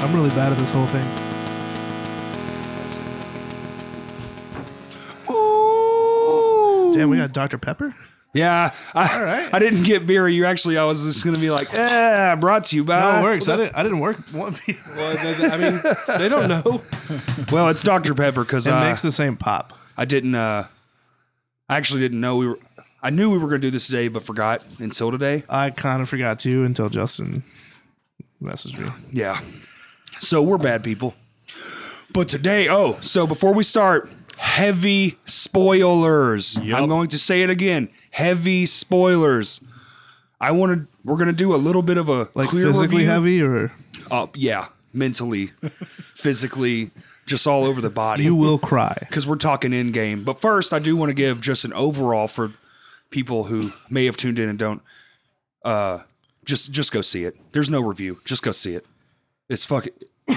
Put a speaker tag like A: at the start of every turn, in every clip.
A: I'm really bad at this whole thing. Damn, we got Dr. Pepper?
B: Yeah. I,
A: All right.
B: I didn't get beer. You actually, I was just going to be like, eh, brought to you by.
A: No, it works. I didn't, I didn't work one beer.
C: Well, they- they- I mean, they don't know.
B: Well, it's Dr. Pepper because
A: It
B: uh,
A: makes the same pop.
B: I didn't, uh, I actually didn't know we were, I knew we were going to do this today, but forgot until today.
A: I kind of forgot to until Justin messaged me.
B: Yeah. So we're bad people. But today, oh, so before we start, heavy spoilers. I'm going to say it again. Heavy spoilers. I wanted we're gonna do a little bit of a
A: Like
B: clear
A: physically
B: review.
A: heavy or
B: Uh, yeah, mentally, physically, just all over the
A: you
B: body.
A: will cry.
B: Because we're talking in game. But first, I do want to give just an overall for people who may have tuned in and don't. Uh, just just go see it. There's no review. Just go see it. It's fucking.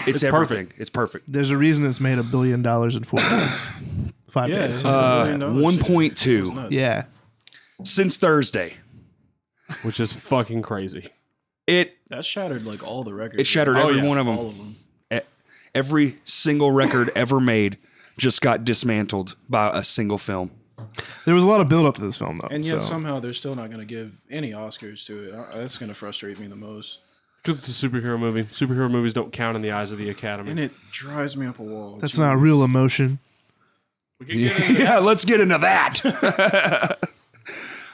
B: It's, everything. It's perfect.
A: There's a reason it's made a billion dollars in four days. Five
C: Yeah,
A: days.
C: it's
B: Uh,
C: a million dollars.
B: One point two
C: Nuts.
A: Yeah.
B: since Thursday.
D: which is fucking crazy.
B: It
C: that shattered like all the records.
B: it shattered every
D: yeah.
B: one of them. E,
C: All of them.
B: Every single record ever made just got dismantled by a single film.
A: There was a lot of build up to this film though.
C: And yet
A: so.
C: somehow they're still not going to give any Oscars to it. Uh, That's going to frustrate me the most.
D: Because it's a superhero movie. Superhero movies don't count in the eyes of the Academy.
C: And it drives me up a wall.
A: that's not real emotion.
B: yeah, let's get into that.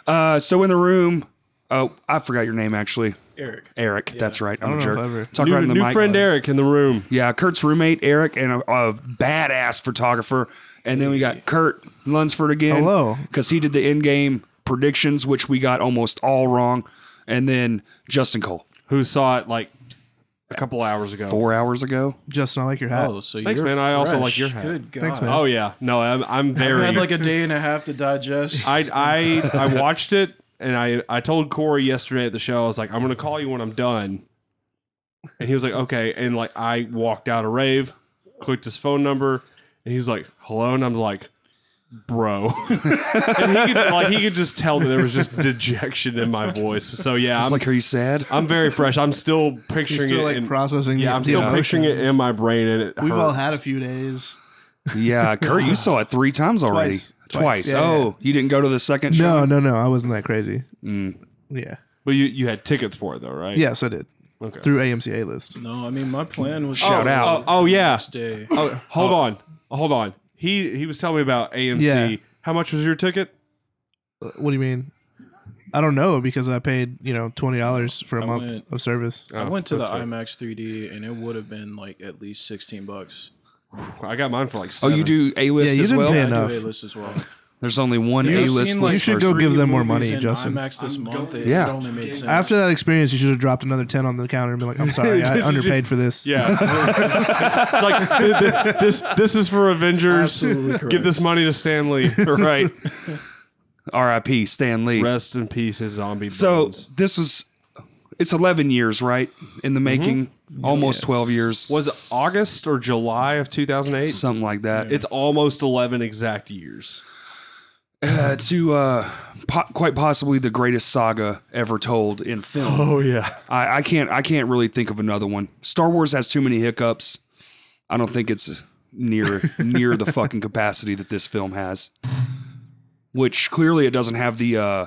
B: uh, so in the room, oh, I forgot your name actually,
C: Eric.
B: Eric. That's right. I'm a
A: I don't know if I
B: jerk.
A: ever-
B: Talk
D: New,
B: right in the
D: new
B: mic.
D: friend Eric in the room.
B: Yeah, Kurt's roommate Eric and a, a badass photographer. And then we got Kurt Lunsford again.
A: Hello.
B: Because he did the in game predictions, which we got almost all wrong. And then Justin Cole,
D: who saw it like a couple hours ago.
B: four hours ago.
A: Justin, I like your hat.
C: Oh, so
D: Uh, Thanks,
C: you're
D: man. I also
C: fresh.
D: like your hat.
C: Good God.
A: Thanks, man.
D: Oh yeah, no, I'm, I'm
C: I
D: very.
C: had like a day and a half to digest.
D: I I I watched it and I I told Corey yesterday at the show. I was like, I'm gonna call you when I'm done. And he was like, okay. And like I walked out of rave, clicked his phone number, and he was like, hello. And I'm like, bro. and he could, like he could just tell that there was just dejection in my voice. So yeah,
B: It's
D: I'm,
B: like, are you sad?
D: I'm very fresh. I'm still
A: You're
D: picturing
A: still
D: it.
A: like
D: and-
A: processing.
D: yeah,
A: the-
D: I'm
A: the
D: still
A: emotions.
D: picturing it in my brain, and it
A: We've all had
D: hurts.
A: a few days.
B: yeah, Kurt, you saw it three times already.
A: Twice. Twice. Yeah,
B: oh, you didn't go to the second show?
A: No, no, no. I wasn't that crazy.
D: Mm.
A: Yeah.
D: But you, you had tickets for it though, right?
A: Yes, I did.
D: Okay.
A: Through AMCA list.
C: no, I mean, my plan was
B: Shout
D: oh,
B: out.
D: Oh, oh, yeah.
C: Next day.
D: Oh, hold on. Hold on. He he was telling me about AMC.
A: Yeah.
D: How much was your ticket?
A: Uh, What do you mean? I don't know because I paid, you know, twenty dollars for a
C: I
A: month
C: went-
A: of service.
D: Oh,
C: I went to the
D: that's fair.
C: IMAX 3D and it would have been like at least 16 bucks.
D: I got mine for like.
B: Oh,
D: Seven.
B: you do A list
A: Yeah, you
B: as
A: didn't
B: well?
A: pay
C: I
A: enough.
C: do A-list as well.
B: There's only one A
C: I've
B: list
C: seen, like,
A: You should
B: person.
A: go give them more
C: Movies
A: money,
C: in
A: Justin.
C: IMAX this month, it
B: Yeah.
C: only made sense.
A: After that experience, you should have dropped another ten on the counter and been like, "I'm sorry, I underpaid for this."
D: Yeah. it's, like th- th- this. This is for Avengers.
C: Absolutely correct.
D: Give this money to Stanley.
B: right. R.I.P. Stan Lee.
D: Rest in peace, his zombie.
B: So
D: bones.
B: this was it's 11 years, right? In the making, almost 12 years,
D: was it August or July of 2008?
B: something like that.
D: It's almost 11 exact years.
B: Uh, to uh, po- quite possibly the greatest saga ever told in film.
D: Oh yeah.
B: I, I can't I can't really think of another one. Star Wars has too many hiccups. I don't think it's near near the fucking capacity that this film has. Which clearly it doesn't have the uh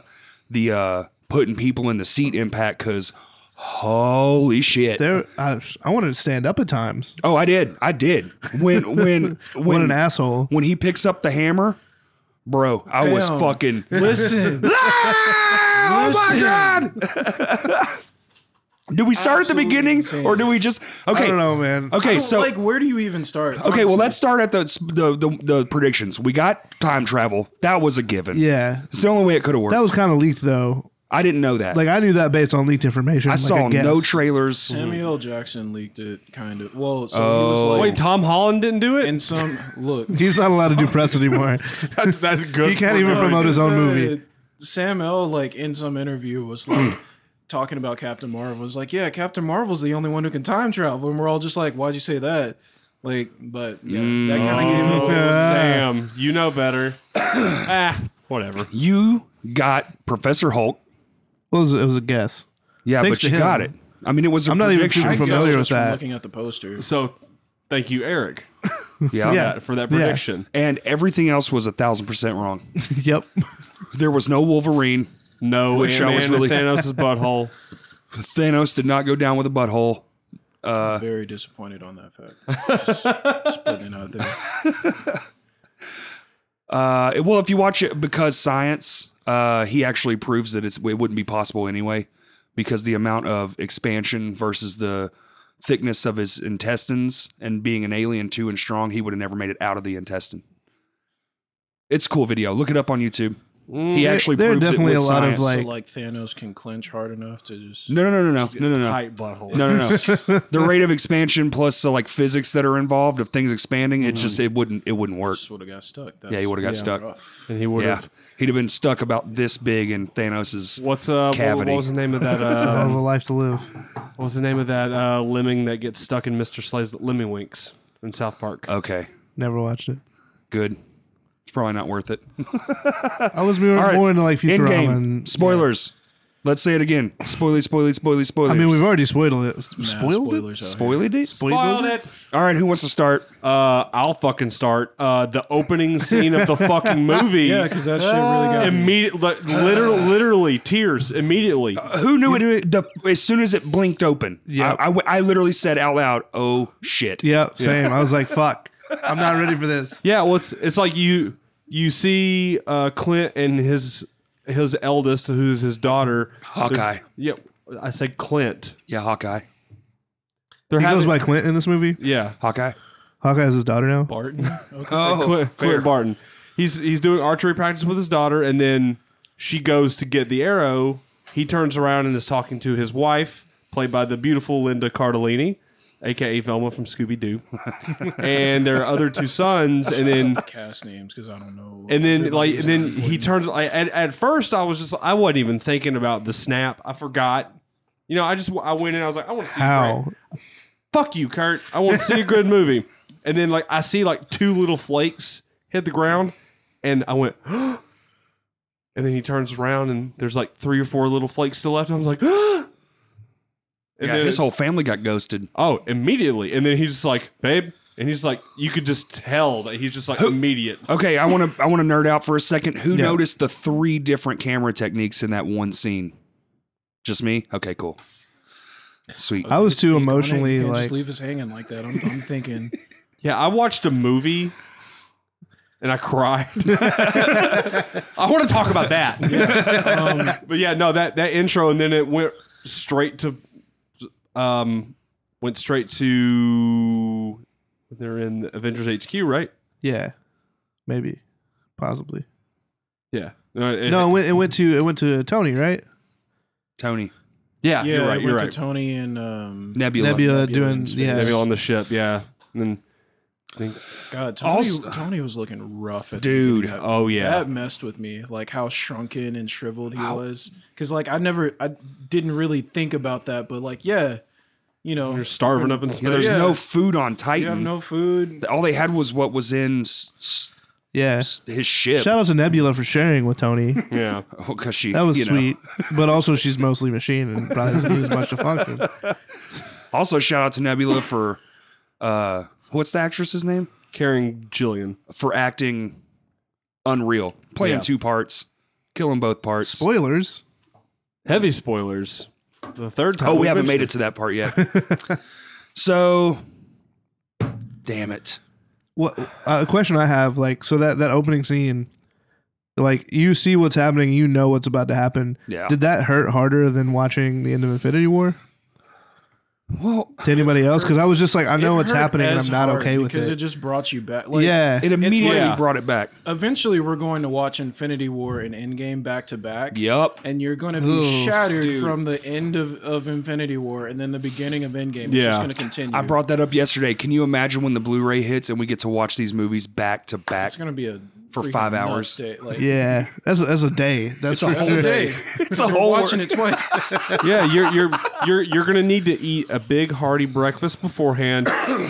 B: the uh putting people in the seat impact because holy shit.
A: There, I, I wanted to stand up at times.
B: oh I did. I did. When when when
A: What an asshole!
B: when he picks up the hammer, bro, I was
C: Damn.
B: fucking
C: Listen,
B: Ah, oh my
C: Listen.
B: god. Do we start
C: Absolutely
B: at the beginning
C: insane.
B: or do we just
A: I
B: okay?
A: don't know, man.
B: Okay, so
C: like, where do you even start?
B: okay, well
C: honestly?
B: let's start at the, the the the predictions. We got time travel. That was a given.
A: Yeah,
B: It's the only way it could have worked.
A: that was kind of leaked though.
B: I didn't know that.
A: Like I knew that based on leaked information.
B: I
A: like,
B: saw
A: guess.
B: no trailers.
C: Samuel Jackson leaked it, kind of. Well, so
B: Oh,
C: he was
D: Oh, Wait,
C: like,
D: Tom Holland didn't do it.
C: in some look,
A: He's not allowed to do press anymore.
D: that's, that's good.
A: He can't
D: for
A: even
D: them.
A: promote his own movie.
C: Sam L, like in some interview, was like talking about Captain Marvel. Was like, yeah, Captain Marvel's the only one who can time travel, and we're all just like, why'd you say that? Like, but yeah, that
B: Mm.
C: kind of gave me.
D: Oh, Sam, you know better. ah, whatever.
B: You got Professor Hulk.
A: Well, it was, it was a guess.
B: Yeah,
A: Thanks
B: but
A: to
B: you
A: him.
B: got it. I mean, it was. i
A: I'm not even too
C: I guess
A: familiar
C: just
A: with
C: from
A: that.
C: Looking at the poster,
D: So thank you, Eric,
B: Yeah.
A: Yeah.
D: for that
A: Yeah.
D: prediction.
B: And everything else was a thousand percent wrong.
A: yep.
B: There was no Wolverine.
D: No,
B: Which I
D: Ant-Man
B: was
D: in
B: really-
D: Thanos' butthole.
B: Thanos did not go down with a butthole. Uh.
C: very disappointed on that fact. Just, just putting it out there.
B: Uh, it- well, if you watch it because science, uh, he actually proves that it's it wouldn't be possible anyway because the amount of expansion versus the thickness of his intestines and being an alien too and strong, he would have never made it out of the intestine. It's a cool video. Look it up on YouTube. He actually
A: Mm, there are
B: proves
A: definitely
B: it
A: a
B: with
A: lot of,
B: science.
A: like-
C: so like Thanos can clench hard enough to just
B: no, no, no, no, no, no, no, no.
D: Tight butthole.
B: No, no, no. the rate of expansion plus so like physics that are involved of things expanding,
A: Mm.
B: it just it wouldn't it wouldn't work.
C: would have got stuck. That's,
B: Yeah, he would've got stuck.
C: rough.
D: And he would
B: Yeah,
D: have.
B: he'd have been stuck about this big in Thanos's.
D: What's uh? What, what
B: Cavity.
D: was the name of that?
A: Hell of a
D: Uh,
A: life to live.
D: what was the name of that uh, lemming that gets stuck in Mister Slade's lemming winks in South Park?
B: Okay,
A: Never watched it.
B: good. It's probably not worth it.
A: I was more,
B: All right.
A: more into like
B: In
A: Futurama.
B: game
A: And,
B: spoilers. Let's say it again. Spoily, spoily, spoily, spoilers.
A: I mean, we've already spoiled it.
C: Nah,
A: spoiled it.
C: spoilers out here.
B: spoily it.
A: Spoiled it.
B: All right, who wants to start?
D: Uh, I'll fucking start. Uh, the opening scene of the fucking movie.
C: Yeah, because that shit really
B: uh,
C: got me.
D: Immediately, literally, literally, tears immediately.
B: Uh, Who knew it,
A: knew it-
B: The, as soon as it blinked open?
A: Yeah.
B: I, I w- I literally said out loud, "Oh shit!"
A: Yep, same. I was like, fuck. I'm not ready for this.
D: Yeah, well, it's it's like you you see uh, Clint and his his eldest, who's his daughter.
B: Hawkeye.
D: Yep, I said Clint.
B: Yeah, Hawkeye.
D: They're
A: He goes
D: having-
A: by Clint in this movie.
D: yeah,
B: Hawkeye.
A: Hawkeye has his daughter now.
C: Barton. Okay.
B: Oh,
D: Clint,
B: fair.
D: Clint Barton. He's he's doing archery practice with his daughter, and then she goes to get the arrow. He turns around and is talking to his wife, played by the beautiful Linda Cardellini, aka Velma from Scooby Doo, and their other two sons, and then
A: Ah.
C: cast names because I don't know.
D: and then like and then he turns like at, at first i was just i wasn't even thinking about the snap i forgot you know i just i went in i was like i want to see
A: How?
D: Great. fuck you kurt i want to see a good movie and then like i see like two little flakes hit the ground and i went and then he turns around and there's like three or four little flakes still left and i was like and
B: Yeah,
D: then-
B: his whole family got ghosted.
D: oh immediately and then he's just like babe and he's like you could just tell that he's just like immediate
B: Okay, I want to I want to nerd out for a second. Who
A: Yeah.
B: noticed the three different camera techniques in that one scene? Just me. Okay, cool. Sweet.
A: I was too
C: Why not? You
A: emotionally
C: can't
A: like.
C: just leave us hanging like that. I'm, I'm thinking.
D: Yeah, I watched a movie and I cried. I want to talk about that. Um, but yeah, no, that that intro and then it went straight to um went straight to they're in Avengers HQ, right?
A: Yeah, maybe, possibly.
D: Yeah. Uh, No, it-
A: No, it went, it went to it went to Tony, right?
B: Tony
C: Yeah,
D: yeah, you're
C: I
D: right,
C: went
D: you're
C: to
D: right.
C: Tony and um,
B: Nebula.
A: Nebula,
C: Nebula
A: doing
C: in space.
A: yeah.
D: Maybe on the ship, yeah. And then I think
C: God. Tony,
B: Also-
C: Tony was looking rough at the
B: Dude,
C: beginning.
D: oh yeah.
C: That messed with me, like how shrunken and shriveled he was. Because like I never, I didn't really think about that, but like yeah, you know,
D: You're starving up in
B: Yeah,
D: space.
B: there's
C: Yeah.
B: no food on
C: you have
B: Titan.
C: no food.
B: All they had was what was in s- s-
A: yeah.
B: s- his ship.
A: Shout out to Nebula for sharing with Tony.
D: yeah.
B: Because she
A: That was
B: you know.
A: sweet, but also she's mostly machine and probably doesn't need as much to function.
B: Also, shout out to Nebula for uh, what's the actress's name
D: Carrying Jillian.
B: for acting unreal, playing
D: Yeah.
B: two parts, killing both parts.
A: Spoilers.
D: Heavy spoilers. The third time.
B: Oh, we
D: we've
B: haven't made
D: mentioned
B: it to that part yet. so, damn it.
A: What uh, a question I have? Like, so that that opening scene, like you see what's happening, you know what's about to happen.
B: Yeah.
A: Did that hurt harder than watching the end of Infinity War
B: Well,
A: to anybody else? Because I was just like, I know
C: It
A: what's
C: hurt
A: happening, and
C: as
A: I'm not
C: hard
A: okay with
C: because
A: it.
C: it just brought you back. Like,
A: yeah.
B: it immediately
D: yeah.
B: brought it back.
C: Eventually, we're going to watch Infinity War and Endgame back to back.
B: Yup.
C: and you're going to be shattered from the end of, of Infinity War and then the beginning of Endgame. It's
D: Yeah.
C: just going to continue.
B: I brought that up yesterday. Can you imagine when the Blu-ray hits and we get to watch these movies back to back?
C: it's going to be a
B: For
C: freaking
B: five
C: nuts
B: hours.
C: Day. Like,
A: yeah. That's a, that's a day. That's,
B: a
A: for
B: whole
A: sure.
C: It's a day. It's a
B: whole
C: watching
B: wor-
C: it twice.
D: yeah, you're you're you're you're gonna need to eat a big hearty breakfast beforehand.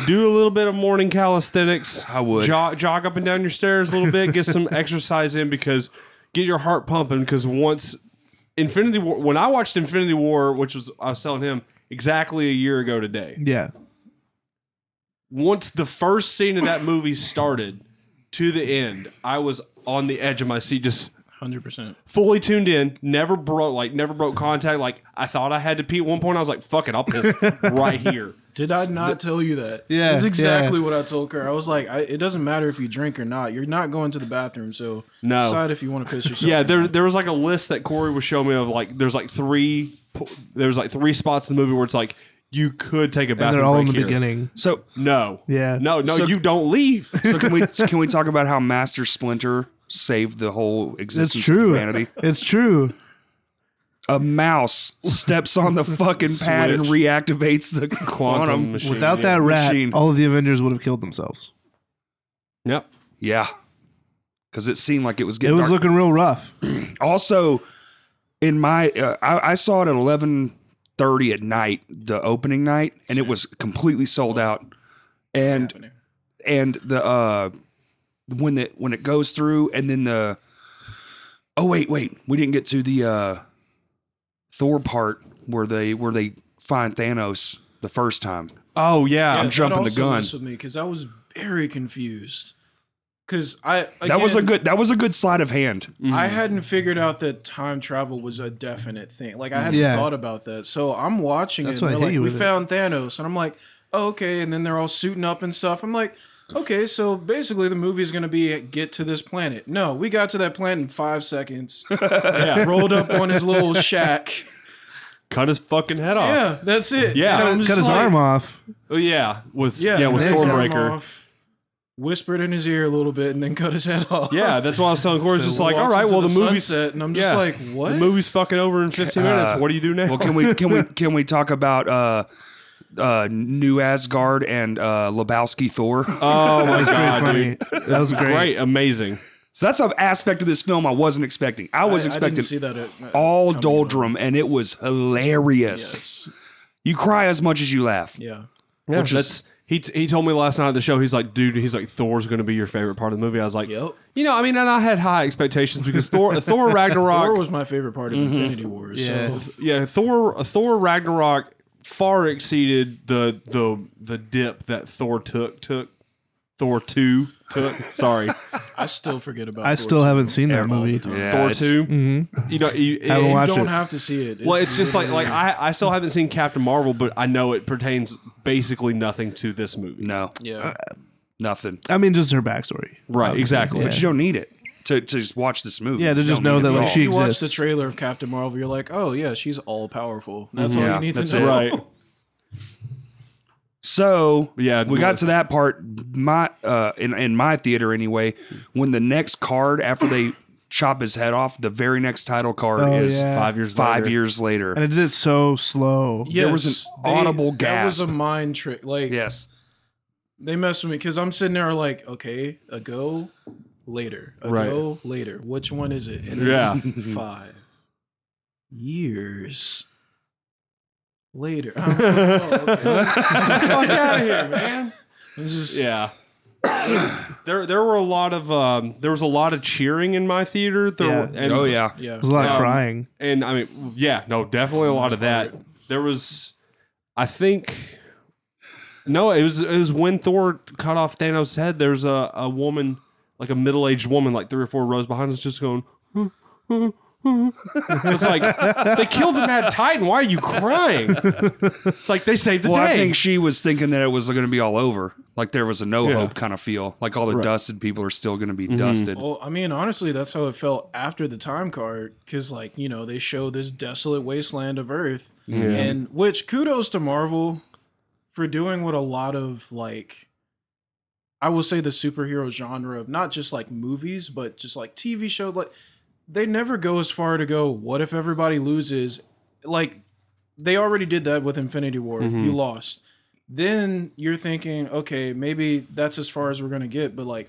D: Do a little bit of morning calisthenics.
B: I would.
D: jog, jog up and down your stairs a little bit. Get some exercise in because get your heart pumping. Because once Infinity War, when I watched Infinity War, which was I was telling him exactly a year ago today.
A: Yeah.
D: once the first scene of that movie started to the end, I was on the edge of my seat, just
C: Hundred percent.
D: fully tuned in. Never broke, like never broke contact. Like I thought I had to pee at one point. I was like, "Fuck it, I'll piss right here."
C: Did I not tell you that?
A: Yeah,
C: that's
A: yeah.
C: exactly what I told her. I was like, I, it doesn't matter if you drink or not. You're not going to the bathroom, so
D: No.
C: decide if you want to piss yourself.
D: Yeah,
C: or
D: there
C: not.
D: there was like a list that Corey was showing me of like there's like three po- there's like three spots in the movie where it's like you could take a
A: And
D: bathroom.
A: they're all in
D: break
A: the
D: here.
A: beginning.
B: So,
D: No.
A: Yeah.
D: No, no,
B: So-
D: you don't leave.
B: so can we can we talk about how Master Splinter saved the whole
A: It's
B: existence
A: true.
B: of humanity?
A: It's true.
B: A mouse steps on the fucking pad and
D: Switch.
B: reactivates the quantum.
D: machine.
A: Without
D: yeah.
A: that rat,
B: Machine.
A: all of the Avengers would have killed themselves.
D: Yep.
B: Yeah, because it seemed like it was
A: It
B: getting.
A: was
B: dark.
A: looking real rough.
B: also in my uh, I, I saw it at 11.30 at night the opening night and it was completely sold out and
C: Happening.
B: and the uh when the when it goes through and then the oh wait wait we didn't get to the uh thor part where they where they find thanos the first time
D: Oh yeah.
B: I'm
C: That
B: jumping the
C: also
B: gun.
C: messed with me because I was very confused. Because I
B: that was a
C: again,
B: good that was a good sleight of hand
C: I
A: Hmm.
C: hadn't figured out that time travel was a definite thing. Like I hadn't
A: Yeah.
C: thought about that. So I'm watching
A: That's
C: it.
A: what
C: And
A: hit
C: they're like,
A: you
C: we
A: with it."
C: found Thanos, and I'm like, oh, okay. And then they're all suiting up and stuff. I'm like, okay. So basically, the movie is going to be get to this planet. No, we got to that planet in five seconds.
D: Yeah.
C: rolled up on his little shack.
D: Cut his fucking head off.
C: Yeah, that's it.
D: Yeah.
C: And I'm
A: Oh. Cut
C: just
A: his
C: like-
A: arm off.
D: Oh yeah, with yeah,
C: Yeah,
D: with
C: cut his arm
D: Stormbreaker.
C: off, Whispered in his ear a little bit and then cut his head off.
D: Yeah, that's why I was telling Corey. it's just like, all
C: walks
D: right,
C: into
D: well the, movie's
C: sunset, and I'm just
D: yeah.
C: like, what?
D: the movie's fucking over in 15 minutes.
B: Uh,
D: What do you do now?
B: well can we can we can we talk about uh uh new asgard and uh lebowski thor
D: oh my
A: That's
D: god,
A: pretty
D: dude.
A: funny. That was great.
D: great, amazing.
B: So that's an aspect of this film I wasn't expecting. I was
C: I didn't
B: expecting
C: see that at,
B: all
C: coming
B: doldrum, and it was hilarious.
C: Yes.
B: You cry as much as you laugh.
C: Yeah.
D: Yeah,
B: Which
D: that's-
B: is-
D: he t- he told me last night at the show. He's like, dude, he's like, Thor's going to be your favorite part of the movie. I was like,
C: Yep.
D: you know, I mean, and I had high expectations because Thor, Thor Ragnarok,
C: Thor was my favorite part of Infinity War.
A: Mm-hmm. Yeah.
C: So
D: yeah, Thor, Thor Ragnarok far exceeded the the the dip that Thor took took. Thor two took. Sorry,
C: I still forget about.
A: I
C: Thor
A: still
C: too.
A: haven't seen that
C: All the
A: movie.
C: time.
B: Yeah,
D: Thor
B: it's-
D: two.
A: Mm-hmm.
D: You know, you,
A: Haven't
D: you
A: watched
C: You
A: Watch
C: don't
A: it.
C: have to see it.
D: Well, it's just like like I, I still haven't seen Captain Marvel, but I know it pertains basically nothing to this movie.
B: No,
A: Uh,
C: yeah.
B: nothing.
A: I mean, just her backstory.
D: Right,
A: Obviously.
D: exactly.
A: Yeah.
B: But you don't need it to, to just watch this movie.
A: Yeah, to
B: You
A: just
B: don't
A: know
B: need it
A: that,
B: at
A: like,
B: all.
A: she-
C: You watch the
A: exists.
C: trailer of Captain Marvel, you're like, oh yeah, she's all powerful. That's all
B: Yeah,
C: you need
B: that's
C: to
B: it.
C: know.
D: Right.
B: So
D: Yeah,
B: we got to that part. My uh, in in my theater anyway. When the next card after they chop his head off, the very next title card
A: Oh,
B: is
A: yeah.
D: Five years.
B: five
D: later.
B: years later.
A: And it did it so slow.
C: Yes,
B: was an audible
C: That was a
B: gasp.
C: mind trick. Like
B: yes,
C: they messed with me because I'm sitting there like, okay, a go later, a
D: Right.
C: go later. Which one is it? And
D: Yeah.
C: it's five years later. I'm like, oh, okay.
D: Fuck out of here, man.
C: I'm just
D: Yeah. there, there were a lot of um, there was a lot of cheering in my theater. There
A: Yeah.
D: were, and,
B: oh yeah,
C: yeah.
A: There's a lot of
D: Um,
A: crying.
D: and I mean, yeah, no, definitely a lot of that. There was, I think, no, it was it was when Thor cut off Thanos' head. There's a a woman, like a middle aged woman, like three or four rows behind us, just going. it's like they killed the Mad Titan. Why are you crying? It's like they saved the
B: well,
D: day.
B: I think she was thinking that it was going to be all over. Like there was a no
D: Yeah. Mm-hmm.
B: hope kind of feel. Like all the dusted people are still going to be dusted.
C: Well, I mean, honestly, that's how it felt after the time card, because like you know they show this desolate wasteland of Earth, and which kudos to Marvel for doing what a lot of like, I will say the superhero genre of not just like movies, but just like TV show, like they never go as far to go. What if everybody loses? Like they already did that with Infinity War. You lost. Then you're thinking, okay, maybe that's as far as we're gonna get. But like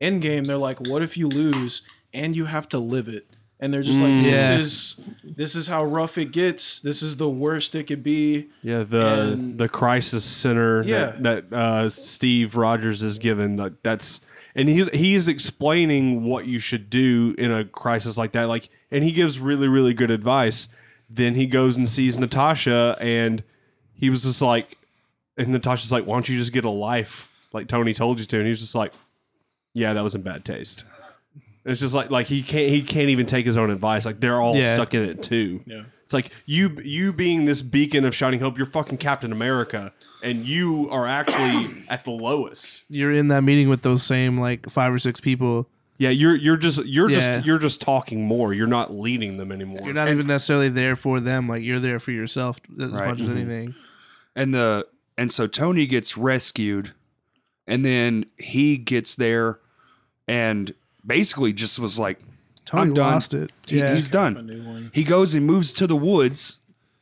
C: Endgame, they're like, what if you lose and you have to live it? And they're just like, this
A: Yeah.
C: is this is how rough it gets. This is the worst it could be.
D: yeah, the
C: and-
D: the crisis center
C: Yeah.
D: that, that uh, Steve Rogers is given. Like that's and he's he's explaining what you should do in a crisis like that. Like, and he gives really really good advice. Then he goes and sees Natasha, and he was just like, and Natasha's like, why don't you just get a life like Tony told you to? And he was just like, yeah, that was in bad taste. It's just like like he can't he can't even take his own advice. Like they're all
A: Yeah.
D: stuck in it too.
C: Yeah.
D: It's like you you being this beacon of shining hope, you're fucking Captain America, and you are actually at the lowest.
A: You're in that meeting with those same like five or six people.
D: Yeah, you're you're just you're
A: Yeah.
D: just you're just talking more. You're not leading them anymore.
A: You're not even necessarily there for them. Like you're there for yourself as
B: Right. Mm-hmm.
A: much as anything.
B: and the and so Tony gets rescued, and then he gets there, and basically just was like,
A: Tony
B: I'm done.
A: lost it.
B: he-
A: yeah.
B: he's
C: A
B: done.
C: new one.
B: He goes and moves to the woods,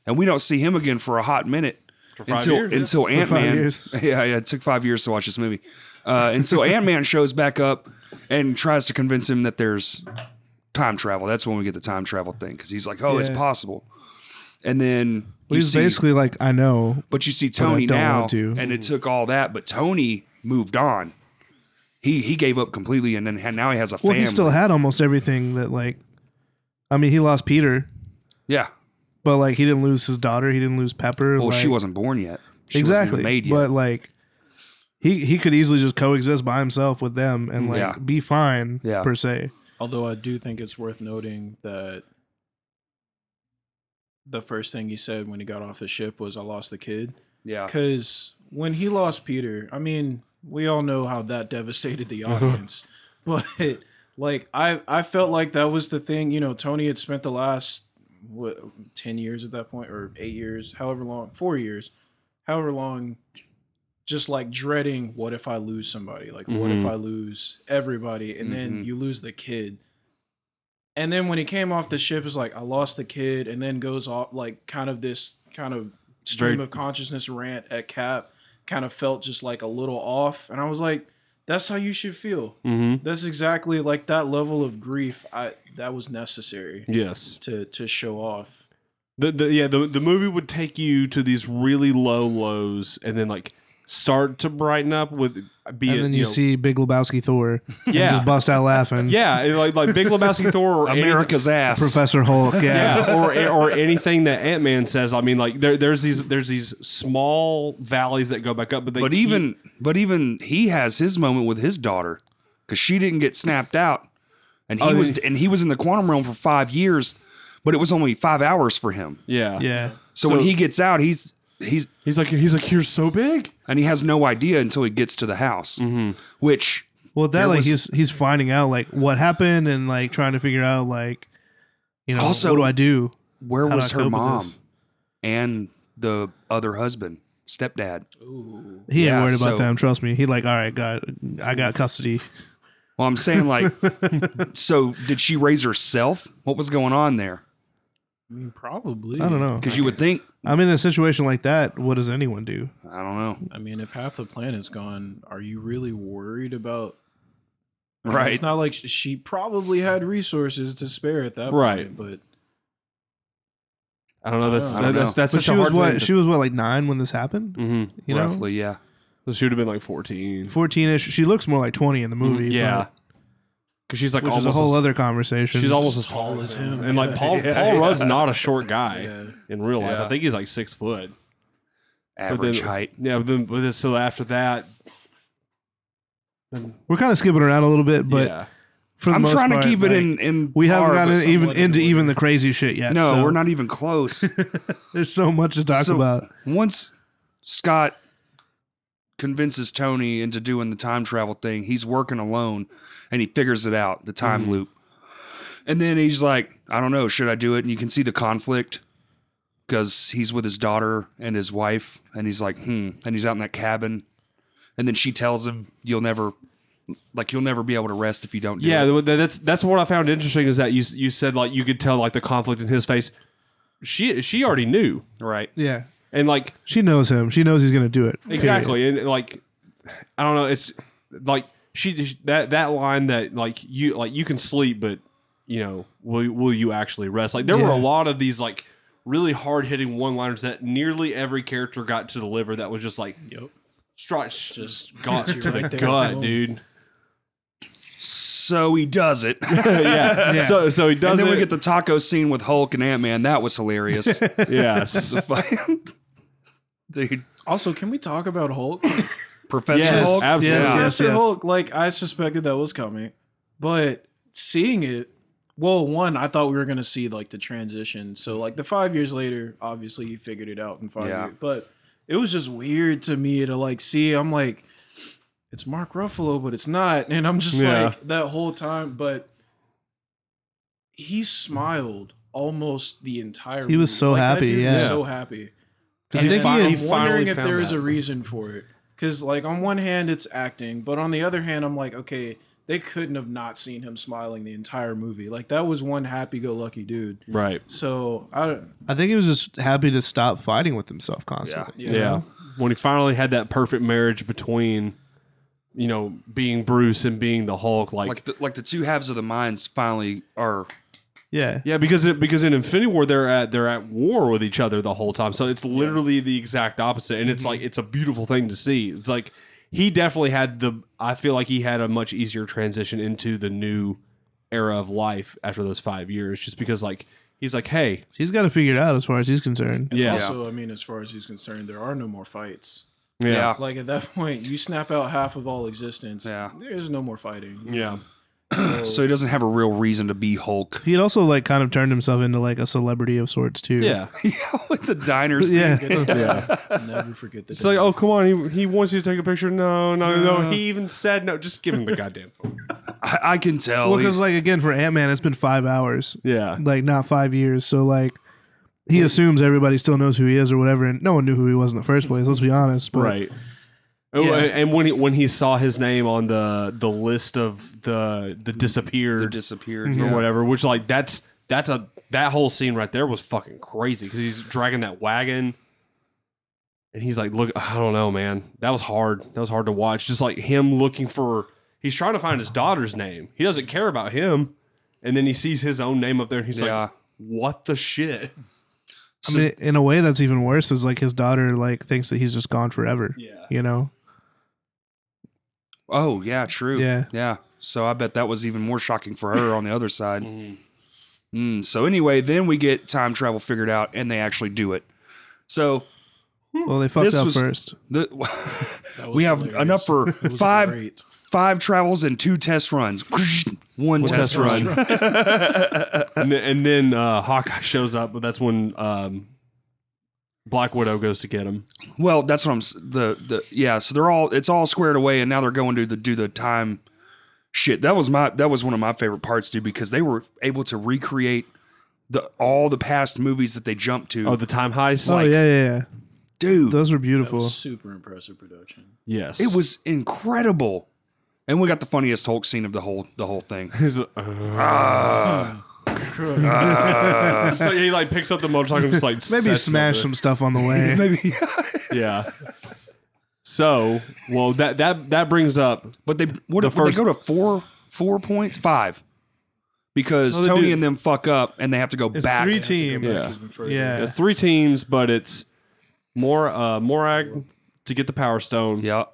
B: and we don't see him again for a hot minute
D: For five
B: until
D: years, yeah.
B: until Ant Man.
A: years.
B: Yeah, yeah, it took five years to watch this movie. Uh, until Ant Man shows back up and tries to convince him that there's time travel. That's when we get the time travel thing because he's like, "Oh, it's
A: Yeah.
B: possible." And then
A: Well,
B: you
A: he's
B: see-
A: basically like, I know.
B: but you see
A: I
B: Tony
A: don't
B: now,
A: want to.
B: and it took all that. But Tony moved on. He he gave up completely, and then had, now he has a
A: Well,
B: family.
A: he still had almost everything that like. I mean, he lost Peter,
B: yeah.
A: but like he didn't lose his daughter. He didn't lose Pepper.
B: Well, she
A: like-
B: wasn't born yet. She wasn't even
A: exactly
B: made yet.
A: But like, he he could easily just coexist by himself with them and like
B: Mm, Yeah.
A: be fine
B: Yeah.
A: per se.
C: Although I do think it's worth noting that the first thing he said when he got off the ship was, "I lost the kid."
B: yeah.
C: Because when he lost Peter, I mean, we all know how that devastated the audience. but like, I I felt like that was the thing. You know, Tony had spent the last what, ten years at that point, or eight years, however long, four years, however long, just like dreading, what if I lose somebody? Like, what if
D: Mhm.
C: I lose everybody? And then
B: Mhm.
C: you lose the kid. And then when he came off the ship, is like I lost the kid, and then goes off like kind of this kind of stream
D: Very-
C: of consciousness rant at Cap kind of felt just like a little off. And I was like, that's how you should feel.
D: Mhm.
C: That's exactly like that level of grief. I that was necessary
D: Yes.
C: to to show off.
D: The, the yeah the the movie would take you to these really low lows and then like start to brighten up with uh, be
A: And
D: it,
A: then you,
D: know,
A: see Big Lebowski Thor
D: yeah
A: just bust out laughing.
D: yeah and like like Big Lebowski Thor or anything-
B: America's ass.
A: Professor Hulk. Yeah.
D: yeah, or or anything that Ant Man says. I mean, like there, there's these there's these small valleys that go back up, but they
B: But
D: keep-
B: even but even he has his moment with his daughter because she didn't get snapped out, and he
D: Oh,
B: was
D: yeah.
B: and he was in the quantum realm for five years, but it was only five hours for him.
D: yeah,
A: Yeah.
B: So, when
D: So-
B: he gets out, he's he's
D: he's like he's like you're so big.
B: and he has no idea until he gets to the house,
A: Mm-hmm.
B: which
A: Well, that
B: There
A: like
B: was-
A: he's he's finding out like what happened and like trying to figure out like you know
B: Also-
A: what do I do?
B: where
A: How do
B: was
A: I
B: her
A: cope with
B: mom
A: this?
B: and the other husband, stepdad?
C: Ooh.
A: He
B: Yeah,
A: ain't worried
B: so-
A: about them. Trust me. He like all right, got I got custody.
B: Well, I'm saying like, so did she raise herself? What was going on there?
C: I mean, probably.
A: I don't know.
B: Because you would think,
A: I'm in a situation like that. What does anyone do?
B: I don't know,
C: I mean, if half the planet's gone, are you really worried about I mean,
B: right?
C: It's not like sh- she probably had resources to spare at that
D: Right.
C: point, but
D: I don't know. That's
C: I don't
D: that's,
B: know.
D: that's
A: But
D: such
A: she
D: a
A: was
D: hard
A: what
D: thing. to-
A: she was what like nine when this happened.
D: Mhm.
A: You know,
B: Roughly, yeah.
D: So she would have been like fourteen. Mm-hmm.
A: fourteen ish. She looks more like twenty in the movie.
B: Mm-hmm.
D: yeah,
A: but-
D: because she's like
A: which
D: almost
A: is a whole
D: as-
A: other conversation.
D: she's almost as tall as him. And like Paul Paul Rudd's not a short guy
C: yeah.
D: in real life.
B: Yeah.
D: I think he's like six foot. But
B: Average
D: then-
B: height.
D: Yeah, but then but then, so after that, then-
A: We're kind of skipping around a little bit, but
D: yeah.
A: for the
B: I'm
A: most
B: trying
A: part,
B: to keep
A: like,
B: it in in.
A: We haven't
B: par, but-
A: gotten even
C: somewhat in
A: into
C: order.
A: even the crazy shit yet.
B: No,
A: so
B: we're not even close.
A: There's so much to talk
B: So-
A: about.
B: Once Scott convinces Tony into doing the time travel thing, he's working alone and he figures it out, the time
D: Mm-hmm.
B: loop. And then he's like, I don't know, should I do it? And you can see the conflict because he's with his daughter and his wife, and he's like, hmm. And he's out in that cabin. And then she tells him, You'll never, like, you'll never be able to rest if you don't do
D: Yeah,
B: it.
D: th- that's that's what I found interesting is that you s- you said like you could tell like the conflict in his face. She she already knew,
B: Right.
A: Yeah.
D: and like
A: She knows him. She knows he's gonna do it.
D: exactly, and like I don't know, it's like she that that line that like you like you can sleep, but you know will will you actually rest? Like there were
A: Yeah.
D: a lot of these like really hard hitting one liners that nearly every character got to deliver. That was just like
C: Yep.
D: strut just got
C: hits you
D: to the
C: right there.
D: gut, dude.
B: So he does it.
D: yeah.
A: Yeah.
D: so so he does
B: and then
D: it.
B: we get the taco scene with Hulk and Ant Man. That was hilarious.
D: yes.
B: The fuck- dude.
C: Also, can we talk about Hulk?
B: Professor
D: Yes,
B: Hulk.
D: absolutely.
B: Yeah.
C: Professor
A: yes.
C: Hulk, like I suspected that was coming, but seeing it, well, one, I thought we were gonna see like the transition. So like the five years later, obviously he figured it out in five
B: Yeah.
C: years. But it was just weird to me to like see. I'm like, it's Mark Ruffalo, but it's not, and I'm just
D: Yeah.
C: like that whole time. But he smiled almost the entire.
A: He was
C: movie.
A: so
C: Like, that
A: happy,
C: dude was
A: yeah.
C: so happy.
A: 'Cause
C: And
A: he
C: then
A: fi-
D: he
C: I'm wondering
D: finally
C: if
D: found
C: there is
D: out.
C: a reason for it. Because, like, on one hand, it's acting, but on the other hand, I'm like, okay, they couldn't have not seen him smiling the entire movie. Like, that was one happy go lucky dude.
D: Right.
C: So, I don't.
A: I think he was just happy to stop fighting with himself constantly.
C: Yeah.
D: Yeah. When he finally had that perfect marriage between, you know, being Bruce and being the Hulk, like,
B: Like the, like the two halves of the minds finally are
A: Yeah.
D: yeah, because it, because in Infinity War they're at they're at war with each other the whole time, so it's literally the exact opposite, and it's like it's a beautiful thing to see. It's like he definitely had the I feel like he had a much easier transition into the new era of life after those five years, just because like he's like, hey,
A: He's got to figure it out as far as he's concerned.
D: yeah,
C: Also, I mean, as far as he's concerned, there are no more fights.
D: yeah,
B: yeah.
D: yeah.
C: Like, at that point, you snap out half of all existence.
B: Yeah.
C: There's no more fighting.
D: yeah.
B: So he doesn't have a real reason to be Hulk.
A: He had also like kind of turned himself into like a celebrity of sorts too.
B: yeah, with the diner scene.
A: Yeah.
C: Get the- Never forget the
D: It's like,
C: day.
D: oh, come on. He, he wants you to take a picture. No, no, no. He even said no. Just give him the goddamn phone.
B: I, I can tell.
A: Well,
B: He-
A: because like again for Ant Man, it's been five hours,
D: Yeah.
A: like not five years. So like he assumes everybody still knows who he is or whatever, and no one knew who he was in the first place. Let's be honest. But
D: Right. Oh,
A: Yeah.
D: and- And when he, when he saw his name on the the list of the the
B: They
D: disappeared
B: disappeared.
A: Mhm.
D: or
B: yeah.
D: whatever, which like that's that's a that whole scene right there was fucking crazy because he's dragging that wagon, and he's like, look, I don't know, man. That was hard. That was hard to watch. Just like him looking for, he's trying to find his daughter's name. He doesn't care about him, and then he sees his own name up there, and he's
B: Yeah.
D: like, what the shit?
A: I mean, in a way, that's even worse. Is like his daughter like thinks that he's just gone forever.
D: Yeah.
A: You know.
B: Oh yeah, true.
A: Yeah.
B: yeah. So I bet that was even more shocking for her on the other side. Mm, so anyway, then we get time travel figured out, and they actually do it. So
A: Well, they fucked
B: This
A: up
B: was-
A: first.
B: the,
C: That was
B: we have
C: hilarious.
B: enough for
C: It was
B: five
C: great.
B: five travels and two test runs. One test,
D: test
B: run.
D: and then, and then uh, Hawkeye shows up, but that's when um, Black Widow goes to get him.
B: Well, that's what I'm s- the the yeah. So they're all it's all squared away, and now they're going to the, do the time shit. That was my that was one of my favorite parts, dude, because they were able to recreate the all the past movies that they jumped to.
D: Oh, the time heist.
A: oh yeah, yeah, yeah.
B: dude,
A: Those were
C: That
A: beautiful.
C: was super impressive production.
D: yes,
B: it was incredible, and we got the funniest Hulk scene of the whole the whole thing.
D: He's, uh, so he like picks up the motorcycle and just like
A: Maybe
D: sets it
A: smash
D: over.
A: some stuff on the way.
B: Maybe,
D: Yeah. So well that that that brings up
B: but they what
D: The
B: if they
D: first-
B: go to four four points five because
D: No, they
B: Tony
D: do.
B: and them fuck up and they have to go
A: It's
B: back.
A: three teams.
D: Yeah.
A: Yeah.
C: Even further.
D: uh, three teams, but it's more uh, Morag to get the Power Stone,
B: yeah,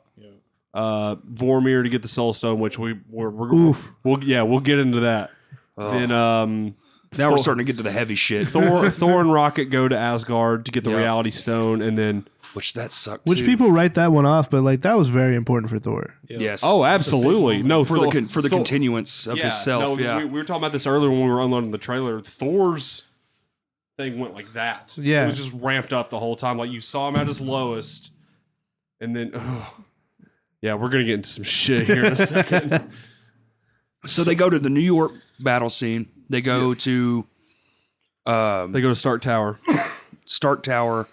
D: uh, Vormir to get the Soul Stone, which we we're, we're
A: Oof.
D: we'll yeah we'll get into that. Then um,
B: now we're
D: Thor-
B: starting to get to the heavy shit,
D: Thor, Thor and Rocket go to Asgard to get the
B: Yeah.
D: Reality Stone, and then
B: which that sucked.
A: Which
B: too.
A: people write that one off, but like that was very important for Thor.
B: Yes.
D: oh, absolutely no
B: for the con- for the
D: Thor-
B: continuance of
D: yeah,
B: himself.
D: no,
B: yeah.
D: we, we were talking about this earlier when we were unloading the trailer. Thor's thing went like that.
A: Yeah.
D: it was just ramped up the whole time. Like you saw him at his lowest, and then oh, yeah, we're gonna get into some shit here in a second.
B: so they go to the New York battle scene. They go to um,
D: they go to Stark Tower.
B: Stark Tower,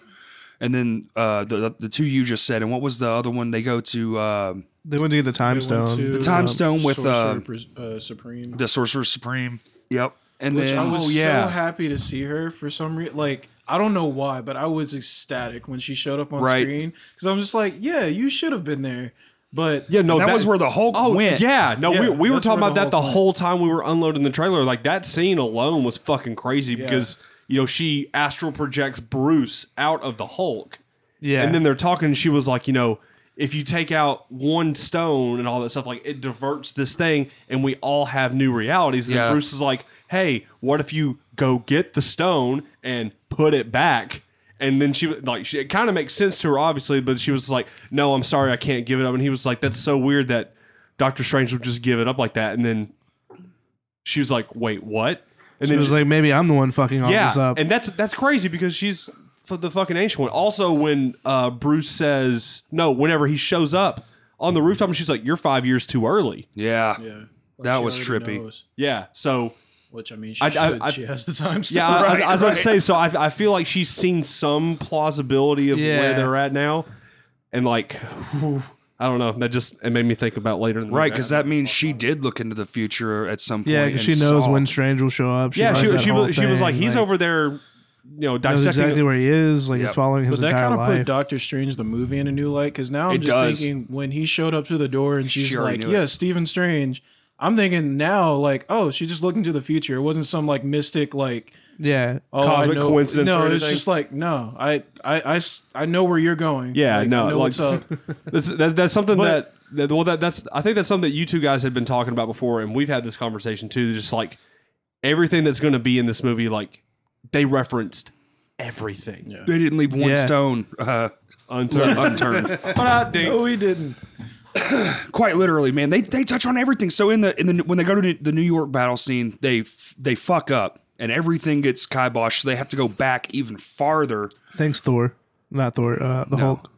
B: and then uh, the, the the two you just said, and what was the other one? They go to um
A: They went to get the time stone.
C: The
B: Time Stone with, uh,
C: uh, Supreme.
B: the Sorcerer Supreme. Yep, and
C: Which I
B: then
C: was
D: Oh, yeah.
C: so happy to see her for some reason. Like I don't know why, but I was ecstatic when she showed up on
B: Right.
C: screen because I'm just like, yeah, you should have been there. But
D: Yeah, no,
B: that, was where the Hulk
D: Oh
B: went.
D: yeah, no, we,
C: Yeah,
D: we were
C: that's
D: talking
C: where
D: about
C: the
D: that the
C: Hulk
D: whole time we were unloading the trailer. Like that scene alone was fucking crazy because you know she astral projects Bruce out of the Hulk,
A: Yeah.
D: and then they're talking. And she was like, you know, if you take out one stone and all that stuff, like it diverts this thing, and we all have new realities. And
B: Yeah.
D: then Bruce is like, hey, what if you go get the stone and put it back? And then she like she, it kind of makes sense to her obviously, but she was like, "No, I'm sorry, I can't give it up." And he was like, "That's so weird that Doctor Strange would just give it up like that." And then she was like, "Wait, what?" And
A: She
D: then
A: was like, maybe I'm the one fucking all
D: yeah,
A: this up.
D: and that's that's crazy because she's f- the fucking ancient one. Also, when uh, Bruce says no, whenever he shows up on the rooftop, and she's like, "You're five years too early."
B: Yeah.
C: Yeah, Like,
B: That
C: she
B: was
C: already
B: trippy.
C: knows,
D: Yeah, so
C: which I mean, she
D: I- I-
C: should.
D: I-
C: she has the time. Still.
D: yeah, I- I,
B: Right,
D: I was about to
B: right.
D: say. So I, I feel like she's seen some plausibility of
A: Yeah.
D: where they're at now, and like, whew, I don't know. That just it made me think about later in the
B: Right,
D: movie.
B: because that means she did look into the future at some point.
A: yeah, 'cause
B: and
A: she knows
B: saw-
A: when Strange will show up.
D: yeah,
A: knows
D: she
A: that
D: she
A: whole
D: was, she was like,
A: thing,
D: he's over there, you know,
A: knows
D: dissecting.
A: exactly where he is. Like,
B: Yep.
A: it's following his
C: But that
A: entire
C: kind of
A: life.
C: put Doctor Strange the movie in a new light because now I'm
B: It
C: just
B: does.
C: thinking when he showed up to the door and she's
B: She already
C: like,
B: knew it.
C: "Yeah, Stephen Strange." I'm thinking now, like, oh, she just looked into the future. It wasn't some like mystic, like,
A: yeah.
C: oh,
D: Cosmic
C: I know.
D: coincidence
C: No,
D: or
C: it's
D: anything?
C: just like, no, I, I, I s- I know where you're going.
D: Yeah,
C: Like,
D: no, uh,
C: I know
D: like
C: what's up.
D: that's that, that's something
A: But-
D: that, that well that that's I think that's something that you two guys had been talking about before, and we've had this conversation too. Just like everything that's going to be in this movie, like they referenced everything.
C: Yeah.
B: They didn't leave one
A: Yeah.
B: stone uh,
D: Unturned.
B: unturned.
C: no, we didn't.
B: Quite literally, man. They they touch on everything. So in the in the when they go to the New York battle scene, they f- they fuck up and everything gets kiboshed. So they have to go back even farther.
A: Thanks, Thor. Not Thor. Uh, the Hulk.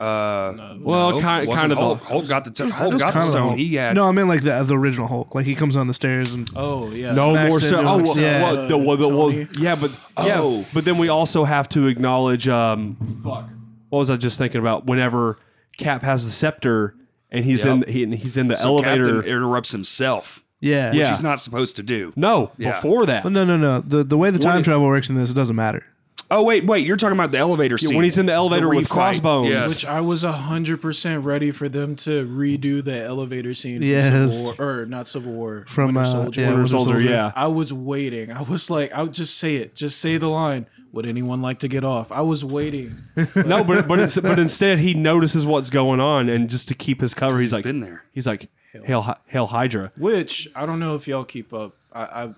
D: well, kind,
B: Wasn't
D: kind of
B: Hulk,
D: the
B: Hulk got the t- Hulk
A: It was
B: got the
A: kinda the
B: stone.
A: Hulk.
B: He had
A: No, I mean like the, the original Hulk. Like he comes on the stairs and
C: Oh yeah,
D: no
A: Smash
D: more
A: into
D: so.
A: it,
D: Oh, well,
A: yeah.
D: well, the, well, the, well,
C: Tony.
D: yeah, but yeah,
B: Oh.
D: but then we also have to acknowledge. Um, fuck, what was I just thinking about? Whenever Cap has the scepter and he's
B: Yep.
D: in he, and he's in the
B: so
D: elevator.
B: Captain interrupts himself.
A: yeah,
D: Yeah.
B: He's not supposed to do.
D: no,
B: Yeah.
D: before that,
A: But no, no, no. The the way the time
D: it-
A: travel works in this, it doesn't matter.
B: Oh wait, wait. You're talking about the elevator scene
D: when he's in the elevator with
B: refight.
D: Crossbones.
B: Yes.
C: Which I was hundred percent ready for them to redo the elevator scene. From
A: Yes.
C: Civil War, or not Civil War
A: From
C: Winter
A: uh,
C: Soldier.
A: yeah,
D: Winter Soldier, yeah.
C: I was waiting. I was like, I would just say it. Just say the line. Would anyone like to get off? I was waiting.
D: No, but but it's, but instead he notices what's going on, and just to keep his cover, he's,
B: he's
D: like
B: been there.
D: He's like hail Hy- hail Hydra.
C: Which I don't know if y'all keep up. I I,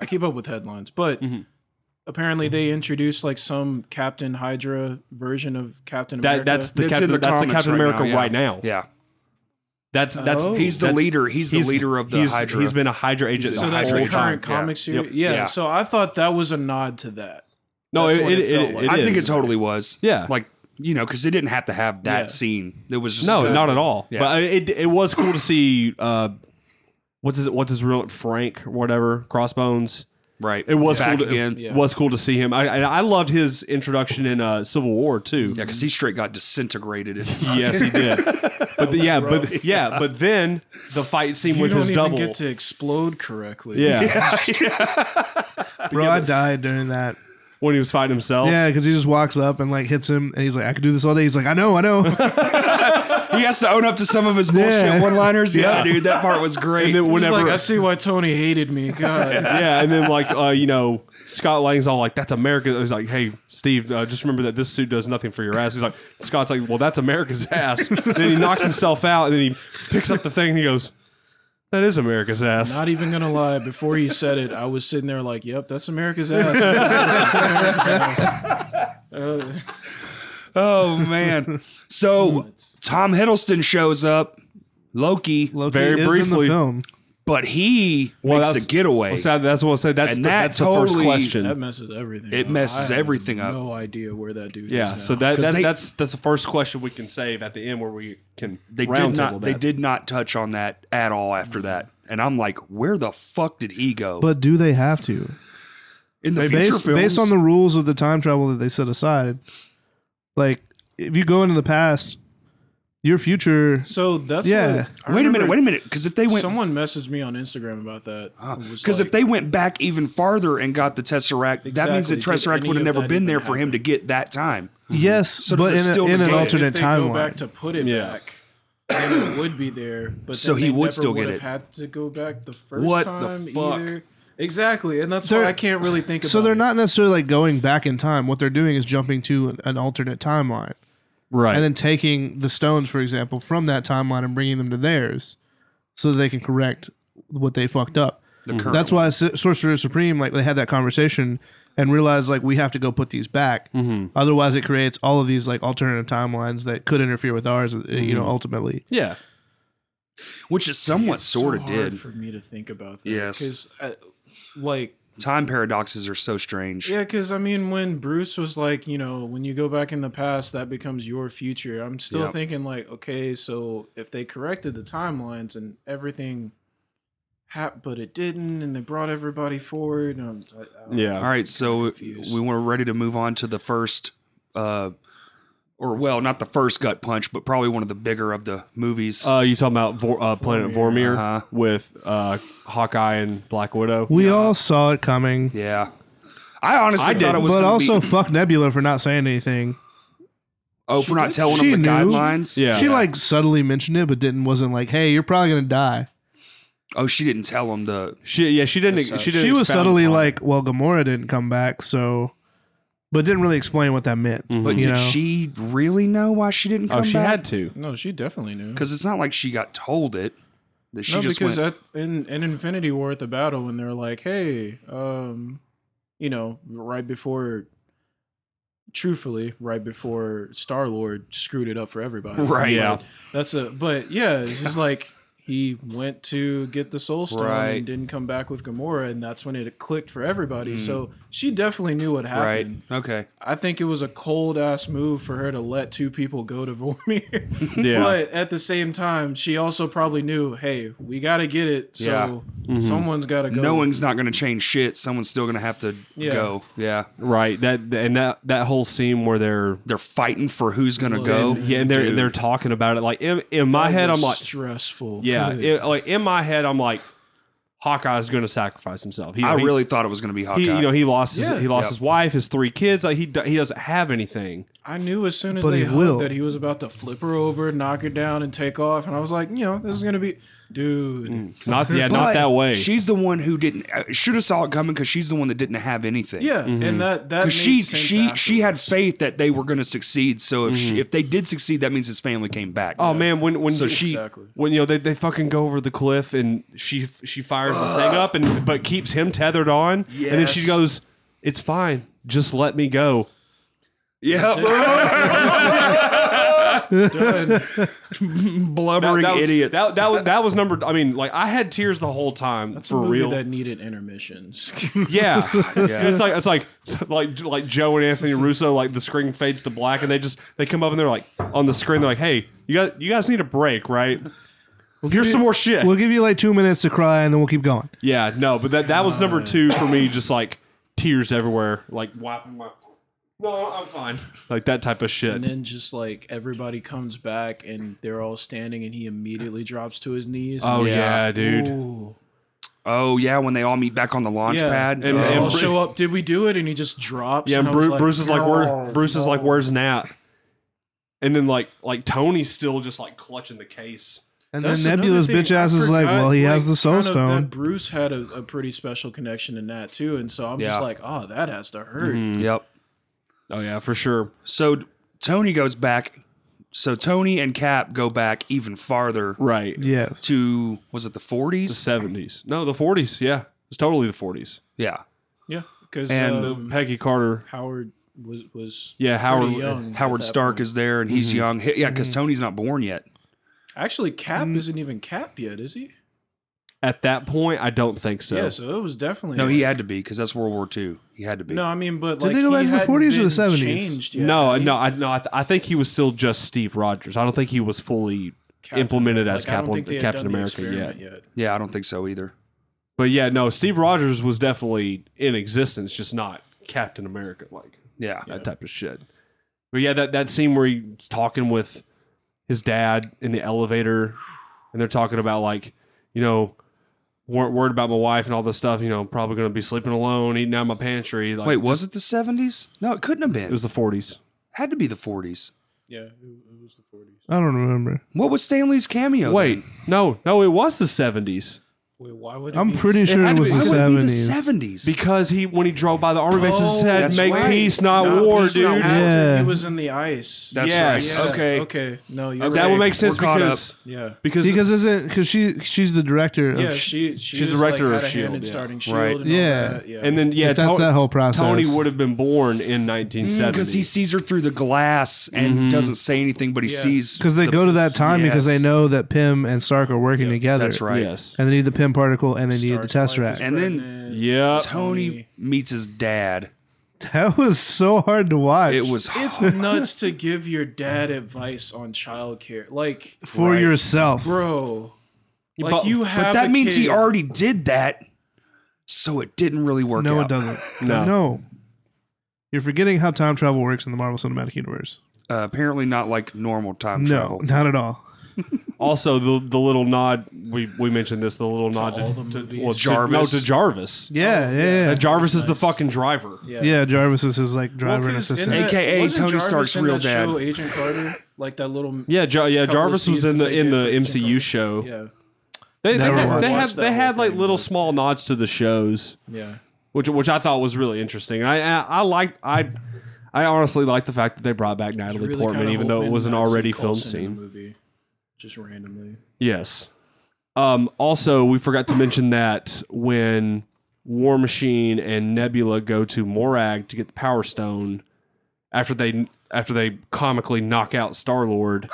C: I keep up with headlines, but
D: Mm-hmm.
C: apparently they introduced like some Captain Hydra version of Captain
D: That
C: America.
D: that's the
B: It's
D: Captain,
B: in the
D: that's the
B: comics
D: Captain America
B: yeah.
D: right now.
B: Yeah.
D: That's that's
C: Oh.
B: He's the
D: that's-
B: leader. He's, the leader of the
D: he's-
B: Hydra.
D: He's been a Hydra agent.
C: so
D: the
C: that's
D: whole
C: the
B: Hydra
D: time.
C: current comic
D: Yep.
C: series. Yeah,
B: Yeah.
C: So I thought that was a nod to that.
D: No, it,
C: That's what
D: it,
C: it felt
D: it-
C: like.
D: it
B: I
D: is.
B: think it totally was.
D: Yeah.
B: Like, you know, because they didn't have to have that
C: Yeah.
B: scene. It was just
D: no,
B: uh,
D: not at all.
B: Yeah.
D: But it it was cool to see. Uh, what's his what's his real Frank or whatever Crossbones.
B: right.
D: It was
B: back
D: cool to,
B: again.
D: It
B: Yeah,
C: Yeah.
D: was cool to see him. I and I loved his introduction in uh, Civil War too.
B: because he straight got disintegrated.
D: Yes, he did. But the, yeah, but yeah, but then the fight scene
C: You
D: with
C: don't
D: his
C: even
D: double.
C: get to explode correctly.
D: yeah,
A: Bro, I died during that.
D: when he was fighting himself.
A: Yeah, because he just walks up and like hits him, and he's like, "I could do this all day." He's like, "I know, I know."
B: he has to own up to some of his bullshit
A: Yeah.
B: one-liners. Yeah, dude, that part was great.
D: And then
C: He's
D: whenever,
C: like, I see why Tony hated me. God.
D: yeah, and then like uh, you know, Scott Lang's all like, "That's America." He's like, "Hey, Steve, uh, just remember that this suit does nothing for your ass." He's like, Scott's like, "Well, that's America's ass." then he knocks himself out, and then he picks up the thing, and he goes, "That is America's ass."
C: Not even gonna lie, before he said it, I was sitting there like, "Yep, that's America's ass."
B: oh man. So Tom Hiddleston shows up, Loki,
A: Loki
D: Very
A: is
D: briefly.
A: in the film.
B: but he
D: Well,
B: makes a
D: that's-
B: getaway.
D: Well, so that's what I said. That's
B: And
D: the,
B: that
D: that's the first
B: totally-
D: question.
C: that messes everything.
B: It
C: up.
B: messes
C: I have
B: everything up.
C: No idea where that dude.
D: Yeah,
C: is now.
D: so that,
B: 'Cause
D: that
B: they-
D: that's that's the first question we can save at the end where we can
B: they
D: round
B: did not.
D: table
B: They
D: that.
B: did not touch on that at all after that. And I'm like, where the fuck did he go?
A: But do they have to?
B: in the
A: Like,
B: future
A: based,
B: films,
A: based on the rules of the time travel that they set aside, like if you go into the past, your future.
C: so that's
A: Yeah.
C: what- I
B: wait a minute,
C: remember
B: wait a minute, because if they went
C: Someone messaged me on Instagram about that.
B: Because Ah, if they went back even farther and got the Tesseract, that means the
C: Exactly. Did
B: Tesseract
C: any
B: would have
C: of
B: never
C: that
B: been
C: even
B: there for him
C: happen?
B: to get that time.
A: Yes,
B: does
A: but
B: it
A: in,
B: still
A: a, in an
B: negate it?
A: alternate
C: they go back
A: timeline.
C: to put it
D: Yeah.
C: back, then it would be there. But
B: So
C: then
B: he
C: they
B: would
C: never
B: still get
C: would've
B: it.
C: Had to go back the first
B: What the
C: time.
B: fuck?
C: Either. Exactly, and that's why
A: They're-
C: I can't really think.
A: So
C: about
A: they're
C: it.
A: not necessarily like going back in time. What they're doing is jumping to an, an alternate timeline
D: right.
A: and then taking the stones, for example, from that timeline and bringing them to theirs, so that they can correct what they fucked up.
B: The current
A: That's why S- Sorcerer Supreme, like they had that conversation, and realize like we have to go put these back.
D: Mm-hmm.
A: Otherwise, it creates all of these like alternative timelines that could interfere with ours. uh, You
B: Mm-hmm.
A: know, ultimately.
D: Yeah.
B: which is somewhat
C: It's
B: sort of
C: so hard
B: did.
C: for me to think about that.
B: Yes.
C: because like
B: Time paradoxes are so strange.
C: yeah, because I mean, when Bruce was like, you know, when you go back in the past, that becomes your future. I'm still
B: Yep.
C: thinking like, okay, so if they corrected the timelines and everything. hap but it didn't, and they brought everybody forward. And I'm, I, I don't know.
D: Yeah.
B: All right, so
C: confused.
B: we were ready to move on to the first, uh, or well, not the first gut punch, but probably one of the bigger of the movies.
D: Uh, you talking about Vor- uh, Planet Vormir
B: Uh-huh.
D: with uh, Hawkeye and Black Widow?
A: We all saw it coming,
B: yeah, I honestly
D: I
B: thought
D: didn't.
B: it was.
A: but
B: gonna
A: also
B: be,
A: fuck Nebula for not saying anything.
B: oh, for not telling
A: She
B: them the
A: knew.
B: guidelines.
D: Yeah.
A: she like subtly mentioned it, but didn't wasn't like, "Hey, you're probably gonna die."
B: Oh, she didn't tell them the.
D: She yeah she didn't she didn't
A: She was
D: expound
A: subtly
D: upon it.
A: like, "Well, Gamora didn't come back, so," but didn't really explain what that meant.
D: Mm-hmm.
B: But
A: you
B: did
A: know?
B: she really know why she didn't come
D: oh she
B: back?
D: had to
C: No, she definitely knew.
B: because it's not like she got told it. That she
C: no,
B: just
C: because
B: went.
C: at in, in Infinity War at the battle when they're like, hey, um, you know, right before, truthfully, right before Star Lord screwed it up for everybody.
B: Right.
D: yeah
C: That's a. But yeah, it's just like he went to get the Soul Stone
B: Right.
C: and didn't come back with Gamora, and that's when it clicked for everybody. So she definitely knew what
B: right.
C: happened.
B: Okay.
C: I think it was a cold ass move for her to let two people go to Vormir.
D: Yeah.
C: But at the same time, she also probably knew, hey, we got to get it. So
B: Yeah.
C: someone's got to go.
B: Knowing's not going to change shit. Someone's still going to have to
C: Yeah.
B: go. Yeah.
D: right that and that that whole scene where they're
B: They're fighting for who's going to
C: Look,
B: go.
C: and-
D: yeah and they're
B: Dude.
D: they're talking about it like in, in my
C: That
D: head I'm
C: was
D: like
C: stressful.
D: yeah
C: Good.
D: it- like in my head I'm like Hawkeye's going to sacrifice himself he,
B: I
D: he-
B: really thought it was going to be Hawkeye.
D: he you know he lost
C: Yeah.
D: his, he lost
B: Yep.
D: his wife his three kids like he do- he doesn't have anything
C: I knew as soon as
A: But
C: they
A: he
C: hugged
A: will.
C: that he was about to flip her over, knock her down, and take off. And I was like, you know, this is going to be. Dude.
D: not yeah
B: But
D: not that way
B: She's the one who didn't should have saw it coming because she's the one that didn't have anything.
C: Yeah. And that, that made
B: because she
C: sense
B: she she had
C: afterwards.
B: faith that they were going to succeed. So if she, if they did succeed, that means his family came back.
D: Mm-hmm. Oh man, when when
B: So she-
C: Exactly.
D: when you know they, they fucking go over the cliff and she she fires the thing up and but keeps him tethered on and then she
B: Yes.
D: goes, "It's fine, just let me go."
B: yeah,
C: Done.
B: blubbering
D: was,
B: idiots.
D: That, that was that was number. I mean, like I had tears the whole time
C: It's a
D: for
C: movie
D: real.
C: that needed intermissions.
D: yeah,
B: Yeah.
D: it's like it's like like like Joe and Anthony Russo. Like the screen fades to black and they just they come up and they're like on the screen. They're like, "Hey, you guys, you guys need a break, right? Here's some more shit."
A: We'll give you like two minutes to cry, and then we'll keep going.
D: Yeah, no, but that that was number two for me. Just like tears everywhere, like wiping my. No, I'm fine. Like that type of shit.
C: And then just like everybody comes back and they're all standing and he immediately drops to his knees.
D: oh yeah,
B: Yeah.
D: dude.
B: oh yeah, when they all meet back on the launch
C: Yeah.
B: pad.
D: And-
B: Oh.
C: They all
D: Bru-
C: show up. Did we do it? And he just drops.
D: Yeah,
C: and
D: and
C: I
D: Bru-
C: was like,
D: Bruce is like, where?
C: "No,
D: Bruce is like,
C: no."
D: where's Nat? And then like like Tony's still just like clutching the case.
A: And
C: That's
A: then
C: another
A: Nebula's
C: thing
A: bitch
C: I
A: ass is like,
C: forgot,
A: "Well, he has
C: like,
A: the Soul
C: kind of that
A: Stone."
C: Bruce had a, a pretty special connection to Nat too, and so I'm
B: Yeah. Mm-hmm.
C: just like, oh, that has to hurt.
B: Yep.
D: Oh yeah, for sure.
B: So Tony goes back. So Tony and Cap go back even farther
D: Right.
A: Yes.
B: to was it the
D: The
B: forties?
D: seventies. No, the forties. Yeah, it's totally the forties.
B: Yeah.
C: Yeah, because
B: And
C: um,
D: Peggy Carter.
C: Howard was was
D: Yeah, Howard.
C: pretty young.
B: Howard Stark is there and he's young. He- Yeah, because Tony's not born yet.
C: actually Cap isn't even Cap yet, is he?
D: At that point, I don't think so.
C: Yeah, so it was definitely
B: No, he had to be because that's World War II. He had to be.
C: No, I mean, but
A: Did
C: like
A: they go back
C: he
A: to the
C: hadn't
A: 40s or the
C: been
A: 70s?
C: Changed yet,
D: no,
C: had he?
D: no, I, no. I, th- I think he was still just Steve Rogers. I don't think he was fully
C: Cap-
D: implemented as
C: like, I don't
D: Captain,
C: think they had
D: Captain
C: done the
D: America yet.
C: experiment
B: Yeah, I don't think so either.
D: But yeah, no, Steve Rogers was definitely in existence, just not Captain America, like
B: Yeah.
D: that type of shit. But yeah, that, that scene where he's talking with his dad in the elevator, and they're talking about like, you know, weren't worried about my wife and all this stuff. You know, probably gonna be sleeping alone, eating out of my pantry. Like,
B: Wait, was it the 70s? No, it couldn't have
D: it
B: been.
D: was the forties.
B: had to be the 40s.
C: Yeah, it, it was the forties.
A: I don't remember.
B: What was Stanley's cameo?
D: Wait,
B: then?
D: no, no, it was the seventies.
C: Wait, why would it
A: I'm
C: be
A: pretty
D: It
A: sure
D: had
A: it
D: to
A: was
D: be-
A: the
D: Why
B: That would be the
A: 70s.
B: seventies.
D: Because he, when he drove by the army base, it
C: Oh,
D: said,
B: that's
D: "Make
B: right.
D: peace, not
B: Not
D: war,
B: peace,
D: dude."
B: not
C: After
A: Yeah.
C: he was in the ice.
B: That's
D: Yes.
B: right.
C: yeah.
B: Okay.
C: Okay. No, you're
B: Okay.
D: That
C: right.
D: would make sense
B: We're caught
D: because
C: Yeah.
D: because
A: Because isn't because she she's the director of
C: Yeah, she, she
D: she's the
C: was, like,
D: director
C: had
D: of
C: a hand
D: S.H.I.E.L.D.,
C: in
D: yeah.
B: E
C: starting Shield.
B: Right.
C: E And all
A: Yeah.
C: that, yeah.
D: and then yeah,
A: But that's
D: Tony-
A: that whole process.
D: Tony would have been
B: Mm,
D: born in 1970
B: Because he sees her through the glass and doesn't say anything, but he
C: Yeah.
B: sees
A: because they
B: the-
A: go to that time because they
B: Yes.
A: know that Pym and Stark are working together.
B: That's right.
D: Yes.
A: And they need the Pym particle and they need the
C: Stark's wife
A: Tesseract.
C: is
B: And then-
C: pregnant.
D: Yeah.
B: Tony meets his dad.
A: That was so hard to watch.
B: It was
C: It's nuts to give your dad advice on childcare. Like,
A: for
B: right.
A: yourself.
C: bro. Like
D: But-
C: you
B: but
C: have
B: that
C: a
B: means he
C: kid.
B: already did that, so it didn't really work
A: No,
B: out.
A: it doesn't.
D: No.
A: no. You're forgetting how time travel works in the Marvel Cinematic Universe.
B: Uh, apparently, not like normal time
A: No,
B: travel.
A: not at all.
C: Oh,
D: Also, the the little nod we we mentioned this the little nod
C: all
D: to,
C: the
D: to-
C: movies.
D: well,
B: Jarvis.
D: Jarvis. To, no, to Jarvis.
A: Yeah, yeah, yeah.
D: Uh, Jarvis
C: that's
D: is the
C: nice.
D: fucking driver.
C: Yeah.
A: yeah. Jarvis is his like driver and
C: 'cause in
A: assistant.
C: that-
B: AKA
C: wasn't
B: Tony
C: Jarvis
B: Stark's
C: in
B: real
C: that
B: dad.
C: Show Agent Carter, like that little.
D: Yeah, Jar yeah.
C: Couple of
D: Jarvis was in
C: seasons
D: the
C: they
D: in
C: did
D: the
C: for Agent
D: MCU
C: Carter.
D: show.
C: Yeah.
D: They, they
A: Never
D: had,
A: watched
D: they
A: it.
D: had
C: Watched that
D: they had
C: whole
D: like
C: thing,
D: little
C: but-
D: small nods to the shows,
C: Yeah.
D: which which I thought was really interesting. I I, I like I I honestly like the fact that they brought back Natalie
C: Really
D: Portman,
C: kinda
D: even though it
C: hoping
D: was an
C: I'd see
D: already filmed
C: Coulson in
D: scene.
C: the Movie, just randomly.
D: Yes. Um, also, we forgot to mention that when War Machine and Nebula go to Morag to get the Power Stone, after they after they comically knock out Star Lord,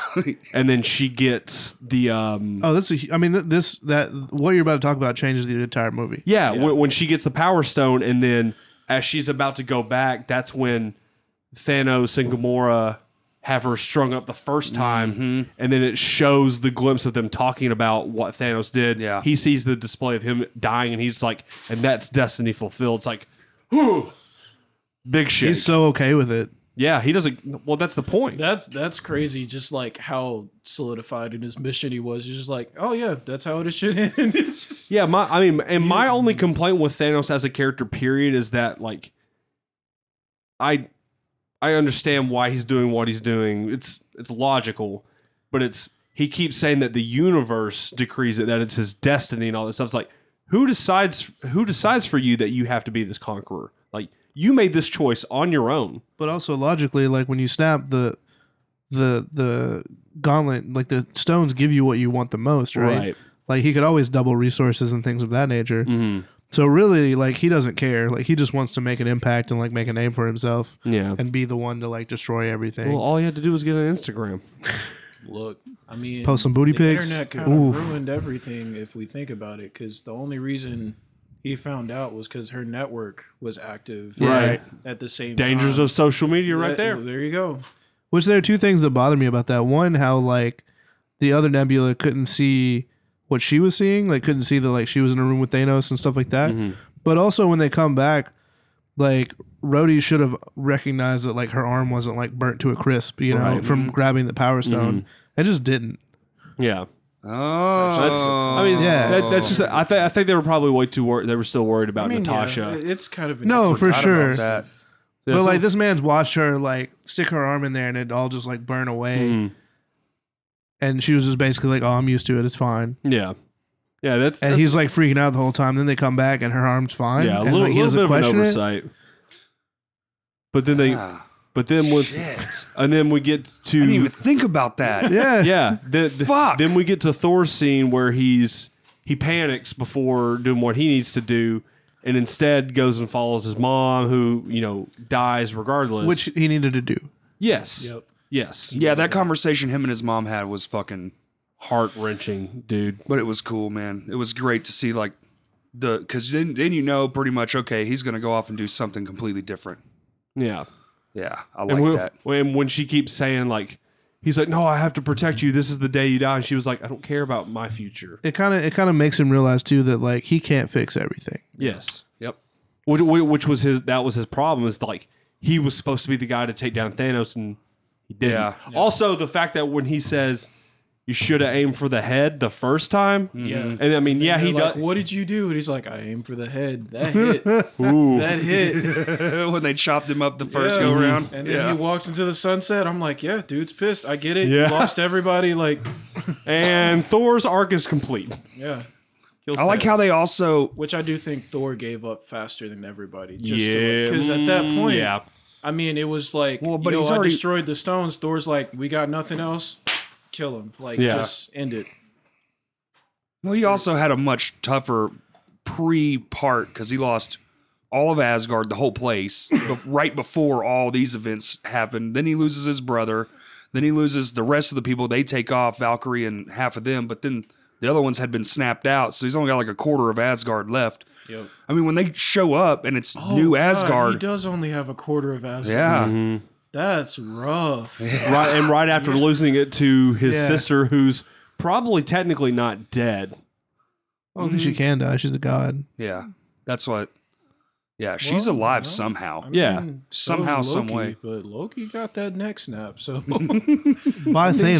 D: and then she gets the um,
A: oh, this is. I mean, th- this that what you're about to talk about changes the entire movie.
D: yeah, When, when she gets the Power Stone, and then as she's about to go back, that's when Thanos and Gamora have her strung up the first time, and then it shows the glimpse of them talking about what Thanos did.
B: Yeah.
D: he sees the display of him dying, and he's like, "And that's destiny fulfilled." It's like, whoo, big shit.
A: He's so okay with it.
D: yeah, he doesn't. Well, that's the point.
C: That's that's crazy. Just like how solidified in his mission he was. He's just like, oh yeah, that's how it should end. It's just-
D: Yeah, my I mean, and my only complaint with Thanos as a character, period, is that like, I, I understand why he's doing what he's doing. It's it's logical, but it's he keeps saying that the universe decrees it, that it's his destiny and all this stuff. It's like, who decides who decides for you that you have to be this conqueror? Like, you made this choice on your own.
A: But also logically, like when you snap the the the gauntlet, like the stones give you what you want the most, right? Like he could always double resources and things of that nature.
D: Mhm.
A: So really, like he doesn't care. Like he just wants to make an impact and like make a name for himself
D: Yeah.
A: and be the one to like destroy everything.
D: Well, all you had to do was get an Instagram.
C: Look, I mean,
A: Post some booty
C: the
A: pics?
C: Internet kind
A: Oof.
C: of ruined everything if we think about it, because the only reason he found out was because her network was active
D: Right.
C: at the same
D: Dangers
C: time.
D: of social media, right
C: That-
D: there.
C: There you go.
A: Which there are two things that bother me about that. One, how like the other Nebula couldn't see what she was seeing, like couldn't see that like she was in a room with Thanos and stuff like that.
D: Mm-hmm.
A: But also when they come back, like Rhodey should have recognized that like her arm wasn't like burnt to a crisp, you know,
D: Right. Mm-hmm.
A: from grabbing the power stone. It just didn't.
D: Yeah.
B: Oh,
D: That's, I mean,
A: Yeah.
D: that, that's just. I think I think they were probably way too worried. They were still worried about
C: I mean,
D: Natasha.
C: yeah, it's kind of an
A: No, for
B: Forgot about
A: sure.
B: that.
D: Yeah,
A: but
D: so-
A: like this man's watched her like stick her arm in there and it all just like burn away.
D: Mm,
A: And she was just basically like, Oh, I'm used to it, it's fine.
D: yeah, yeah. That's
A: And
D: that's-
A: he's like freaking out the whole time. Then they come back and her arm's fine.
D: yeah, a
A: and,
D: little,
A: like, he
D: little
A: doesn't
D: bit of an
A: question it.
D: oversight. But then they,
B: Ah,
D: but then once,
B: shit.
D: and then we get to
B: I didn't even think about that.
A: Yeah.
D: yeah. The, the-
B: Fuck.
D: Then we get to Thor's scene where he's he panics before doing what he needs to do, and instead goes and follows his mom, who you know dies regardless.
A: which he needed to do.
D: yes,
C: Yep.
D: yes,
B: Yeah, that conversation him and his mom had was fucking,
D: heart wrenching, dude.
B: but it was cool, man. It was great to see like the because then then you know pretty much okay he's gonna go off and do something completely different.
D: Yeah.
B: Yeah, I
D: And
B: like
D: when,
B: that.
D: when when she keeps saying like, he's like, no, I have to protect you. This is the day you die. And she was like, I don't care about my future.
A: It kind of it kind of makes him realize too that like he can't fix everything.
D: Yes,
B: Yep.
D: which which which was his that was his problem is like he was supposed to be the guy to take down Thanos and he didn't.
B: Yeah.
D: Also, the fact that when he says you should have aimed for the head the first time,
B: Mm-hmm.
C: Yeah.
D: and I mean, yeah,
C: They're
D: he
C: like,
D: does.
C: What did you do? And he's like, I aim for the head. That hit.
D: Ooh.
C: that hit.
B: when they chopped him up the first
C: Yeah. Mm-hmm.
B: go round.
C: And then he walks into the sunset. I'm like, yeah, dude's pissed. I get it.
D: Yeah.
C: You lost everybody. Like,
D: and Thor's arc is complete.
C: yeah.
D: Kill
B: I like
D: status.
B: how they also
C: Which I do think Thor gave up faster than everybody. Just
D: yeah,
C: Because at that
D: mm,
C: point,
D: yeah,
C: I mean, it was like,
B: Well,
C: well,
B: but
C: but you know,
B: he's
C: I
B: already-
C: destroyed the stones. Thor's like, we got nothing else. Kill him. Like,
D: Yeah.
C: just end it.
B: well, he also had a much tougher pre part because he lost all of Asgard, the whole place, bef- right before all these events happened. Then he loses his brother. Then he loses the rest of the people. They take off Valkyrie and half of them, but then the other ones had been snapped out, so he's only got like a quarter of Asgard left.
C: Yep.
B: I mean, when they show up and it's
C: Oh,
B: new
C: God,
B: Asgard,
C: He does Mm-hmm. only have a quarter of Asgard.
B: yeah,
D: Mhm.
C: That's rough.
D: right, and right after losing it to his
A: Yeah.
D: sister, who's probably technically not dead.
A: I don't think
C: Mm.
A: she can die. She's a god.
B: yeah, that's what. Yeah, she's
C: Well,
B: alive
C: well,
B: somehow.
C: I
D: Yeah.
C: mean,
B: Somehow,
C: so's
B: some
C: Hmm. Loki,
B: way.
C: But Loki got that neck snap, so
A: By
C: I think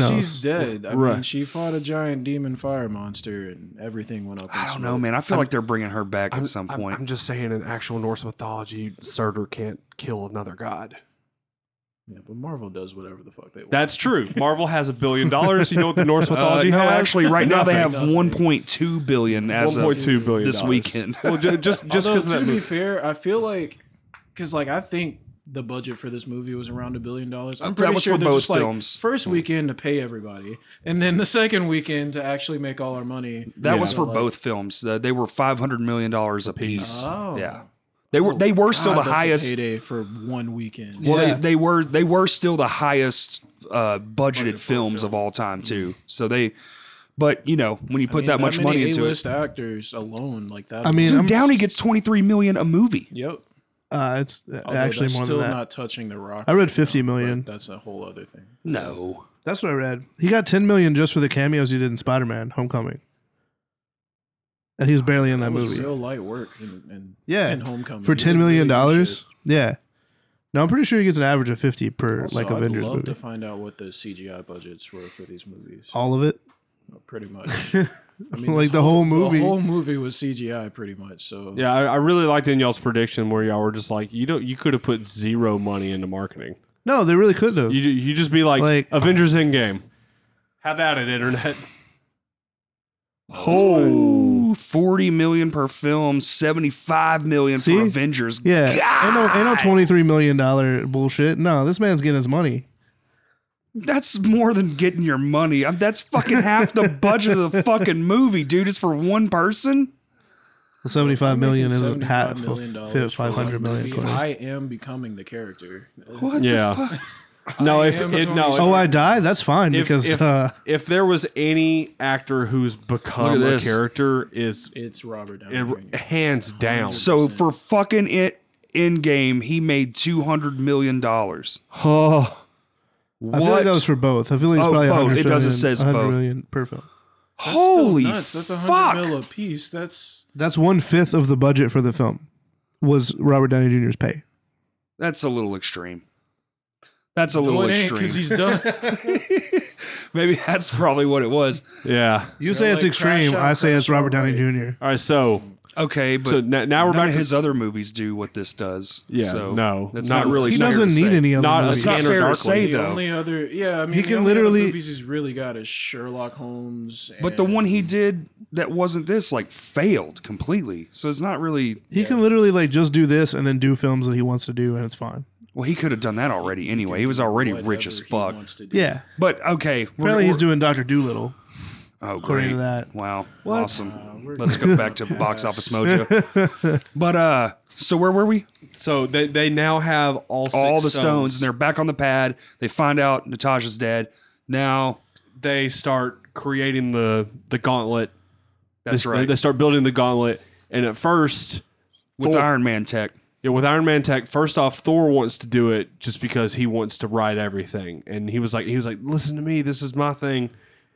A: Thanos.
C: she's dead. I mean,
D: Right.
C: she fought a giant demon fire monster, and everything went up. in
B: I don't
C: smoke.
B: know, man. I feel like they're bringing her back at some
D: I'm-
B: point.
D: I'm just saying, in actual Norse mythology, Surtur can't kill another god.
C: Yeah, but Marvel does whatever the fuck they want.
D: That's true. Marvel has a billion dollars. You know what the Norse mythology
B: Uh, no,
D: has?
B: actually, right now they have
C: Nothing.
B: 1.2 billion as of
D: 1.2 billion
B: this
D: dollars.
B: weekend.
D: Well, ju- just just
C: Although,
D: because
C: to
D: that
C: be
D: movie.
C: fair, I feel like because like I think the budget for this movie was around a billion dollars. I'm
B: That
C: pretty
B: was
C: sure
B: for
C: they're
B: both
C: just like
B: films. Hmm.
C: first weekend to pay everybody, and then the second weekend to actually make all our money.
B: That
D: Yeah.
B: was for
C: Like-
B: both films. Uh, they were 500 million dollars apiece.
C: Oh.
B: Yeah, they were they were still
C: God,
B: the
C: that's a
B: highest.
C: payday for one weekend.
B: Well,
A: Yeah.
B: they, they were they were still the highest uh, budgeted films of all time too. So they, but you know, when you put
C: I mean,
B: that much
C: many
B: money into it,
C: A-list actors alone like that.
A: I mean,
B: dude,
A: I'm-
B: Downey gets 23 million a movie.
C: yep.
A: Uh, it's uh,
C: Although
A: actually
C: that's
A: more
C: still
A: than that.
C: not touching the rock.
A: I read
C: right now,
A: 50
C: but
A: million.
C: That's a whole other thing.
B: No,
A: That's what I read. He got 10 million just for the cameos he did in Spider Man Homecoming. And he was barely in that,
C: That was
A: movie.
C: real light work in, in,
A: Yeah.
C: in Homecoming
A: for
C: He did
A: $10 million?
C: really good shit.
A: Yeah. No, I'm pretty sure he gets an average of 50 per
C: Also,
A: like Avengers
C: I'd love
A: movie.
C: to find out what the CGI budgets were for these movies.
A: All of it.
C: Pretty much. I mean,
A: Oh. Like
C: this
A: the whole movie.
C: The whole movie was CGI, pretty much. So
D: Yeah, I, I really liked in y'all's prediction where y'all were just like, you don't, you could have put zero money into marketing.
A: No, they really couldn't have.
D: You you just be like,
A: Like-
D: Avengers Endgame. Have at it, internet.
B: oh, 40 million per film, 75 million
A: See?
B: for Avengers.
A: yeah. Ain't no, ain't no
B: God!
A: $23 million bullshit. No, this man's getting his money.
B: That's more than getting your money. I'm- That's fucking half the budget of the fucking movie, dude. It's for one person.
A: The 75 million
C: Making
A: isn't half
C: $75
A: of
C: million
A: fi-
C: dollars for
A: 500
C: one
A: million.
C: movie.
A: coins.
C: I am becoming the character.
B: What
D: Yeah.
B: the fuck?
D: No,
C: I
D: if
C: am
D: it,
C: Tony
D: no,
A: Oh, I died? That's fine
D: if,
A: because.
D: if,
A: uh,
D: if there was any actor who's
B: Look at
D: become a
B: this.
D: character, is
C: It's Robert Downey.
D: it,
C: Jr.
D: hands down.
B: So for fucking it in game, he made two hundred million dollars.
D: Oh,
A: I feel like that was for both. I feel like it's
B: Oh,
A: probably
B: both.
A: 100
B: It does- it
A: million-
B: says
A: 100
B: both.
A: million per film.
C: That's still
B: Holy
C: nuts. That's a
B: fuck!
C: hundred mil a piece. That's
A: That's one fifth of the budget for the film. Was Robert Downey Jr.'s pay?
B: That's a little extreme. That's a little
C: no, it ain't
B: extreme.
C: because he's done.
B: Maybe that's probably what it was.
D: yeah.
A: You say it's
C: like,
A: extreme.
C: Crash Out,
A: I say it's
C: Crash
A: Robert
C: Out,
A: Downey Jr.
D: All right, so
B: Okay, but
D: so now, now we're
B: none
D: back
B: of
D: to
B: his other movies do what this does.
D: Yeah,
B: so
D: no,
B: that's
D: not
B: not, really.
A: He
B: fair
A: doesn't
B: to
A: need
B: say.
A: any other
D: Not a
A: movies.
B: It's not
D: Tanner
B: fair to
D: Darkly.
B: say
C: the
B: though.
C: only other, yeah, I mean,
A: can
C: the only other
A: literally-
C: movies he's really got is Sherlock Holmes.
B: But the
C: and-
B: one he did that wasn't this like failed completely. So it's not really
A: He can literally like just do this and then do films that he wants to do, and it's fine.
B: well. He could have done that already anyway. He was already rich
C: whatever
B: as
C: he
B: fuck.
C: wants to do.
A: Yeah.
B: But okay, we're-
A: Apparently, he's
B: we're-
A: doing Doctor Doolittle.
B: Oh,
A: according
B: great!
A: to that.
B: Wow, awesome.
C: Uh, we're-
B: Let's go back to box office mojo. But uh, so where were we?
D: so they they now have all six
B: All the stones. and they're back on the pad. They find out Natasha's dead. Now
D: they start creating the the gauntlet.
B: that's
D: they,
B: right
D: They start building the gauntlet, and at first,
B: with
D: Thor-
B: Iron Man tech.
D: yeah, with Iron Man tech, first off, Thor wants to do it just because he wants to ride everything, and he was like, he was like, listen to me, this is my thing,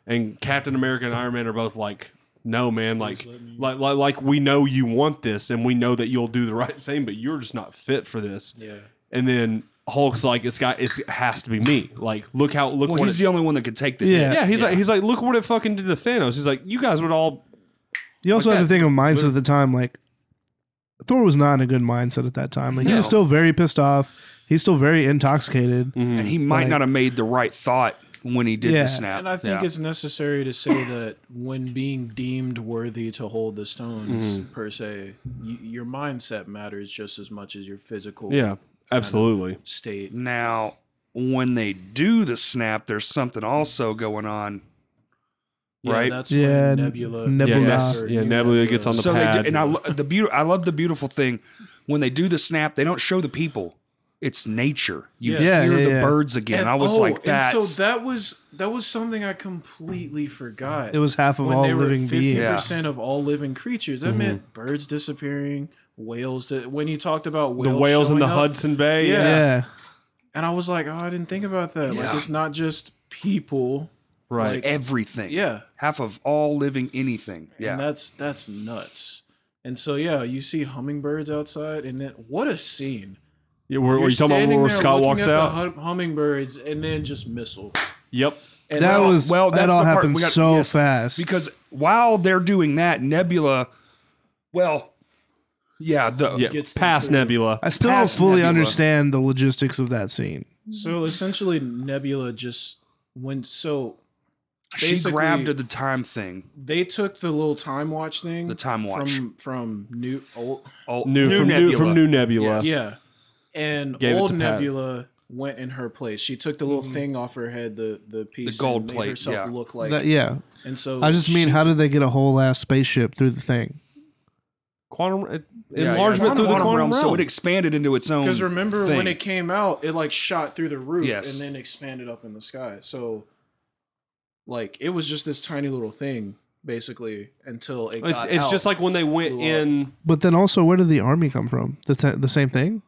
D: and Captain America and Iron Man are both like. No man, like, like, like, like we know you want this, and we know that you'll do the right thing, but you're just not fit for this.
C: Yeah.
D: And then Hulk's like, it's got, it's, it has to be me. Like, look how, look
B: Well,
D: what
B: he's
D: it-
B: the only one that could take the
A: Yeah.
B: hit.
D: Yeah, he's like he's like, look what it fucking did to Thanos. He's like, you guys would all
A: You also
D: Like
A: have to
D: that.
A: think of mindset at the time. Like Thor was not in a good mindset at that time. Like he
B: No.
A: was still very pissed off. He's still very intoxicated.
B: and he might
A: Like-
B: not have made the right thought when he did
A: Yeah.
B: the snap.
C: And I think
B: Yeah.
C: it's necessary to say that when being deemed worthy to hold the stones
B: Mm-hmm.
C: per se, y- your mindset matters just as much as your physical
D: Yeah, absolutely.
C: state.
B: Now, when they do the snap, there's something also going on,
C: Yeah,
B: right?
C: That's
A: Yeah,
C: when Nebula,
A: Nebula.
D: Yes,
C: or
D: yeah,
C: New
D: Nebula gets on the
B: so they
D: pad.
B: do, and I lo- the beautiful. I love the beautiful thing when they do the snap. They don't show the people. It's nature. You
C: Yeah.
A: Yeah,
B: hear
A: yeah,
B: the
A: yeah.
B: birds again. I was
C: oh,
B: like, that's
C: And so that was that was something I completely forgot.
A: It was half of
C: when
A: all
C: they were
A: living
C: fifty
A: beings.
B: Yeah.
C: percent of all living creatures. That
D: Mm-hmm.
C: meant birds disappearing, whales. Di- when he talked about whales,
D: the whales in the
C: showing up,
D: Hudson Bay.
C: Yeah.
A: Yeah.
C: and I was like, oh, I didn't think about that.
B: Yeah.
C: Like it's not just people.
D: right.
C: Like,
B: everything.
C: Yeah,
B: half of all living anything. Yeah,
C: and that's that's nuts. And so yeah, you see hummingbirds outside, and then what a scene!
D: Yeah, were, were
C: You're
D: you talking about
C: standing
D: where
C: there
D: Scott
C: looking
D: walks
C: at the
D: out?
C: hum- hummingbirds, and then just missile.
D: Yep.
C: And
A: That was
B: well,
A: that
B: that's
A: all
B: the part
A: happened
B: we got-
A: so
B: yes,
A: fast
B: because while they're doing that, Nebula, well, yeah, the
D: Yeah.
C: Gets them
D: Past
C: through.
D: Nebula.
A: I still don't
B: past
A: fully
B: Nebula.
A: understand the logistics of that scene.
D: Mm-hmm.
C: so essentially Nebula just went so
B: she
C: basically-
B: grabbed at the time thing.
C: they took the little time watch thing,
B: The time watch.
C: from from new old
B: Oh,
D: New, from, New, from New Nebula.
B: Yes.
C: yeah, and
D: Gave it
C: old
D: to Pat.
C: Nebula went in her place. She took the little thing off her head, the Mm-hmm. the piece,
B: gold
C: and made
B: plate,
C: herself
B: yeah.
C: look like.
A: That- yeah,
C: And
B: oh,
C: so
A: I just mean
C: she
A: how did they get a whole ass spaceship through the thing?
D: Quantum it
B: Yeah,
D: enlarged
B: yeah,
D: it
B: quantum
D: through the quantum realm.
B: realm, so it expanded into its own.
C: Because remember
B: thing.
C: when it came out, it like shot through the roof
B: Yes.
C: and then expanded up in the sky. So, like, it was just this tiny little thing basically until it
D: it's
C: got
D: it's
C: out.
D: just like when they went
C: Blew up.
D: in.
A: But then also, where did the army come from? The t- the same thing.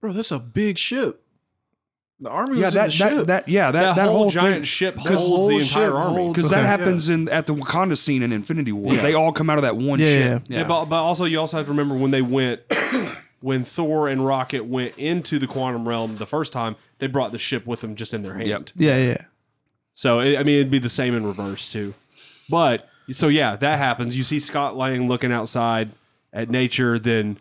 C: bro, that's a big ship. The army
B: yeah,
C: was in
B: that,
C: the
B: that
C: ship.
B: that yeah that that, whole,
D: giant
B: thing,
D: ship
B: Because
D: holds
C: whole
D: the entire
C: ship
D: army.
C: holds-
B: because that
A: Okay.
B: happens in at the Wakanda scene in Infinity War.
D: Yeah.
B: They all come out of that one
A: Yeah,
B: ship.
D: Yeah, but, but also you also have to remember when they went, when Thor and Rocket went into the quantum realm the first time, they brought the ship with them just in their hand.
B: Yep.
A: Yeah, yeah.
D: So it, I mean, it'd be the same in reverse too. But so yeah, that happens. You see Scott Lang looking outside at nature, then